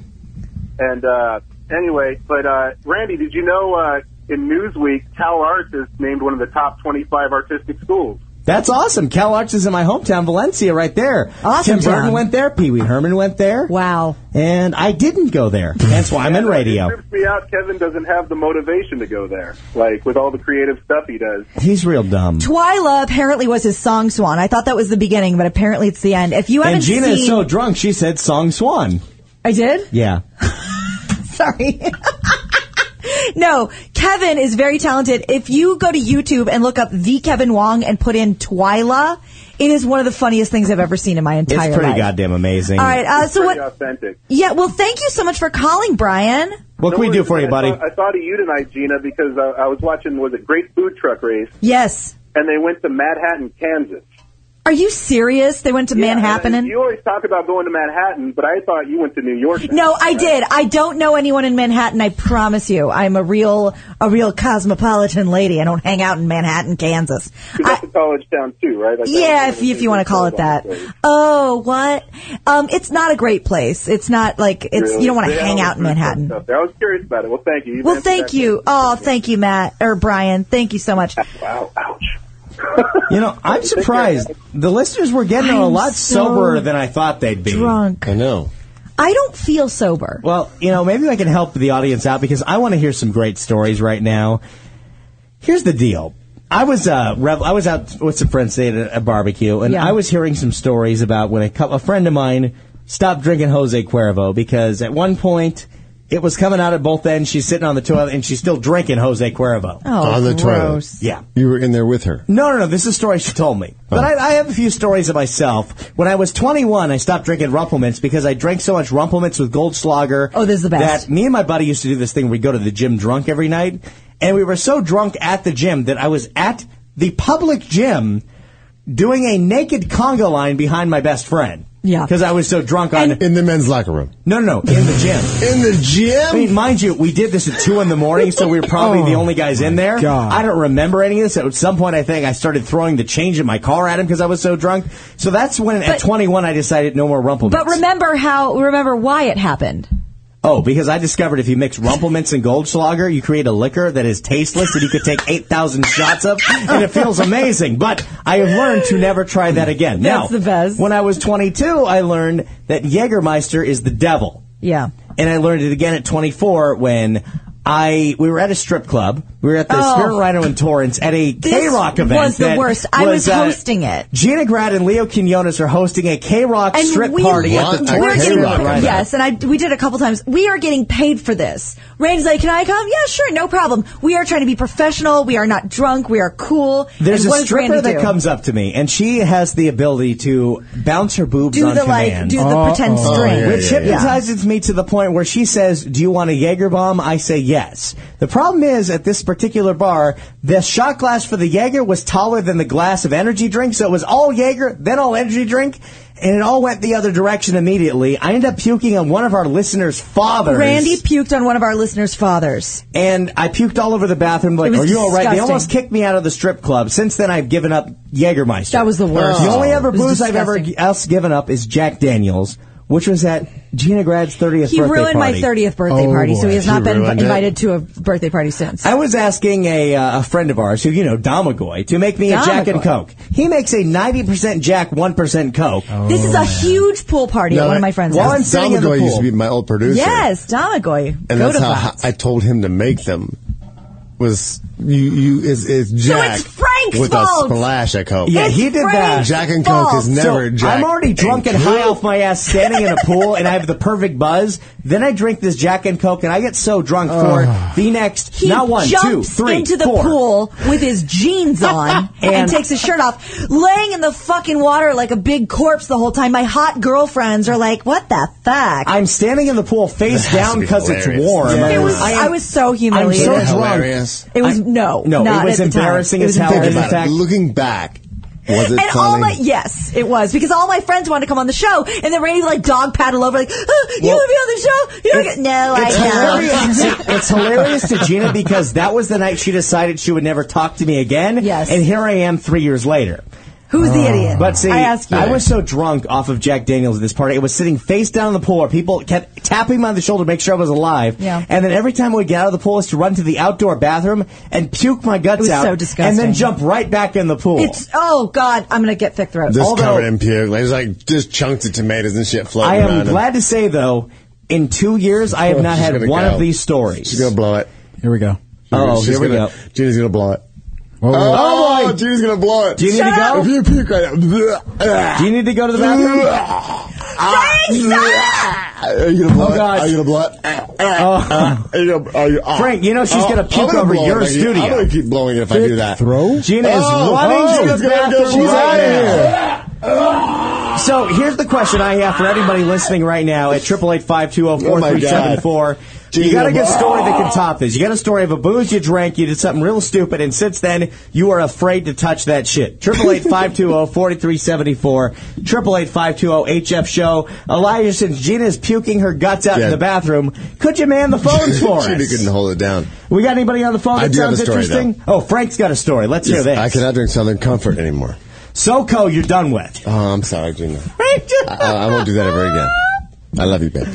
S9: And uh, anyway, but uh, Randy, did you know uh, in Newsweek, Cal Arts is named one of the top 25 artistic schools?
S3: That's awesome. Cal Arts is in my hometown, Valencia, right there.
S9: Awesome
S3: Tim Burton
S9: town.
S3: went there. Pee Wee Herman went there.
S2: Wow.
S3: And I didn't go there. That's why I'm in
S9: It
S3: radio.
S9: trips me out. Kevin doesn't have the motivation to go there, like with all the creative stuff he does.
S3: He's real dumb.
S2: Twyla apparently was his song swan. I thought that was the beginning, but apparently it's the end. If you haven't
S3: And Gina
S2: seen,
S3: is so drunk, she said "Song Swan."
S2: I did.
S3: Yeah.
S2: Sorry. no, Kevin is very talented. If you go to YouTube and look up the Kevin Wong and put in Twyla, it is one of the funniest things I've ever seen in my entire
S3: it's pretty
S2: life.
S3: goddamn amazing.
S2: All right. Uh, so what?
S9: authentic.
S2: Yeah. Well, thank you so much for calling, Brian.
S3: What can we do for you, buddy?
S9: I thought, I thought of you tonight, Gina, because uh, I, I was watching was it Great Food Truck Race,
S2: Yes.
S9: and they went to Manhattan, Kansas.
S2: Are you serious? They went to Manhattan.
S9: And you always talk about going to Manhattan, but I thought you went to New York.
S2: No, I did. I don't know anyone in Manhattan. I promise you, I'm a real, a real cosmopolitan lady. I don't hang out in Manhattan, Kansas.
S9: It's a college town too, right? Like,
S2: yeah, if you, if you want to call it that. Oh, what? Um, it's not a great place. It's not like it's. You don't want to
S9: They
S2: hang out
S9: have
S2: in
S9: food truck
S2: Manhattan.
S9: stuff there. I was curious about it. Well, thank you. You
S2: Well,
S9: answered
S2: thank
S9: that
S2: you. Oh, thank you, Matt or Brian. Thank you so much.
S9: Wow. Ouch.
S3: You know, I'm surprised. The listeners were getting a
S2: I'm
S3: lot
S2: so
S3: soberer than I thought they'd be.
S2: drunk.
S3: I know.
S2: I don't feel sober.
S3: Well, you know, maybe I can help the audience out because I want to hear some great stories right now. Here's the deal. I was uh, rev- I was out with some friends today at a- a barbecue, and
S1: Yeah.
S3: I was hearing some stories about when a, cou- a friend of mine stopped drinking Jose Cuervo because at one point it was coming out at both ends. She's sitting on the toilet and she's still drinking Jose Cuervo
S6: on the toilet.
S3: Yeah.
S6: You were in there with her.
S3: No, no, no. This is a story she told me. But I, I have a few stories of myself. When I was 21, I stopped drinking Rumplements because I drank so much Rumplements with Goldschlager. Oh, this is the
S2: best.
S3: That me and my buddy used to do this thing. We'd go to the gym drunk every night, and we were so drunk at the gym that I was at the public gym doing a naked conga line behind my best friend.
S2: Yeah.
S3: Because I was so drunk on.
S6: in the men's locker room.
S3: No, no, no, in the gym.
S6: In the gym?
S3: I mean, mind you, we did this at 2 in the morning, so we were probably
S6: Oh,
S3: the only guys in there.
S6: God.
S3: I don't remember any of this. At some point, I think I started throwing the change in my car at him because I was so drunk. So that's when, at 21, I decided no more rumplements.
S2: But remember how remember why it happened.
S3: Oh, because I discovered if you mix Rumplements and Goldschlager, you create a liquor that is tasteless that you could take 8,000 shots of, and it feels amazing. But I have learned to never try that again. now,
S2: That's the best.
S3: when I was 22, I learned that Jägermeister is the devil.
S2: Yeah.
S3: And I learned it again at 24 when I we were at a strip club. We were at the
S2: Oh.
S3: Spirit Rhino in Torrance at a K Rock event.
S2: was the
S3: that
S2: worst. I was
S3: uh,
S2: hosting it.
S3: Gina Grad and Leo Quinones are hosting a K Rock
S2: And
S3: strip
S2: we-
S3: party at the
S2: What? We're
S3: Torrance
S2: getting-
S3: K-Rock Rhino.
S2: Yes, and I we did a couple times. We are getting paid for this. Randy's like, "Can I come?" Yeah, sure, no problem. We are trying to be professional. We are not drunk. We are cool.
S3: There's
S2: and
S3: a
S2: what does
S3: stripper
S2: Randy
S3: that
S2: do?
S3: comes up to me, and she has the ability to bounce her boobs
S2: Do
S3: on
S2: the, like,
S3: command. Oh,
S2: do the Uh-oh. pretend string. Oh, yeah,
S3: which
S2: yeah, yeah.
S3: hypnotizes me to the point where she says, "Do you want a Jaeger bomb?" I say yes. The problem is at this particular bar, the shot glass for the Jaeger was taller than the glass of energy drink, so it was all Jaeger, then all energy drink. And it all went the other direction immediately. I ended up puking on one of our listeners' fathers.
S2: Randy puked on one of our listeners' fathers.
S3: And I puked all over the bathroom. Like,
S2: It was
S3: are you all right? They
S2: disgusting.
S3: almost kicked me out of the strip club. Since then, I've given up Jägermeister.
S2: That was the worst. Oh.
S3: The only ever
S2: It was
S3: booze I've ever
S2: disgusting.
S3: else given up is Jack Daniels, which was at Gina Grad's thirtieth.
S2: He
S3: birthday
S2: ruined
S3: party. Oh,
S2: my 30th birthday party, so he has not been
S3: ruined it.
S2: invited to a birthday party since.
S3: I was asking a, uh, a friend of ours, who you know, Domagoy, to make me a Jack and
S2: Domagoy.
S3: Coke. He makes a ninety percent Jack, one percent Coke.
S2: this is a huge pool party at one of my friends'
S6: Well,
S2: houses.
S6: I'm used to be my old producer.
S2: Yes, Domagoy.
S6: and
S2: Go
S6: that's
S2: to
S6: how
S2: Vox.
S6: I told him to make them. Was you you is is Jack
S2: it's Frank's
S6: with
S2: fault.
S6: a splash of coke?
S3: Yeah, he did that.
S6: Jack and coke is never
S3: So,
S6: Jack.
S3: I'm already drunk and, high off my ass, standing in a pool, and I have the perfect buzz. Then I drink this Jack and Coke, and I get so drunk for the next
S2: He
S3: not one, two,
S2: jumps
S3: three,
S2: into the
S3: four.
S2: pool with his jeans on and,
S3: And-
S2: takes his shirt off, laying in the fucking water like a big corpse the whole time. My hot girlfriends are like, "What the fuck?"
S3: I'm standing in the pool face
S2: That has
S3: down
S2: to be
S3: because it's
S2: hilarious.
S3: warm.
S2: It was- I, was so humiliated.
S3: I'm so drunk.
S2: It was
S3: I-
S2: no,
S3: no,
S2: not
S3: it was
S2: at the time.
S3: embarrassing
S2: It
S3: as
S2: was
S3: hell.
S2: embarrassing.
S3: In fact,
S6: looking back, was it
S2: and all
S6: funny?
S2: my yes, it was because all my friends wanted to come on the show, and then Randy like dog paddle over like, oh, "You
S3: Well,
S2: want to be on the show? You don't
S3: it's-
S2: get no,
S3: it's
S2: I don't."
S3: hilarious. See, it's hilarious to Gina because that was the night she decided she would never talk to me again. Yes. And here I am three years later.
S2: Who's the idiot?
S3: Oh. But see,
S2: I ask you.
S3: was so drunk off of Jack Daniels at this party. I was sitting face down in the pool. Where people kept tapping me on the shoulder to make sure I was alive.
S2: Yeah.
S3: And then every time we get out of the pool, is to run to the outdoor bathroom and puke my guts
S2: It was
S3: out.
S2: so
S3: And
S2: disgusting.
S3: then jump right back in the pool.
S2: It's oh god, I'm gonna get thick throat.
S6: Just
S2: Although
S6: covered in puke. Like, there's like just chunks of tomatoes and shit
S3: I
S6: floating around.
S3: am
S6: him.
S3: glad to say though, in two years, I have not
S6: She's
S3: had
S6: gonna
S3: one
S6: go.
S3: of these stories.
S6: She's gonna blow it.
S7: Here we go.
S3: Oh,
S6: She's
S3: here we
S6: gonna-
S3: go.
S6: Gina's gonna blow it.
S7: Oh,
S6: oh, Gina's gonna blow it.
S3: Do you need Shut to go? up.
S6: If you puke right now,
S3: Do you need to go to the bathroom?
S6: Are you gonna blow
S3: Oh,
S6: it?
S3: God. uh,
S6: Are you gonna blow it? Uh, Are you gonna- are you- ah.
S3: Frank, you know she's
S6: Oh,
S3: gonna puke
S6: I'm gonna
S3: over
S6: blow it
S3: your
S6: if I keep-
S3: studio.
S6: I'm gonna keep blowing it if I do that.
S7: Throw?
S3: Gina is
S6: Oh,
S3: running
S6: oh,
S3: to
S6: she's
S3: the
S6: gonna go.
S3: bathroom.
S6: She's
S3: right
S6: outta
S3: now.
S6: here.
S3: So here's the question I have for everybody listening right now at triple eight five two zero four three seven
S6: Oh
S3: four. You got a good story that can top this. You got a story of a booze you drank, you did something real stupid, and since then you are afraid to touch that shit. Triple eight five two zero forty three seventy four. Triple eight five two zero HF show. Elijah, since Gina is puking her guts out in
S6: Yeah.
S3: the bathroom, could you man the phones for us?
S6: Gina couldn't hold it down.
S3: We got anybody on the phone
S6: I
S3: that
S6: do have
S3: sounds
S6: a story,
S3: interesting? Oh, Frank's got a story. Let's hear
S6: I
S3: that.
S6: cannot drink Southern Comfort anymore.
S3: SoCo, you're done with.
S6: Oh, I'm sorry, Gina. I, I won't do that ever again. I love you, babe.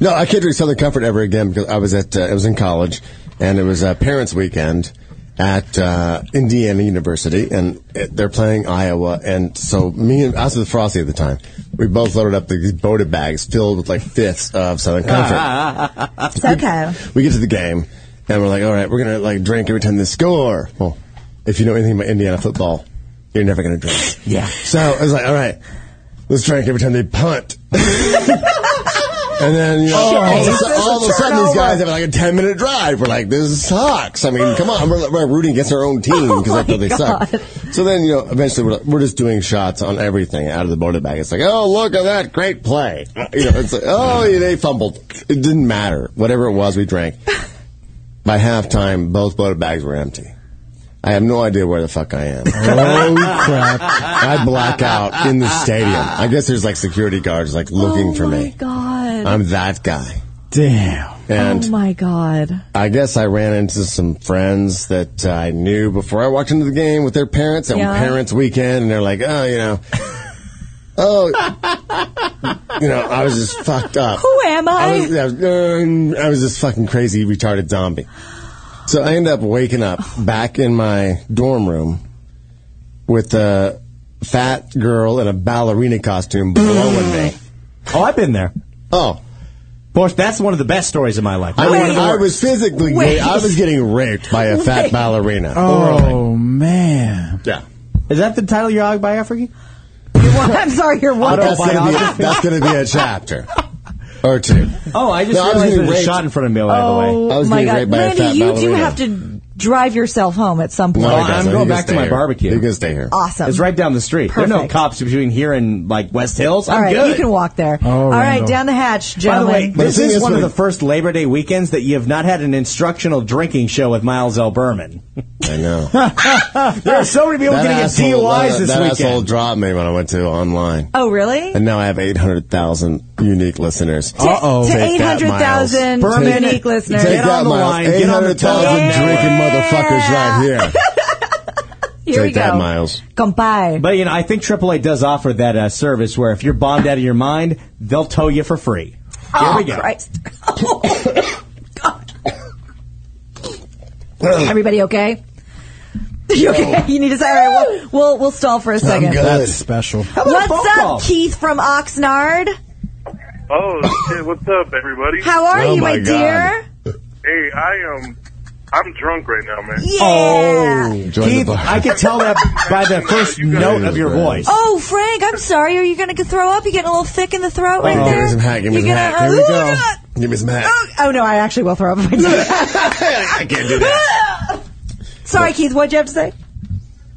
S6: No, I can't drink Southern Comfort ever again because I was at uh, I was in college, and it was a parents' weekend at uh, Indiana University, and it, they're playing Iowa, and so me and I was with Frosty at the time. We both loaded up these Boda bags filled with like fifths of Southern Comfort.
S3: Ah, Oh,
S2: SoCo.
S6: We get to the game, and we're like, all right, we're gonna like drink every time they score. Well, if you know anything about Indiana football, you're never gonna drink.
S3: Yeah.
S6: So I was like, all right, let's drink every time they punt. And then you know,
S10: Sure.
S6: all, of a, sudden-
S10: There's a
S6: all of a sudden these
S10: turnover.
S6: guys have like a ten minute drive. We're like, this sucks. I mean, come on, we're, we're rooting against our
S2: Oh
S6: own team because I know they
S10: my
S6: suck. So then you know, eventually we're, like- we're just doing shots on everything out of the Boda bag. It's like, oh look at that great play. You know, it's like, oh they fumbled. It didn't matter. Whatever it was, we drank. By halftime, both Boda bags were empty. I have no idea where the fuck I am.
S7: Oh crap!
S6: I black out in the stadium. I guess there's like security guards like looking for me.
S2: Oh God.
S6: I'm that guy.
S7: Damn.
S6: And
S2: oh my God.
S6: I guess I ran into some friends that uh, I knew before I walked into the game with their parents on
S2: Yeah.
S6: parents weekend and they're like, "Oh, you know, oh, you know, I was just fucked up."
S2: Who am I?
S6: was, I, was, um, I was this fucking crazy retarded zombie. So I end up waking up back in my dorm room with a fat girl in a ballerina costume blowing me.
S3: Oh, I've been there.
S6: Oh.
S3: Borscht, that's one of the best stories of my life.
S6: I, mean, I was physically,
S3: Wait.
S6: I was getting raped by a fat
S3: Wait.
S6: ballerina.
S7: Oh man.
S6: Yeah.
S3: Is that the title of your autobiography?
S2: I'm sorry, you're
S6: But
S2: one.
S6: that's gonna, be, that's gonna be a chapter or two.
S3: Oh, I just
S6: No,
S3: realized
S6: I was getting
S3: there was a
S6: raped.
S3: shot in front of me. By the way,
S2: Oh
S6: I was
S2: my
S6: getting
S2: God,
S6: raped by a
S2: Randy,
S6: fat
S2: you do
S6: ballerina.
S2: have to drive yourself home at some point.
S6: No, it doesn't.
S3: I'm
S6: You
S3: going
S6: can
S3: back
S6: stay
S3: to my
S6: here.
S3: barbecue.
S6: You can stay here.
S2: Awesome.
S3: It's right down the street. There are no
S2: Perfect.
S3: cops between here and like West Hills. I'm
S2: All right,
S3: good.
S2: you can walk there. All right, down the hatch,
S3: By the
S2: gentlemen.
S3: way, this
S6: the thing
S3: is
S6: is
S3: one of
S6: when-
S3: the first Labor Day weekends that you have not had an instructional drinking show with Miles L. Berman.
S6: I know.
S3: there are so many people
S6: That
S3: getting
S6: asshole-
S3: DUIs
S6: that-
S3: this
S6: that
S3: weekend.
S6: asshole dropped me when I went to online.
S2: oh, really?
S6: And now I have 800,000 unique listeners.
S2: Uh-oh. to
S6: Take that,
S2: 800,000
S6: Miles.
S2: unique
S6: Take-
S2: listeners.
S6: Take
S2: Get
S6: that,
S2: on the
S6: Miles.
S2: line, get on the
S6: 800,000
S2: phone.
S6: drinking motherfuckers right here.
S2: Here we
S6: Take that,
S2: go.
S6: Miles.
S2: Compay.
S3: But you know, I think AAA does offer that uh, service where if you're bombed out of your mind, they'll tow you for free.
S2: Oh,
S3: we go.
S2: Christ. God. Everybody okay? You okay? You need to say, all right, we'll, we'll, we'll stall for a second.
S7: That's special.
S2: What's
S3: phone
S2: up,
S3: call?
S2: Keith from Oxnard?
S14: Oh shit! What's up, everybody?
S2: How are you, my, dear?
S14: Hey, I am. I'm drunk right now, man.
S3: Oh,
S6: Join the
S3: Keith,
S6: bar.
S3: I could tell that by the first note of your voice.
S2: Oh, Frank, I'm sorry. Are you going to throw up? You getting a little thick in the throat right
S6: Give
S2: there?
S6: me Oh, some hack. Give me
S2: You
S6: some
S2: gonna-
S6: hack. Here we
S2: Ooh,
S6: go.
S2: God.
S6: Give me some hack.
S2: Oh, no, I actually will throw up if I do that.
S6: I can't do that.
S2: Sorry, Keith, what'd you have to say?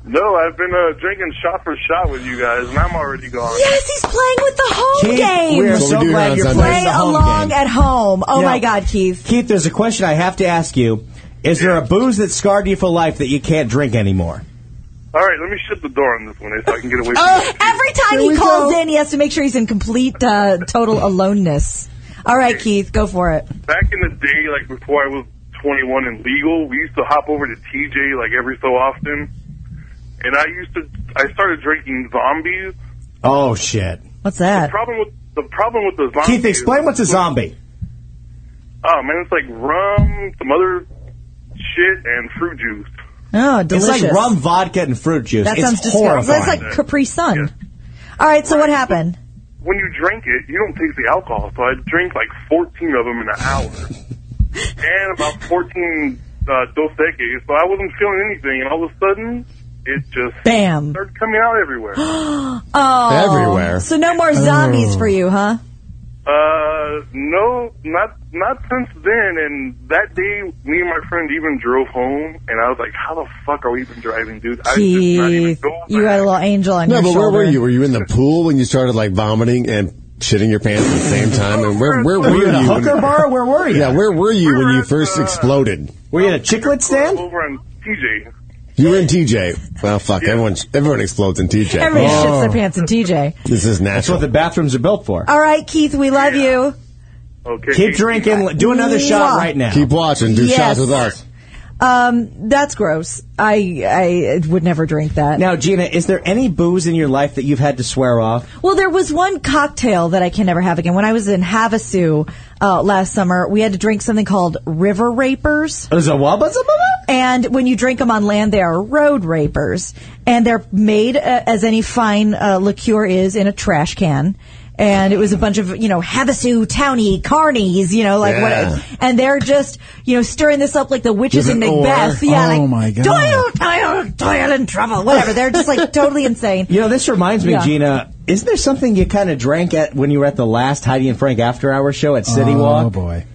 S14: No, I've been uh, drinking shot for shot with you guys, and I'm already gone.
S2: Yes, he's playing with the home
S3: Keith,
S2: game.
S3: we are so
S6: do
S3: glad
S6: on
S3: you're
S6: Sunday.
S3: playing
S2: Play
S3: the home
S2: along
S3: game.
S2: at home. Oh
S3: Yeah.
S2: my God, Keith.
S3: Keith, there's a question I have to ask you. Is there a booze that scarred you for life that you can't drink anymore?
S14: All right, let me shut the door on this one so I can get away from
S2: Oh,
S14: this.
S2: every time he calls in, he has to make sure he's in complete, uh, total aloneness. All right, Keith, go for it.
S14: Back in the day, like before I was 21 and legal, we used to hop over to TJ like every so often, and I used to. I started drinking zombies.
S3: Oh shit,
S2: What's that?
S14: Problem with the problem with the zombies.
S3: Keith, explain what's a zombie.
S14: Oh man, it's like rum, some other shit, and fruit juice.
S2: Oh, delicious.
S3: It's like rum, vodka, and fruit juice.
S2: That
S3: it's
S2: sounds disgusting.
S3: horrifying.
S2: That's like Capri Sun. All right, so what happened?
S14: When you drink it, you don't taste the alcohol. So I drink like 14 of them in an hour, and about 14 uh, Dos Equis. So I wasn't feeling anything, and all of a sudden, it just
S2: Bam.
S14: started coming out everywhere.
S2: Oh,
S6: Everywhere.
S2: So no more zombies for you, huh?
S14: Uh, no, not not since then. And that day, me and my friend even drove home, and I was like, "How the fuck are we even driving, dude?" I just not even
S2: Keith,
S14: go
S2: you had a little angel on
S6: No,
S2: your
S6: but where
S2: shoulder.
S6: were you? Were you in the pool when you started like vomiting and shitting your pants at the same time? And where where were
S3: Were
S6: you?
S3: you in a
S6: when-
S3: hooker bar? Where were you?
S6: yeah, where were you when you first exploded?
S3: Were you in a chiclet stand?
S14: over on TJ.
S6: You were in TJ. Well, fuck everyone. Everyone explodes in TJ.
S2: Everybody
S14: Oh.
S2: shits their pants in TJ.
S6: This
S3: That's
S6: is
S3: what
S6: natural.
S3: the bathrooms are built for.
S2: All right, Keith, we love you.
S14: Okay.
S3: Keep drinking. Do another shot
S2: Yeah.
S3: right now.
S6: Keep watching. Do
S2: Yes.
S6: shots with us.
S2: Um, that's gross. I I would never drink that.
S3: Now, Gina, is there any booze in your life that you've had to swear off?
S2: Well, there was one cocktail that I can never have again. When I was in Havasu uh, last summer, we had to drink something called River Rapers.
S3: Is a wabba
S2: And when you drink them on land, they are road rapers. And they're made, uh, as any fine uh, liqueur is, in a trash can. And it was a bunch of, you know, Havasu, Townie, Carnies, you know, like
S6: Yeah.
S2: what. And they're just, you know, stirring this up like the witches
S6: With
S2: in
S6: an oar.
S2: Macbeth. Yeah,
S7: Oh,
S2: like,
S7: my God.
S2: Doyle, Doyle, Doyle in trouble. Whatever. They're just like totally insane.
S3: You know, this reminds me,
S2: Yeah.
S3: Gina. Isn't there something you kind of drank at when you were at the last Heidi and Frank after hour show at City
S7: Oh
S3: Walk?
S7: boy.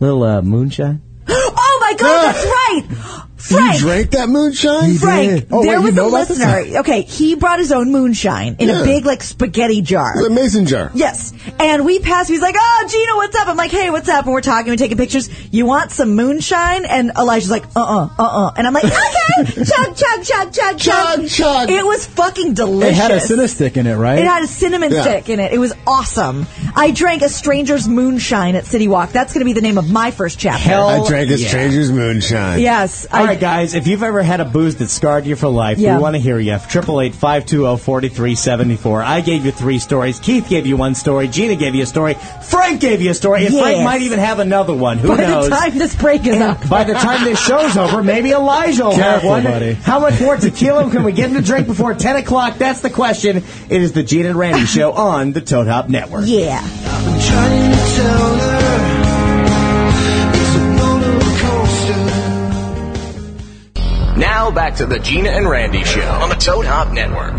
S3: Little uh, moonshine.
S2: Oh my god, that's right. Frank.
S6: drank that moonshine?
S2: Frank, there was a
S6: about this?
S2: listener. Okay, he brought his own moonshine in
S6: Yeah.
S2: a big like spaghetti jar.
S6: It's a mason jar.
S2: Yes. And we passed. He's like, "Oh, Gina, what's up?" I'm like, "Hey, what's up?" And we're talking, we're taking pictures. You want some moonshine? And Elijah's like, "Uh, uh, uh, uh." And I'm like, "Okay, chug, chug, chug, chug, chug, chug." It was fucking
S7: It
S2: delicious.
S7: had a cinnamon stick in it, right?
S2: It had a cinnamon
S7: Yeah.
S2: stick in it. It was awesome. I drank a stranger's moonshine at City Walk. That's going to be the name of my first chapter.
S6: I drank a stranger's moonshine.
S2: Yes,
S3: All
S2: I-
S3: right, guys. If you've ever had a booze that scarred you for life,
S2: Yeah.
S3: we want to hear you. Triple eight five two zero forty three seventy four. I gave you three stories. Keith gave you one story. Gina gave you a story. Frank gave you a story. And Frank
S2: Yes.
S3: might even have another one. Who
S2: By
S3: knows?
S2: the time this break is up.
S3: By the time this show's over, maybe Elijah will have
S2: Careful,
S3: one.
S2: buddy.
S3: How much more tequila can we get him to drink before 10 o'clock? That's the question. It is the Gene and Randy Show on the Toad Hop Network.
S2: Yeah.
S16: I'm trying to tell her it's a roller coaster.
S1: Now back to the Gina and Randy Show on the Toad Hop Network.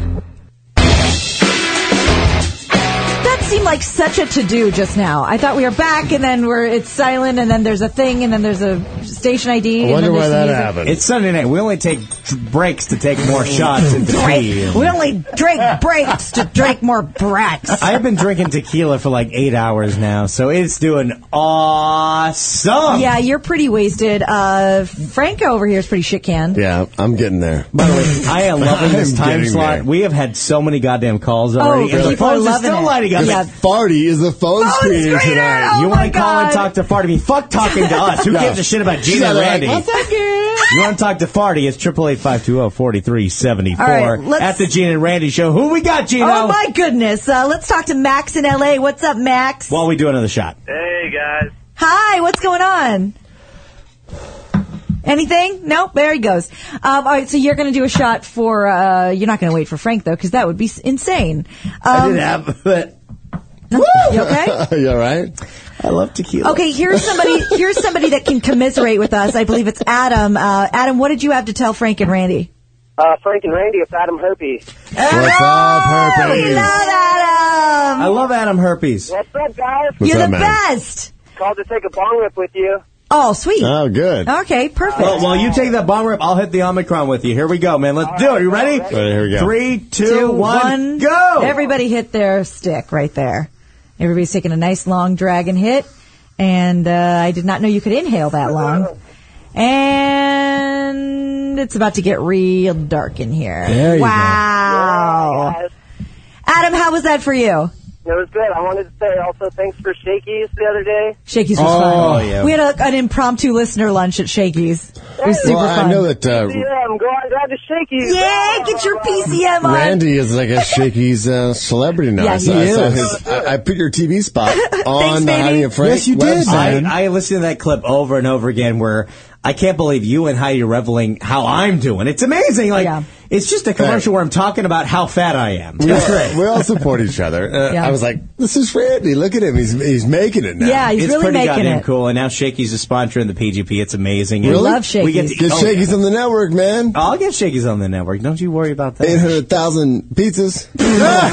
S2: That seemed like such a to do just now. I thought we were back, and then we're it's silent, and then there's a thing, and then there's a station ID. and then there's music.
S3: It's Sunday night. We only take tr- breaks to take more shots and tequila.
S2: We only drink breaks to drink more brats.
S3: I've been drinking tequila for like eight hours now, so it's doing awesome.
S2: Yeah, you're pretty wasted. Uh, Franco over here is pretty shit canned.
S6: Yeah, I'm getting there.
S3: By the way, I am loving this
S6: I'm
S3: time
S6: getting
S3: slot.
S6: there.
S3: We have had so many goddamn calls already. and the
S6: people are
S3: phones
S6: Oh, loving
S3: still
S6: it.
S3: lighting up.
S6: Yeah. Oh, Farty is the phone, screener, tonight.
S3: you
S6: want
S3: to call and talk to Farty? Fuck talking to us. Who
S6: No.
S3: gives a shit about
S6: She's
S3: Gina
S6: not
S3: and
S6: like,
S3: Randy?
S6: "What's
S3: You want to talk to Farty? It's triple eight five two zero forty three seventy
S2: All
S3: four
S2: right, let's-
S3: at the Gina and Randy show. Who we got, Gino?
S2: Oh my goodness! Uh, let's talk to Max in L.A. What's up, Max?
S3: While we do another shot.
S2: Hey guys. Hi. What's going on? Anything? Nope. There he goes. Um, all right. So you're going to do a shot for. Uh, you're not going to wait for Frank though, because that would be s- insane. Um,
S6: I didn't have that.
S2: You okay?
S6: you all right?
S3: I love tequila.
S2: Okay, here's somebody. Here's somebody that can commiserate with us. I believe it's Adam. Uh, Adam, what did you have to tell Frank and Randy?
S15: Uh, Frank and Randy, it's Adam Herpy.
S6: What's up,
S15: we
S6: herpes?
S15: love
S2: Adam.
S3: I love Adam herpes.
S15: What's up, guys?
S6: What's You're up, the man?
S2: best.
S15: Called to take a bong rip with you.
S2: Oh, sweet.
S6: Oh, good.
S2: Okay, perfect.
S3: Well, while you take that bomb rip, I'll hit the Omicron with you. Here we go, man. Let's do it. You ready?
S6: here we go.
S3: Three,
S2: Two,
S3: two, one, go.
S2: Everybody hit their stick right there. Everybody's taking a nice long dragon hit, and uh, I did not know you could inhale that long. And it's about to get real dark in here.
S15: There you go.
S2: wow. Adam, how was that for you?
S15: It was good. I wanted to say also thanks for Shakey's the other day.
S2: Shakey's was fun. We had a, an impromptu listener lunch at Shakey's. It was super
S6: well,
S2: fun.
S6: I know that uh,
S15: I'm going to grab the Shakey's.
S2: Yeah, get your PCM on.
S6: Randy is, I guess, Shaky's uh, celebrity now.
S2: Yeah,
S6: I saw-
S2: he
S6: I, saw
S3: is.
S6: his, I, I put your TV spot on the
S3: baby.
S6: Heidi and Frank website.
S3: I, I listened to that clip over and over again where I can't believe you and Heidi are reveling how I'm doing. It's amazing. Like, it's just a commercial where I'm talking about how fat I am.
S6: We
S3: That's
S6: all-
S3: great.
S6: We all support each other. Uh,
S3: Yeah.
S6: I was like, this is Randy. Look at him. He's he's making it now.
S3: it's pretty goddamn cool. And now Shakey's a sponsor in the PGP. It's amazing.
S6: Really?
S3: And
S6: Love
S3: We get, to,
S6: Get
S3: oh,
S6: Shakey's on the network, man.
S3: I'll get Shakey's on the network. Don't you worry about that.
S6: 800,000 pizzas.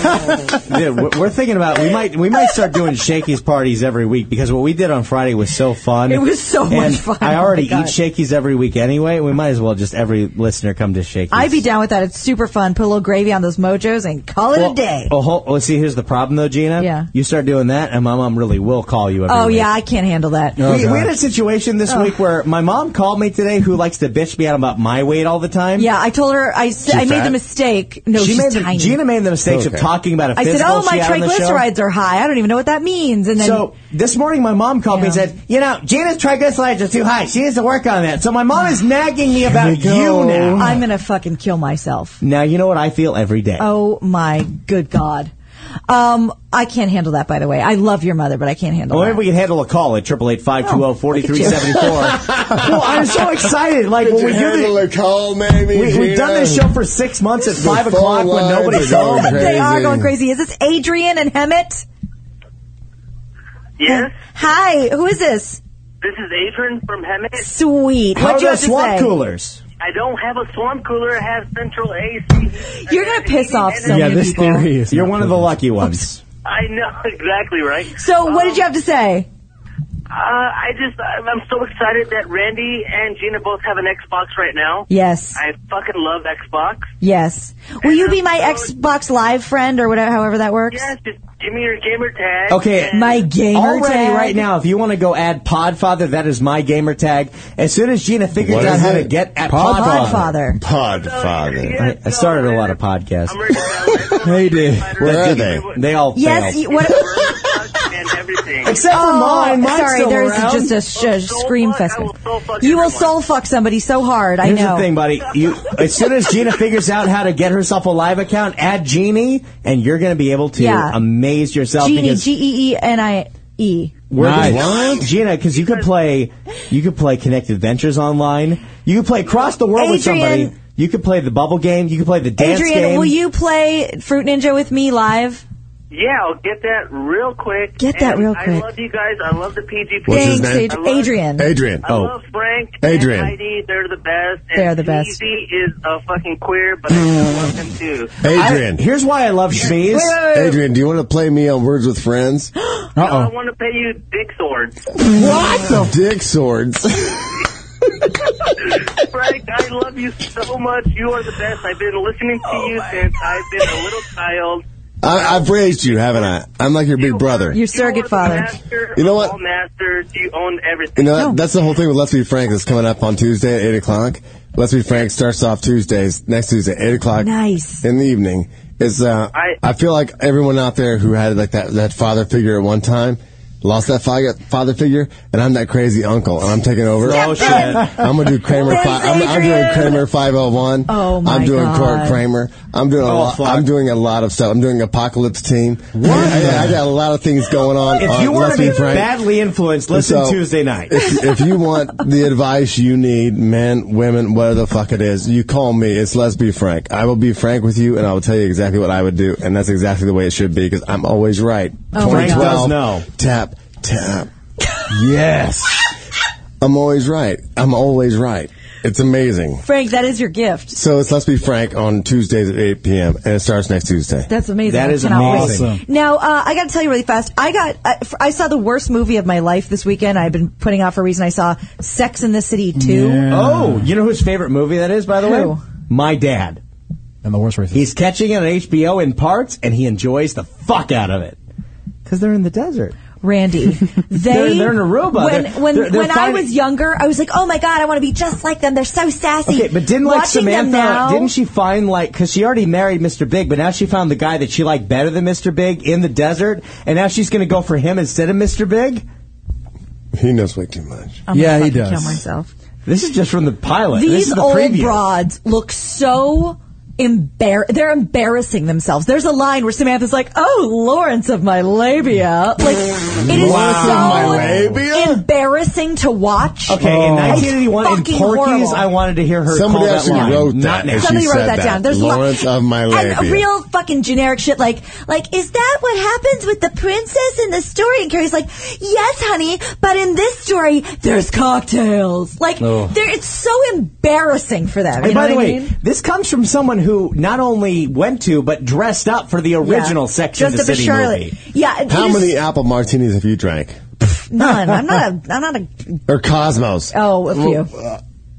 S3: Yeah, we're we're thinking about we might we might start doing Shakey's parties every week because what we did on Friday was so fun.
S2: It was so
S3: And
S2: much fun.
S3: I
S2: Oh,
S3: already
S2: my God.
S3: eat Shakey's every week anyway. We might as well just every listener come to Shakey's.
S2: I'd be down with that. It's super fun. Put a little gravy on those mojos and call it
S3: Well,
S2: a day.
S3: Oh, hol- well, see, here's the problem though, Gina.
S2: Yeah.
S3: You start doing that, and my mom really will call you. Every
S2: Oh
S3: week.
S2: yeah, I can't handle that.
S6: Oh,
S3: we, we had a situation this
S2: Oh.
S3: week where my mom called me today, who likes to bitch me out about my weight all the time.
S2: yeah, I told her I s-
S3: She
S2: I made the
S3: fat?
S2: mistake. No,
S3: She
S2: she's
S3: made the-
S2: tiny.
S3: Gina made the mistakes of
S2: Okay.
S3: talking about a
S2: I said,
S3: physical
S2: "Oh, my
S3: she had on the show."
S2: triglycerides are high. I don't even know what that means." And then
S3: So this morning, my mom called me and said, "You know, Gina's triglycerides are too high. She needs to work on that." So my mom is nagging me about you now.
S2: I'm gonna fucking kill myself.
S3: now you know what I feel every day.
S2: Oh my good god. Um, I can't handle that. By the way, I love your mother, but I can't handle.
S3: Well, maybe we can handle a call Oh, at triple eight five two zero forty three seventy four. Well, I'm so excited. Like
S6: Could
S3: when
S6: you
S3: we do
S6: handle
S3: the
S6: a call, maybe.
S3: we, we've
S6: Gina?
S3: done this show for six months at
S6: The
S3: five
S6: phone
S3: o'clock when
S6: lines
S3: nobody's
S6: are going
S3: home.
S2: that. They are going crazy. Is this Adrian and Hemet?
S10: Yes.
S2: Hi, who is this?
S10: This is Adrian from Hemet.
S2: Sweet. What do you have to say?
S3: coolers?
S10: I don't have a swamp cooler. I have central AC.
S2: You're gonna piss off so many people.
S3: You're one of the lucky ones.
S10: I know exactly right.
S2: So, what did you have to say?
S15: Uh, I just, I'm I'm so excited that Randy and Gina both have an Xbox right now.
S2: Yes.
S15: I fucking love Xbox.
S2: Yes. Will you be my Xbox Live friend or whatever, however that works?
S15: Yes, just give me your gamer tag.
S3: Okay,
S2: My gamer
S3: already
S2: tag.
S3: right now. If you want to go add Podfather, that is my gamer tag. As soon as Gina figures out how to get at
S2: Podfather.
S3: Podfather. I, I started a lot of podcasts.
S7: they did.
S3: Where are they? They all
S2: Yes.
S3: failed.
S2: You, what,
S3: Except for
S2: Oh,
S3: mine. Mine's
S2: sorry,
S3: still
S2: there's
S3: around.
S2: just a sh- scream fest. you will soul fuck somebody so hard. I
S3: Here's
S2: know.
S3: the thing, buddy. You, as soon as Gina figures out how to get herself a live account, add Genie, and you're going to be able to
S2: Yeah.
S3: amaze yourself.
S2: Genie,
S3: because
S2: G E E N I E.
S3: We're nice. Gina, because you could play, you could play Connect Adventures online. You could play Cross the World with
S2: Adrian.
S3: somebody. You could play the Bubble Game. You could play the Dance
S2: Adrian,
S3: Game.
S2: will you play Fruit Ninja with me live?
S15: Yeah, I'll get that real quick.
S2: Get that
S15: And
S2: real
S15: I
S2: quick.
S15: love you guys. I love the PGP.
S6: What's his name?
S15: I love-
S2: Adrian.
S6: Adrian.
S15: I
S6: Oh.
S15: love Frank.
S6: Adrian.
S15: And Heidi. They're the best. And
S2: They're the best.
S15: Cheesy is a fucking queer, but I love them too.
S6: Oh, Adrian.
S3: here's why I love Schmeez.
S6: Adrian, do you want to play me on Words with Friends?
S15: I
S2: Oh.
S6: Uh
S15: want to pay you dick swords.
S6: What? Dick swords.
S15: Frank, I love you so much. You are the best. I've been listening to
S5: Oh,
S15: you since I've been a little child.
S6: I, I've raised you, haven't I? I'm like your big brother.
S2: Your surrogate father.
S15: Master
S6: You know
S15: of
S6: what?
S15: All masters. You own everything.
S6: You know, that, that's the whole thing with Let's Be Frank that's coming up on Tuesday at 8 o'clock. Let's Be Frank starts off Tuesdays, next Tuesday, 8 o'clock.
S2: Nice.
S6: In the evening. It's, uh, I, feel like everyone out there who had like that, that father figure at one time lost that father, father figure, and I'm that crazy uncle, and I'm taking over.
S16: Step Oh, shit. in.
S6: I'm gonna do Kramer
S16: Vince
S6: five, I'm, I'm doing
S16: Adrian.
S6: Kramer 501.
S16: Oh, my
S6: I'm doing
S16: God.
S6: Court Kramer. I'm doing a
S16: Oh,
S6: lot,
S16: fuck.
S6: I'm doing a lot of stuff. I'm doing Apocalypse Team. What? I, I got a lot of things going on.
S3: if
S6: on
S3: you want
S6: Let's
S3: to be
S6: Be Uh, Frank.
S3: badly influenced, listen
S6: So,
S3: Tuesday night.
S6: if, if you want the advice you need, men, women, whatever the fuck it is, you call me. It's Let's Be Frank. I will be frank with you, and I will tell you exactly what I would do, and that's exactly the way it should be because I'm always right.
S16: Oh, Frank does
S3: know.
S6: Tap, tap. yes. I'm always right. I'm always right. It's amazing.
S2: Frank, that is your gift.
S6: So it's Let's Be Frank on Tuesdays at 8 p.m., and it starts next Tuesday.
S2: That's amazing. That I is cannot wait. amazing. Now, uh, I got to tell you really fast. I got, I, f- I saw the worst movie of my life this weekend. I've been putting off for a reason. I saw Sex in the City 2.
S3: Oh, you know whose favorite movie that is, by the
S2: Who?
S3: way? My dad.
S7: And the worst racist.
S3: He's catching it on HBO in parts, and he enjoys the fuck out of it. Because they're in the desert.
S2: Randy, they
S3: They're- they're in Aruba.
S2: When
S3: They're-
S2: when
S3: they're- they're
S2: when I
S3: finding-
S2: was younger, I was like, "Oh my god, I want to be just like them. They're so sassy."
S3: Okay, but didn't like
S2: Watching them
S3: Samantha?
S2: now,
S3: Didn't she find like because she already married Mr. Big, but now she found the guy that she liked better than Mr. Big in the desert, and now she's going to go for him instead of Mr. Big.
S6: He knows way too much.
S2: I'm gonna Yeah, he fucking does. kill myself.
S3: This is just from the pilot. this
S2: These
S3: is the
S2: old
S3: preview.
S2: broads look so embar. They're embarrassing themselves. There's a line where Samantha's like, "Oh, Lawrence of my labia," like it is
S16: Lawrence of my
S2: so embarrassing to watch.
S3: Okay, in 1981, in
S2: Oh. Fucking
S3: Porky's,
S2: horrible.
S3: I wanted to hear her.
S6: Somebody
S3: call
S6: actually
S3: that line.
S6: wrote that.
S3: Not now.
S6: and she
S2: Somebody wrote
S6: said
S2: that down. There's a lot-
S6: Lawrence of my labia.
S2: And real fucking generic shit like, like, is that what happens with the princess in the story? And Carrie's like, yes, honey, but in this story, there's cocktails. Like,
S3: Oh.
S2: there, it's so embarrassing for them.
S3: And
S2: you
S3: by
S2: know
S3: the
S2: what I
S3: way,
S2: mean?
S3: this comes from someone who not only went to but dressed up for the original
S2: Yeah.
S3: section
S2: Dressed
S3: of the
S2: up as
S3: city
S2: Charlotte.
S3: movie.
S2: Yeah, it-
S6: How
S2: it is-
S6: many apple martinis have you drank?
S2: None. I'm not. A, I'm not a.
S6: Or Cosmos?
S2: Oh, a few.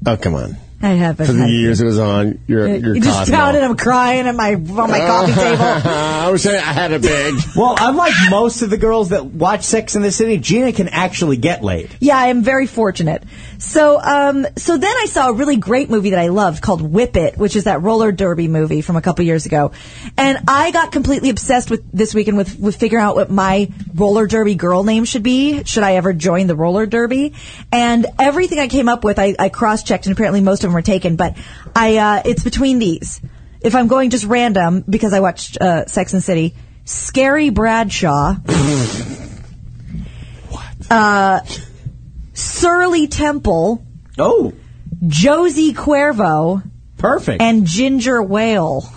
S6: Oh, come on.
S2: I haven't.
S6: For the
S2: had-
S6: years it was on, your your
S2: you just
S6: Cosmo.
S2: pounded. I'm crying at my on my coffee table.
S6: I wish I had a big.
S3: Well, unlike most of the girls that watch Sex in the City, Gina can actually get laid.
S2: Yeah, I am very fortunate. So, um, so then I saw a really great movie that I loved called Whip It, which is that roller derby movie from a couple years ago. And I got completely obsessed with this weekend with, with figuring out what my roller derby girl name should be. Should I ever join the roller derby? And everything I came up with, I, I cross checked and apparently most of them were taken, but I, uh, it's between these. If I'm going just random, because I watched, uh, Sex and the City, Scary Bradshaw. Uh, Surly Temple.
S3: Oh.
S2: Josie Cuervo.
S3: Perfect.
S2: And Ginger Whale.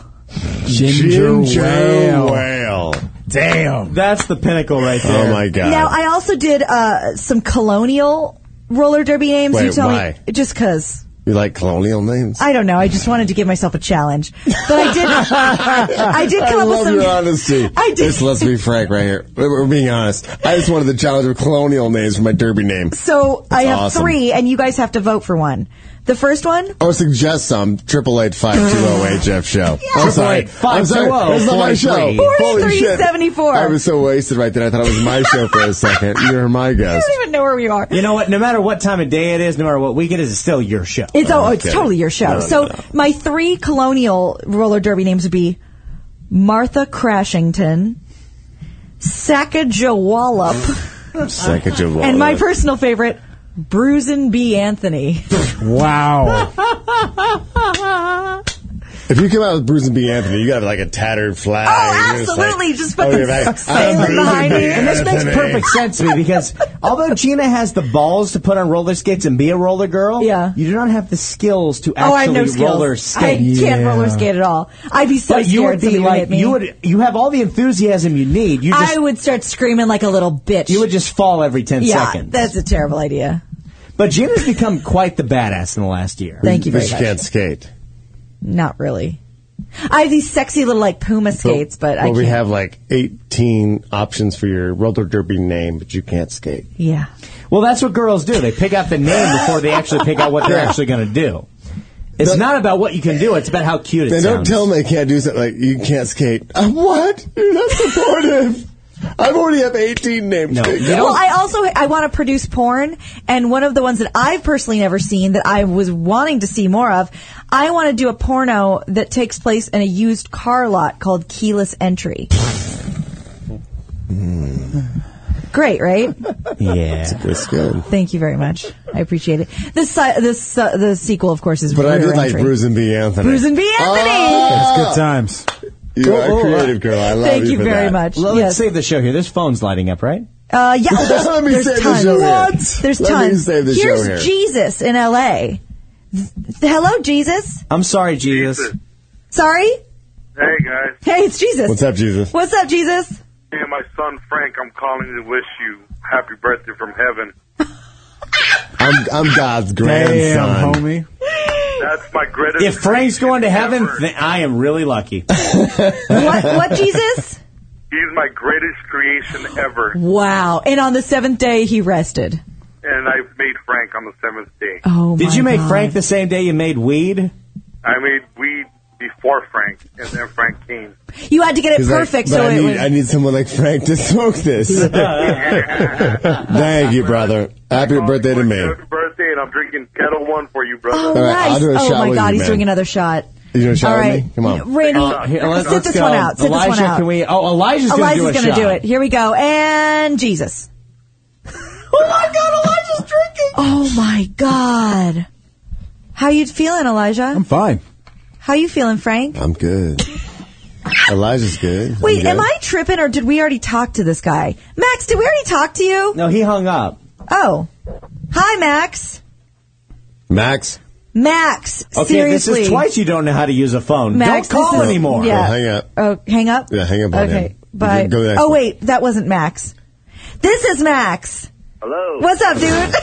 S7: Ginger whale.
S6: whale.
S3: Damn. That's the pinnacle right there.
S6: Oh, my God.
S2: Now, I also did uh, some colonial roller derby names.
S6: Wait,
S2: you tell
S6: why?
S2: me. Just because.
S6: You like colonial names?
S2: I don't know. I just wanted to give myself a challenge, but I did. I did come
S6: I
S2: up with
S6: love
S2: some.
S6: your honesty. I did. This, let's be frank right here. We're being honest. I just wanted the challenge of colonial names for my derby name.
S2: So I
S6: That's
S2: have
S6: awesome.
S2: three, and you guys have to vote for one. The first one,
S6: Or suggest some triple eight five two zero HF show. I'm sorry. I'm sorry.
S2: oh
S6: That's not my show. Holy shit.
S2: 4374.
S6: I was so wasted right then. I thought it was my show for a second. You're my
S2: I
S6: guest.
S2: don't even know where we are.
S3: You know what? No matter what time of day it is, no matter what week it is, it's still your show.
S2: It's oh, it's totally your show. so my three colonial roller derby names would be Martha Crashington, Sacagawallop,
S6: Second of all.
S2: and my personal favorite, Bruisin' B. Anthony.
S6: Wow. If you come out with Bruce and B. Anthony, you got like a tattered flag.
S2: Oh,
S6: You're
S2: absolutely. Just
S6: oh,
S2: fucking
S6: you're back.
S2: sailing
S6: I'm Bruce
S2: behind
S6: B.
S2: you.
S3: And this makes
S6: Anthony.
S3: perfect sense to me because although Gina has the balls to put on roller skates and be a roller girl, yeah. you do not have the skills to
S2: Oh, I have
S3: actually
S2: no skills.
S3: roller skate.
S2: I can't roller skate at all. I'd be so
S3: But
S2: scared
S3: you would
S2: somebody
S3: be
S2: hit
S3: like
S2: me.
S3: you would you have all the enthusiasm you need. You just
S2: I would start screaming like a little bitch.
S3: you would just fall every ten
S2: yeah,
S3: seconds.
S2: that's a terrible idea.
S3: But Gina's become quite the badass in the last year.
S2: Thank you
S6: But
S2: very
S6: she
S2: much.
S6: can't skate.
S2: Not really. I have these sexy little like Puma skates, but, I
S6: well,
S2: can't.
S6: we have like 18 options for your roller derby name, but you can't skate.
S2: yeah.
S3: Well, that's what girls do. They pick out the name before they actually pick out what they're actually going to do. It's not about what you can do. It's about how cute it
S6: They
S3: is.
S6: don't
S3: sounds.
S6: tell them they can't do something like you can't skate. Uh, what? You're not supportive. I've already have 18 names. No,
S2: Well, I also I want to produce porn, and one of the ones that I've personally never seen that I was wanting to see more of, I want to do a porno that takes place in a used car lot called Keyless Entry. Great, right?
S3: yeah, that's
S6: a good skill.
S2: Thank you very much. I appreciate it. This si- this uh, the sequel, of course, is
S6: But I
S2: Rear
S6: did like
S2: Entry.
S6: Bruce and B. Anthony.
S2: Bruce and B. Anthony.
S6: Ah!
S3: times.
S6: You are a creative girl. I love
S2: Thank you
S6: for
S2: very
S6: that.
S2: much.
S3: Well,
S2: Yes.
S3: Let's save the show here. This phone's lighting up, right?
S2: Uh, yeah, oh, there's,
S6: Let me
S2: there's
S6: save the
S2: tons.
S6: show here.
S2: There's
S6: Let me
S2: tons.
S6: save the show
S2: Here's
S6: here.
S2: Jesus in L.A. Th- Hello, Jesus.
S3: I'm sorry, Jesus.
S2: Sorry.
S14: Hey guys,
S2: Hey, it's Jesus.
S6: What's up, Jesus?
S2: What's up, Jesus?
S14: me and my son Frank, I'm calling to wish you happy birthday from heaven.
S6: I'm, I'm God's grandson.
S3: homie.
S14: That's my greatest.
S3: If Frank's going to heaven, th- I am really lucky.
S2: Oh What? What, Jesus?
S14: He's my greatest creation ever,
S2: Wow. And on the seventh day, he rested.
S14: and I made Frank on the seventh day.
S2: Oh,
S3: Did
S2: my
S3: you make
S2: God.
S3: Frank the same day you made weed?
S14: I made weed before Frank, and then Frank came.
S2: You had to get it
S6: He's like,
S2: perfect,
S6: but
S2: so
S6: I
S2: it
S6: need,
S2: was.
S6: I need someone like Frank to smoke this. Thank you, brother. Happy birthday to me.
S14: Happy birthday, and I'm drinking Kettle One for you, brother.
S2: Oh,
S6: All right, I'll
S2: nice.
S6: do a
S2: oh
S6: shot
S2: my
S6: with
S2: God,
S6: you,
S2: he's
S6: man.
S2: doing another shot.
S6: You doing a shot
S2: All
S6: with
S2: right.
S6: me? Come on.
S2: Randy,
S3: Uh, here, let's-
S2: sit
S3: let's
S2: this
S3: go.
S2: one out. Sit
S3: Elijah,
S2: this one out.
S3: can we? Oh, Elijah's going to do a
S2: Elijah's gonna
S3: shot.
S2: do it. Here we go. And Jesus. oh my God, Elijah's drinking. Oh my God. How you feeling, Elijah? I'm
S7: fine.
S2: How you feeling, Frank?
S6: I'm good. Elijah's good. I'm
S2: Wait,
S6: good.
S2: am I tripping or did we already talk to this guy? Max, did we already talk to you?
S3: No, he hung up.
S2: Oh. Hi, Max.
S6: Max?
S2: Max,
S3: Okay,
S2: seriously.
S3: this is twice you don't know how to use a phone.
S2: Max,
S3: don't call
S2: this is-
S3: anymore.
S2: yeah.
S6: hang up.
S2: Oh, hang up?
S6: Yeah, hang up on
S2: Okay,
S6: him.
S2: bye.
S6: Go to the next
S2: Oh,
S6: one.
S2: wait, that wasn't Max. This is Max.
S5: Hello.
S2: What's up, dude?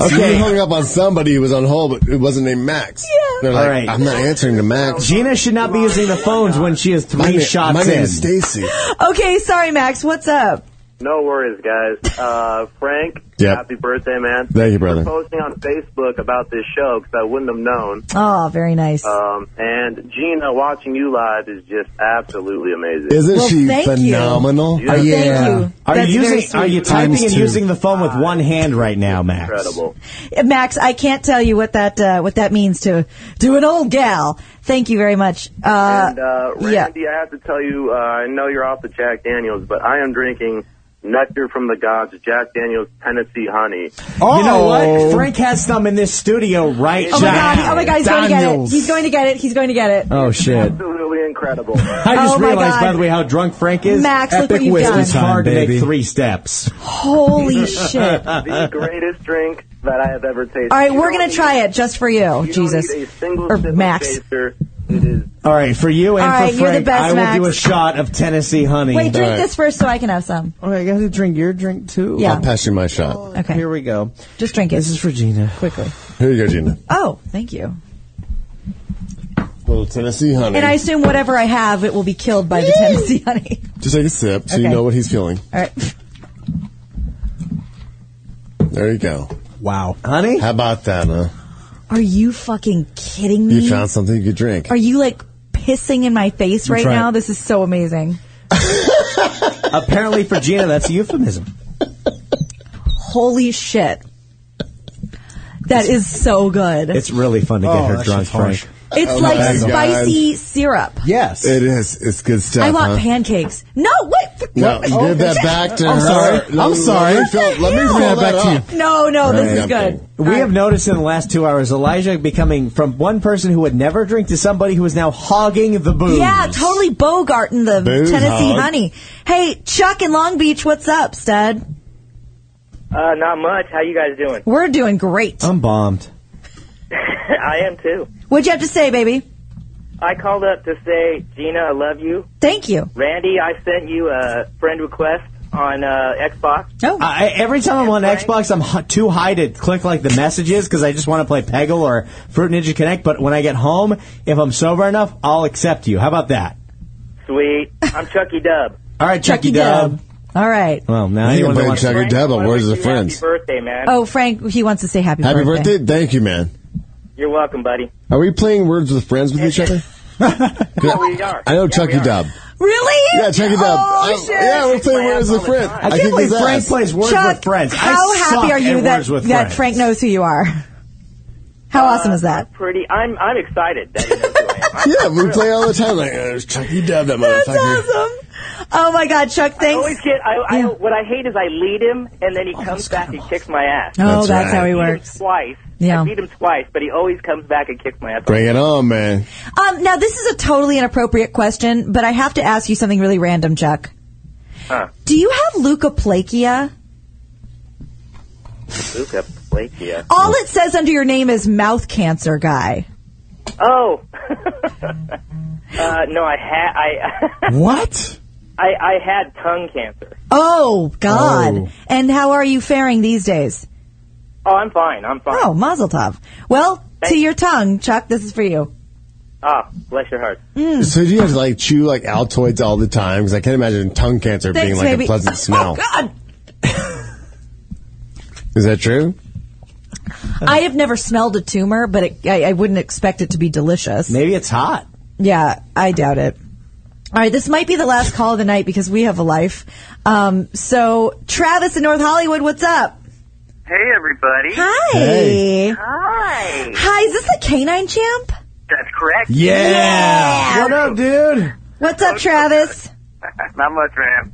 S6: Okay. You hung up on somebody who was on hold, but it wasn't named Max. Yeah. They're like,
S3: All right.
S6: I'm not answering to Max.
S3: Gina should not be using the phones when she is three
S6: My, na-
S3: shots
S6: my
S3: in.
S6: name is Stacy.
S2: okay, sorry, Max. What's up?
S5: No worries, guys. Uh, Frank,
S6: Yep.
S5: happy birthday, man.
S6: Thank you, brother.
S5: For posting on Facebook about this show because I wouldn't have known.
S2: Oh, very nice.
S9: Uh,
S5: Um, and Gina, watching you live is just absolutely amazing.
S6: Isn't
S2: Well,
S6: she
S2: thank you.
S6: phenomenal?
S5: Well, thank
S2: Yeah. Oh, you.
S3: Are
S2: That's
S3: you
S2: very
S3: using? Are you
S2: sweet.
S3: typing
S2: Times
S3: and
S2: two.
S3: using the phone with one hand right now, Max?
S5: Incredible.
S2: Uh, Max, I can't tell you what that uh, what that means to to an old gal. Thank you very much. Uh,
S5: and uh, Randy, I have to tell you, uh, I know you're off the Jack Daniels, but I am drinking Nectar from the Gods, Jack Daniels Tennessee Honey.
S3: Oh. You know what? Frank has some in this studio right
S2: Oh my
S3: now.
S2: god! he- Oh my god! He's going to get it. He's going to get it. He's going to get it.
S3: Oh shit!
S5: Absolutely incredible.
S3: I just
S2: Oh, my
S3: realized, by
S2: God.
S3: the way, how drunk Frank is.
S2: Max, look what
S3: Epic
S2: you've
S3: whiskey.
S2: done.
S3: It's hard to
S7: Baby.
S3: make three steps.
S2: Holy shit!
S5: the greatest drink that I have ever tasted.
S2: All right,
S5: You
S2: we're
S5: don't
S2: gonna
S5: need-
S2: try it just for you,
S5: You
S2: Jesus
S5: don't need a single
S2: or
S5: sip of
S2: Max.
S5: chaser.
S3: All right, for you and
S2: All right,
S3: for
S2: you're the
S3: Frank,
S2: best,
S3: I will
S2: Max.
S3: do a shot of Tennessee honey.
S2: Wait, drink this first so I can have some.
S3: All right, you have to drink your drink too.
S2: Yeah,
S6: I'll pass you my shot.
S2: Okay.
S3: Here we go.
S2: just drink it.
S3: This is for Gina.
S2: Quickly.
S6: Here you go, Gina.
S2: Oh, thank you.
S6: Little Tennessee honey.
S2: And I assume whatever I have, it will be killed by the Tennessee honey.
S6: Just take a sip so you
S2: Okay.
S6: know what he's feeling.
S2: All right.
S6: There you go.
S7: Wow.
S3: Honey?
S6: How about that, huh?
S2: Are you fucking kidding me?
S6: You found something you could drink.
S2: Mm-hmm. Are you like pissing in my face right
S3: That's right.
S2: now? This is so amazing.
S3: Apparently for Gina, that's a euphemism.
S2: Holy shit. That is so good.
S3: It's really fun to get
S6: Oh,
S3: her
S6: that's
S3: drunk,
S6: just harsh.
S3: Frank.
S2: It's
S6: Oh my
S2: like
S6: God.
S2: spicy syrup.
S7: Yes.
S6: It is. It's good stuff.
S2: I want
S6: huh?
S2: pancakes. No, what?
S6: No,
S2: Oh,
S6: Uh-huh. give that back to
S3: I'm
S6: her.
S3: sorry.
S6: Let-
S3: I'm
S6: let
S3: sorry.
S6: me fill- Let me
S3: Yeah.
S6: bring that back to you.
S2: No, no, this is good.
S3: We have noticed in the last two hours Elijah becoming from one person who would never drink to somebody who is now hogging the booze.
S2: Yeah, totally Bogart and the
S3: Booze
S2: Tennessee
S3: hog.
S2: honey. Hey, Chuck in Long Beach, what's up, stud?
S12: Uh, not much. How you guys doing?
S2: We're doing great.
S6: Oh.
S3: I'm bombed.
S12: I am too.
S2: What'd you have to say, baby?
S12: I called up to say, Gina, I love you.
S2: Thank you.
S12: Randy, I sent you a friend request on uh, Xbox.
S2: Oh.
S3: I, every time I'm on Xbox, I'm h- too high to click like the messages because I just want to play Peggle or Fruit Ninja Connect. But when I get home, if I'm sober enough, I'll accept you. How about that?
S12: Sweet. I'm Chucky Dub.
S3: All right, Chucky,
S2: E.
S3: Dub.
S2: All right.
S3: Well, now
S6: You
S3: anyone
S6: can
S3: that
S6: play
S3: wants
S6: Chucky Dub on Words of
S12: Happy
S6: Friends.
S12: birthday, man.
S2: Oh, Frank, he wants to say happy,
S6: Happy
S2: birthday.
S6: birthday. Thank you, man.
S12: You're welcome, buddy.
S6: Are we playing Words with Friends with each other?
S12: Yeah, we are.
S6: I know Chucky Dub.
S2: Really?
S6: Yeah, Chucky Dub.
S2: Oh,
S6: I-
S2: shit.
S6: Yeah, we're playing Words with Friends.
S3: I can't believe Frank plays Words
S2: Chuck,
S3: with Friends. I
S2: How
S3: suck
S2: happy are you
S3: at
S2: that,
S3: Words with
S2: that
S3: Friends.
S2: Frank knows who you are? How awesome is that?
S12: Pretty. I'm I'm excited. That you know
S6: Yeah, we play all the time. Like, uh, there's Chucky Dub, that motherfucker.
S2: That's awesome. Oh my God, Chuck,
S12: I
S2: thanks. Oh,
S12: always get. I, I what I hate is I lead him and then he comes back and kicks my ass.
S2: Oh, That's that's right. how he
S12: I beat him
S2: works.
S12: Twice.
S2: Yeah.
S12: I beat him twice, but he always comes back and kicks my ass.
S6: Bring it on, man.
S2: Um, now this is a totally inappropriate question, but I have to ask you something really random, Chuck.
S12: Huh.
S2: Do you have leukoplakia?
S12: Luca Plakia.
S2: All it says under your name is mouth cancer guy.
S12: Oh. uh, no, I had. I,
S7: What?
S12: I I had tongue cancer.
S2: Oh God!
S12: Oh.
S2: And how are you faring these days?
S12: Oh, I'm fine. I'm fine.
S2: Oh, Mazel Tov. Well, to your tongue, Chuck. This is for you.
S12: Ah, bless your heart.
S6: So do you have to like chew like Altoids all the time? Because I can't imagine tongue cancer
S2: Thanks,
S6: being like
S2: baby. Oh,
S6: a pleasant smell.
S2: God,
S6: Is that true?
S2: I have never smelled a tumor, but it, I, I wouldn't expect it to be delicious.
S3: Maybe it's hot.
S2: Yeah, I doubt it. All right, this might be the last call of the night because we have a life. Um, so, Travis in North Hollywood, what's up?
S17: Hey, everybody.
S2: Hi.
S17: Hi.
S2: Hi, is this the Canine Champ?
S17: That's correct.
S2: Yeah.
S3: What up, dude?
S2: What's up, Travis?
S17: Not much, man.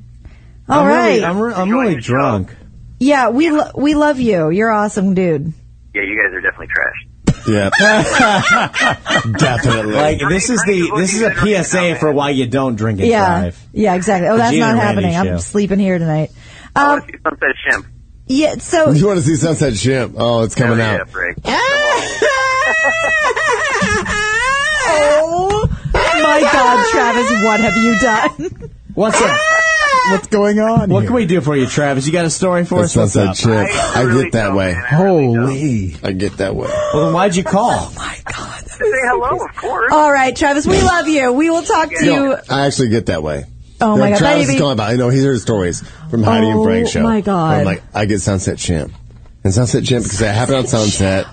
S2: All
S3: I'm
S2: right.
S3: Really, I'm, re- I'm really drunk.
S2: Yeah, we lo- we love you. You're awesome, dude.
S17: Yeah, you guys are definitely trash.
S6: Yeah. Definitely.
S3: Like this is the this is a PSA for why you don't drink and
S2: yeah,
S3: drive.
S2: yeah, exactly. Oh,
S3: The
S2: that's
S3: Gina
S2: not
S3: and
S2: happening.
S3: Randy
S2: I'm
S3: show.
S2: sleeping here tonight. Um,
S17: Sunset Shimp.
S2: yeah, so
S6: You want to see Sunset Shimp? Oh, it's coming out.
S2: oh my God, Travis, what have you done?
S3: What's up?
S7: What's going on?
S3: What can we do for you, Travis? You got a story for
S6: That's
S3: us? What's
S6: Sunset
S3: up?
S6: Shimp. I, get that way.
S7: Holy.
S6: I get that way.
S3: Well, then why'd you
S2: Oh,
S3: call?
S17: Say hello, of course.
S2: All right, Travis, we love you. We will talk to you.
S6: No, I actually get that way.
S2: Oh
S6: Like,
S2: my God,
S6: Travis
S2: baby.
S6: is calling about. I know he's heard stories from Heidi
S2: Oh
S6: and Frank show.
S2: my God.
S6: I'm like, I get Sunset Shimp, and Sunset Shimp because it happened on Sunset.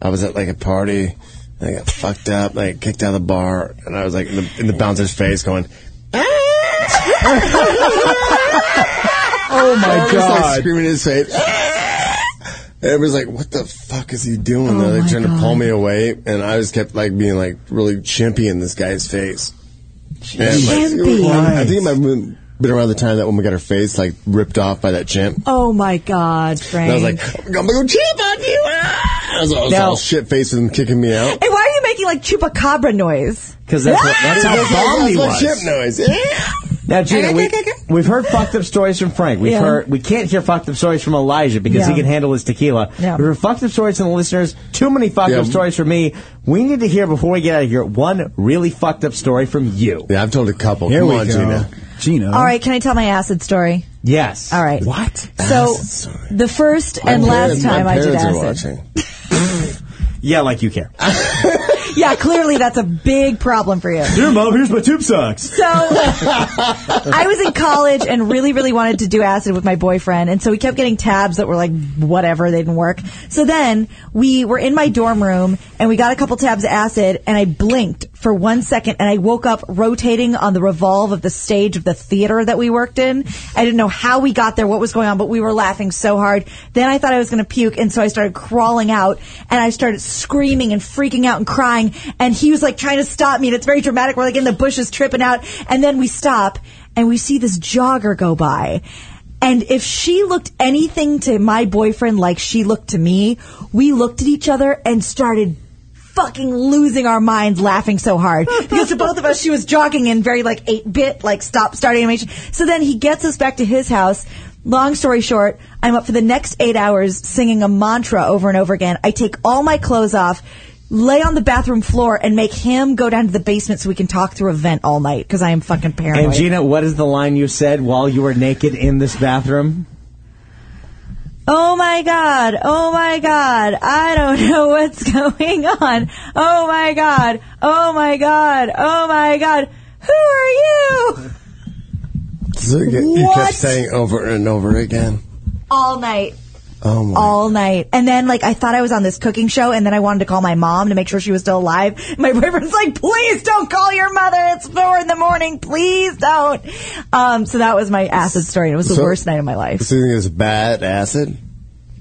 S6: I was at like a party. And I got fucked up. I got kicked out of the bar, and I was like in the, in the bouncer's face, going,
S7: Oh
S6: I
S7: my
S6: was, like,
S7: god.
S6: screaming in his face. And everybody's like, "What the fuck is he doing?" They're
S2: Oh
S6: like trying to pull me away, and I just kept like being like really chimpy in this guy's face. And, like, it was-
S2: Chimpy.
S6: I think it might have been- been around the time that woman got her face like ripped off by that chimp.
S2: Oh my God, Frank.
S6: And I was like, I'm gonna go cheap on you. Ah! I was, I was
S2: Now-
S6: all shit faced with him kicking me out.
S2: Hey, why are you making like chupacabra noise?
S3: Because that's, what- that's how
S6: That's
S3: bomb he
S6: like
S3: was.
S6: chimp noise.
S3: Now, Gina, we, We've heard fucked up stories from Frank. We've
S2: Yeah.
S3: heard we can't hear fucked up stories from Elijah because
S2: Yeah.
S3: he can handle his tequila.
S2: Yeah.
S3: We've heard fucked up stories from the listeners. Too many fucked
S6: Yeah.
S3: up stories from me. We need to hear before we get out of here one really fucked up story from you.
S6: Yeah, I've told a couple.
S3: Here
S6: Come
S3: we
S6: on,
S3: go.
S6: Gina.
S7: Gina.
S2: All right, can I tell my acid story?
S3: Yes.
S2: All right.
S3: What?
S2: So the first and
S6: My
S2: last
S6: parents-
S2: time
S6: my
S2: I did
S6: parents are
S2: acid.
S6: watching.
S3: Yeah, like you care.
S2: Yeah, clearly that's a big problem for you.
S3: Dear mom, here's my tube socks.
S2: So I was in college and really, really wanted to do acid with my boyfriend. And so we kept getting tabs that were like, whatever, they didn't work. So then we were in my dorm room and we got a couple tabs of acid and I blinked for one second and I woke up rotating on the revolve of the stage of the theater that we worked in. I didn't know how we got there, what was going on, but we were laughing so hard. Then I thought I was going to puke. And so I started crawling out and I started screaming and freaking out and crying. And he was like trying to stop me. And it's very dramatic. We're like in the bushes tripping out. And then we stop and we see this jogger go by. And if she looked anything to my boyfriend like she looked to me, we looked at each other and started fucking losing our minds laughing so hard because to both of us she was jogging in very like 8-bit like stop start animation so then he gets us back to his house long story short i'm up for the next eight hours singing a mantra over and over again i take all my clothes off lay on the bathroom floor and make him go down to the basement so we can talk through a vent all night because i am fucking paranoid
S3: And Gina, what is the line you said while you were naked in this bathroom?
S2: Oh my god. Oh my god. I don't know what's going on. Oh my god. Oh my god. Oh my god. Who are you?
S6: So you, get- you
S2: What?
S6: kept saying over and over again.
S2: All night.
S6: Oh my!
S2: All night. And then like I thought I was on this cooking show and then I wanted to call my mom to make sure she was still alive. My boyfriend's like, please don't call your mother. It's four in the morning. Please don't. Um, so that was my acid story. It was the
S6: So-
S2: worst night of my life.
S6: So you think it's bad acid?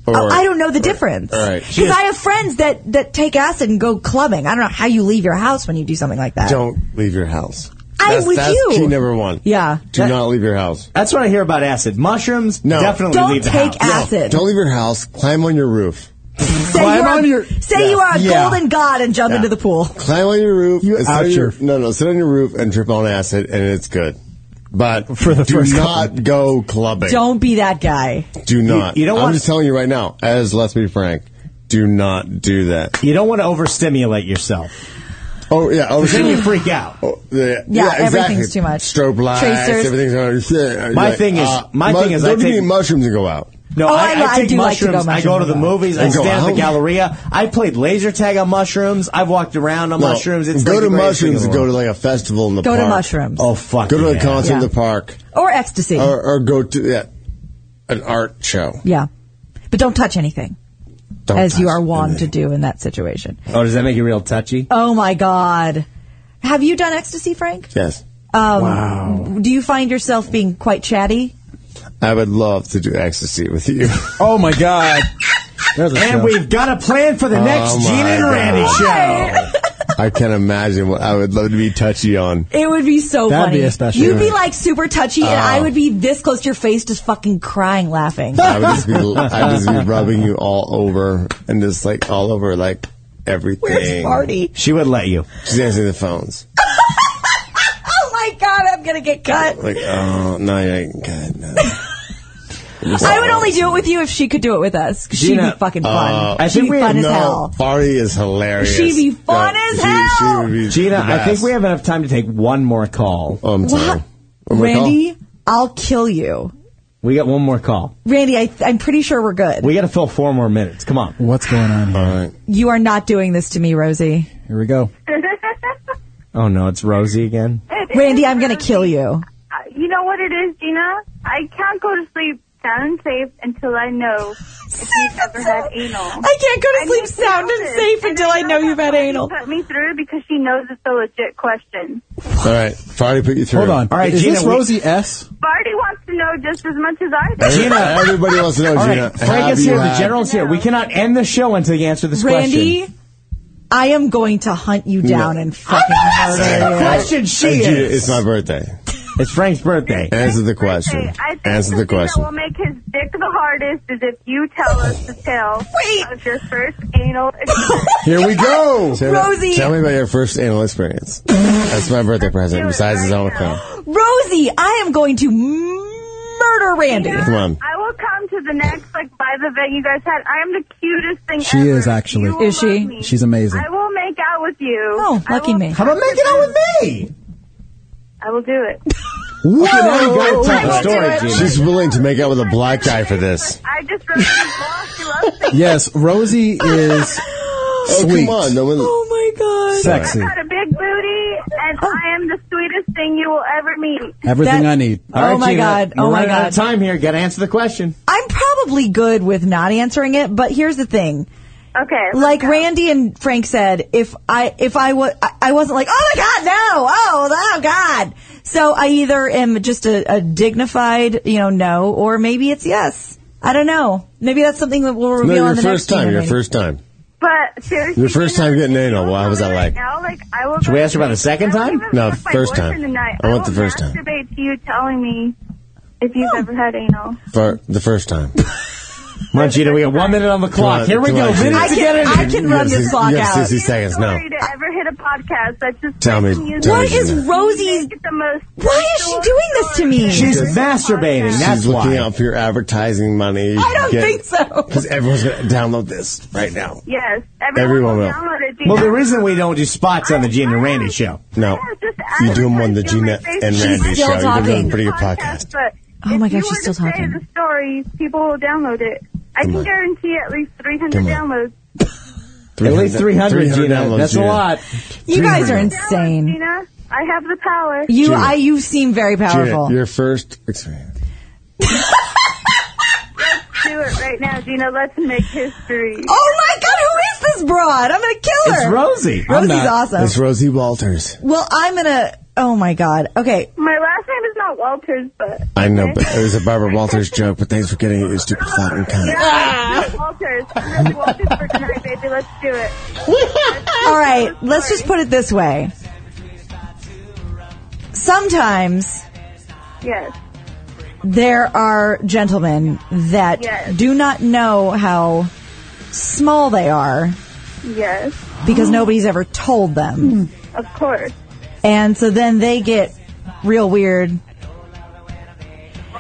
S2: Oh, I don't know the difference.
S6: All right.
S2: Because I have friends that, that take acid and go clubbing. I don't know how you leave your house when you do something like that.
S6: Don't leave your house.
S2: I'm
S6: that's,
S2: with
S6: that's
S2: you.
S6: key number one.
S2: Yeah.
S6: Do not leave your house.
S3: That's what I hear about acid. Mushrooms,
S6: no.
S3: definitely Don't leave the take house. acid.
S6: No, don't leave your house. Climb on your roof.
S2: Say you are, say you are a
S6: Yeah.
S2: golden god and jump
S6: Yeah.
S2: into the pool.
S6: Climb on your roof. and sit
S7: out
S6: on
S7: your-
S6: no, no. Sit on your roof and drip on acid, and it's good. But for
S7: the
S6: do
S7: first
S6: not go clubbing.
S2: Don't be that guy.
S6: Do not.
S3: you don't
S6: I'm
S3: want-
S6: just telling you right now, as let's be frank, do not do that.
S3: You don't want to overstimulate yourself.
S6: Oh yeah, oh
S3: Then you freak out.
S6: Oh, yeah,
S2: Yeah,
S6: exactly.
S2: everything's too much.
S6: Strobe lights,
S2: Tracers.
S6: everything's on. Yeah,
S3: My
S6: like,
S3: thing is-
S6: uh,
S3: my
S6: mu-
S3: thing is I
S6: don't
S3: take-
S6: need mushrooms and go out.
S3: No,
S2: Oh,
S3: I,
S2: I li-
S3: I,
S2: I
S3: take
S2: do like to go
S3: mushrooms. I go to the
S2: mushrooms.
S3: movies. I
S6: And go
S3: stand at the
S6: out?
S3: Galleria. I played laser tag on mushrooms. I've walked around on
S6: No,
S3: mushrooms. It's
S6: go
S3: like
S6: to
S3: the greatest
S6: mushrooms
S3: thing
S6: and
S3: in the
S6: go to
S3: world.
S6: like a festival in the
S2: Go
S6: park.
S2: to mushrooms.
S3: Oh fuck!
S6: Go to a
S3: yeah.
S6: concert in
S2: Yeah.
S6: the park,
S2: Or ecstasy.
S6: or, or go to yeah, an art show.
S2: yeah. But don't touch anything,
S6: Don't
S2: as you
S6: touch
S2: are wont to
S6: anything.
S2: do in that situation.
S3: Oh, does that make you real touchy?
S2: Oh my god. Have you done ecstasy, Frank?
S6: Yes,
S2: Um,
S6: Wow.
S2: Do you find yourself being quite chatty?
S6: I would love to do ecstasy with you.
S7: Oh my god. There's a
S3: And
S7: show.
S3: we've got a plan for the
S6: Oh
S3: next
S6: my
S3: Gene and
S6: God.
S3: Randy show.
S6: I can't imagine what I would love to be touchy on.
S2: It would be so
S7: That'd
S2: funny.
S7: be a special
S2: You'd be
S7: event.
S2: like super touchy, and
S6: Oh.
S2: I would be this close to your face, just fucking crying, laughing.
S6: I would just be, I would just be rubbing you all over and just like all over like everything.
S2: Where's Marty?
S3: She would let you.
S6: She's answering the phones.
S2: Oh my god, I'm gonna get cut.
S6: Like, oh no, you're like, God, no.
S2: I would only do it with you if she could do it with us. 'cause she'd
S3: Gina,
S2: be fucking fun.
S6: uh,
S3: I
S2: she'd
S3: think
S2: be
S3: we-
S2: fun as
S6: no,
S2: hell.
S6: Marty is hilarious.
S2: She'd be fun as
S6: she,
S2: hell.
S6: She would be
S3: Gina,
S6: the
S3: I think
S6: best.
S3: we have enough time to take one more call.
S6: Oh, I'm sorry.
S2: What? Randy, I'll kill you.
S3: We got one more call.
S2: Randy, I, I'm pretty sure we're good.
S3: We got to fill four more minutes. Come on.
S7: What's going on?
S6: All right.
S2: you are not doing this to me, Rosie.
S7: Here we go.
S3: Oh no, it's Rosie again.
S2: Randy, I'm gonna kill you.
S11: Uh, You know what it is, Gina? I can't go to sleep sound and safe until I know if you've ever had anal.
S2: I can't go to sleep
S11: need to
S2: sound
S11: know
S2: and
S11: this,
S2: safe
S11: and
S2: until I know you've had
S11: that's why you
S2: anal.
S11: Put me through because she knows it's a legit question.
S6: All right. Farty put you through.
S7: Hold on.
S3: All right,
S7: Is
S3: Gina,
S7: this
S3: we-
S7: Rosie S?
S11: Barty wants to know just as much as I do.
S6: Every- everybody wants to know,
S3: All
S6: Gina.
S3: right, Frank
S6: have
S3: is
S6: you
S3: here. The
S6: had-
S3: general's here. We cannot end the show until you answer this
S2: Randy,
S3: question.
S2: I am going to hunt you down and fucking
S3: Answer the
S2: murder you.
S3: question. She
S6: Hey, Gina,
S3: is.
S6: it's my birthday.
S3: It's Frank's birthday.
S6: Answer the
S11: Hey,
S6: question.
S11: I think
S6: Answer the
S11: thing
S6: question.
S11: That will make his dick the hardest is if you tell us the tale of your first anal. experience.
S6: Here we go. Tell me-
S2: Rosie.
S6: Tell me about your first anal experience. That's my birthday present, besides his own crown.
S2: Rosie, I am going to murder Randy.
S6: Come on.
S11: I will come to the next like live event you guys had. I am the cutest thing
S7: She
S11: ever.
S7: is actually.
S11: You will
S7: Is she?
S11: love me.
S7: She's amazing.
S11: I will make out with you.
S2: Oh, lucky me.
S11: How
S7: about making out with me?
S11: I will do it.
S6: Whoa!
S11: there you go. Tell the story, Gina.
S6: She's willing to make out with a black guy for this.
S11: I just wrote this blog. She loves me.
S7: Yes, Rosie is sweet.
S6: come on,
S11: Oh my god.
S7: Sexy.
S11: I've got a big booty, and
S2: Oh.
S11: I am the sweetest thing you will ever meet.
S7: Everything I need.
S3: All right, Gina, We're running out of
S2: God.
S3: time here. Got to answer the question.
S2: I'm probably good with not answering it, but here's the thing.
S11: Okay.
S2: Like Randy and Frank said, if I if I was I I wasn't like, oh my god, no, oh oh god. So I either am just a, a dignified, you know, no, or maybe it's yes. I don't know. Maybe that's something that we'll
S6: No,
S2: reveal
S6: your
S2: on the
S6: first
S2: next
S6: time. Your
S2: Gina
S6: first time.
S11: But seriously,
S6: Your first time getting anal. What was that like?
S11: now, like I will.
S6: Should we ask her about the second time? No,
S11: my
S6: first
S11: boyfriend
S6: time.
S11: Tonight.
S6: I want the
S11: will
S6: first time.
S11: Masturbate to you telling me if you've ever had anal.
S6: For the first time.
S3: Come on, Gina. We got one minute on the clock. Here we go. Minute
S11: I
S3: to
S11: can-
S3: get it.
S11: I can
S6: You
S11: run
S6: have
S11: this
S6: six-
S11: clock
S6: you have
S11: out.
S6: 60 seconds. No.
S11: Sorry to ever hit a podcast. That's just
S6: Tell me-
S11: breaking news.
S6: tell me, What is Gina.
S2: Rosie's?
S11: The most
S2: Why is she doing this to me?
S3: She's masturbating. That's
S6: She's looking
S3: why.
S6: out for your advertising money.
S2: I don't think so.
S6: Because everyone's going to download this right now.
S11: Yes,
S6: Everyone will.
S11: download it.
S3: Well, the reason we don't do spots on the Gene and Randy show.
S6: No. You do them on the Gina and
S11: She's
S6: Randy
S11: still
S6: show. You're going to have
S11: talking.
S6: a pretty good podcast.
S11: But
S2: Oh
S11: if
S2: my
S11: you
S2: gosh,
S11: were
S2: she's still
S11: to say
S2: talking.
S11: The story, people will download it. I
S6: Come
S11: can
S6: on.
S11: guarantee at least 300
S6: Come on.
S11: downloads.
S3: At least 300,
S6: 300
S3: Gina.
S6: downloads,
S3: That's a
S6: Gina.
S3: lot.
S2: You guys are
S6: Gina.
S2: insane.
S11: Gina, I have the power.
S2: You
S6: Gina.
S2: I you seem very powerful.
S6: Gina, your first experience.
S11: Do it right now, Gina. Let's make history.
S2: Oh my god, who is this broad? I'm gonna kill her. Rosie's awesome.
S6: It's Rosie Walters.
S2: well, I'm gonna. Oh my god. Okay.
S11: My last name is not Walters, but
S6: I know, but it was a Barbara Walters joke, but thanks for getting it, you stupid fucking cunt.
S2: Ah.
S11: yeah, I'm Walters. I'm really Walters for tonight, baby. Let's do it.
S2: All right. Let's just put it this way. Sometimes
S11: Yes.
S2: there are gentlemen that
S11: Yes.
S2: do not know how small they are
S11: Yes.
S2: because
S3: Oh.
S2: nobody's ever told them,
S11: Of course.
S2: and so then they get real weird.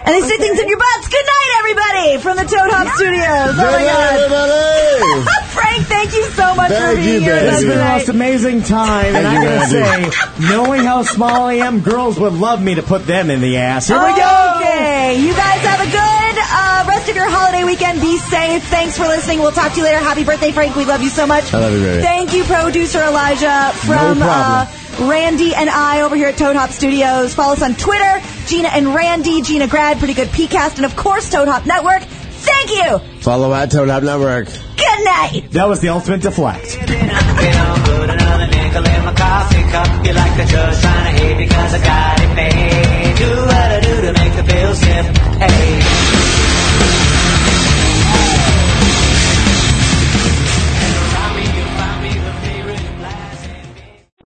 S2: And they stick things in your butts. Good night, everybody, from the Toad Hop Studios. Oh my God. oh Frank, thank you so much
S3: Thank
S2: for being
S3: you,
S2: here with
S3: baby.
S2: us
S3: It's been the
S2: tonight.
S3: most amazing time, and
S6: Thank
S3: I'm
S6: you,
S3: gonna
S6: Randy.
S3: say, knowing how small I am, girls would love me to put them in the ass. Here we go.
S2: Okay, you guys have a good uh, rest of your holiday weekend. Be safe. Thanks for listening. We'll talk to you later. Happy birthday, Frank. We love you so much.
S6: I love you, baby.
S2: Thank you, producer Elijah from
S6: No
S2: uh,
S6: problem.
S2: Randy and I over here at Toad Hop Studios. Follow us on Twitter, Gina and Randy, Gina Grad, pretty good PCast, and of course Toad Hop Network. Thank you.
S6: Follow at Toad Hop Network.
S2: Good night.
S3: That was the ultimate deflect.
S16: Put another nickel in my coffee cup. You like a judge trying to hate because I got it made.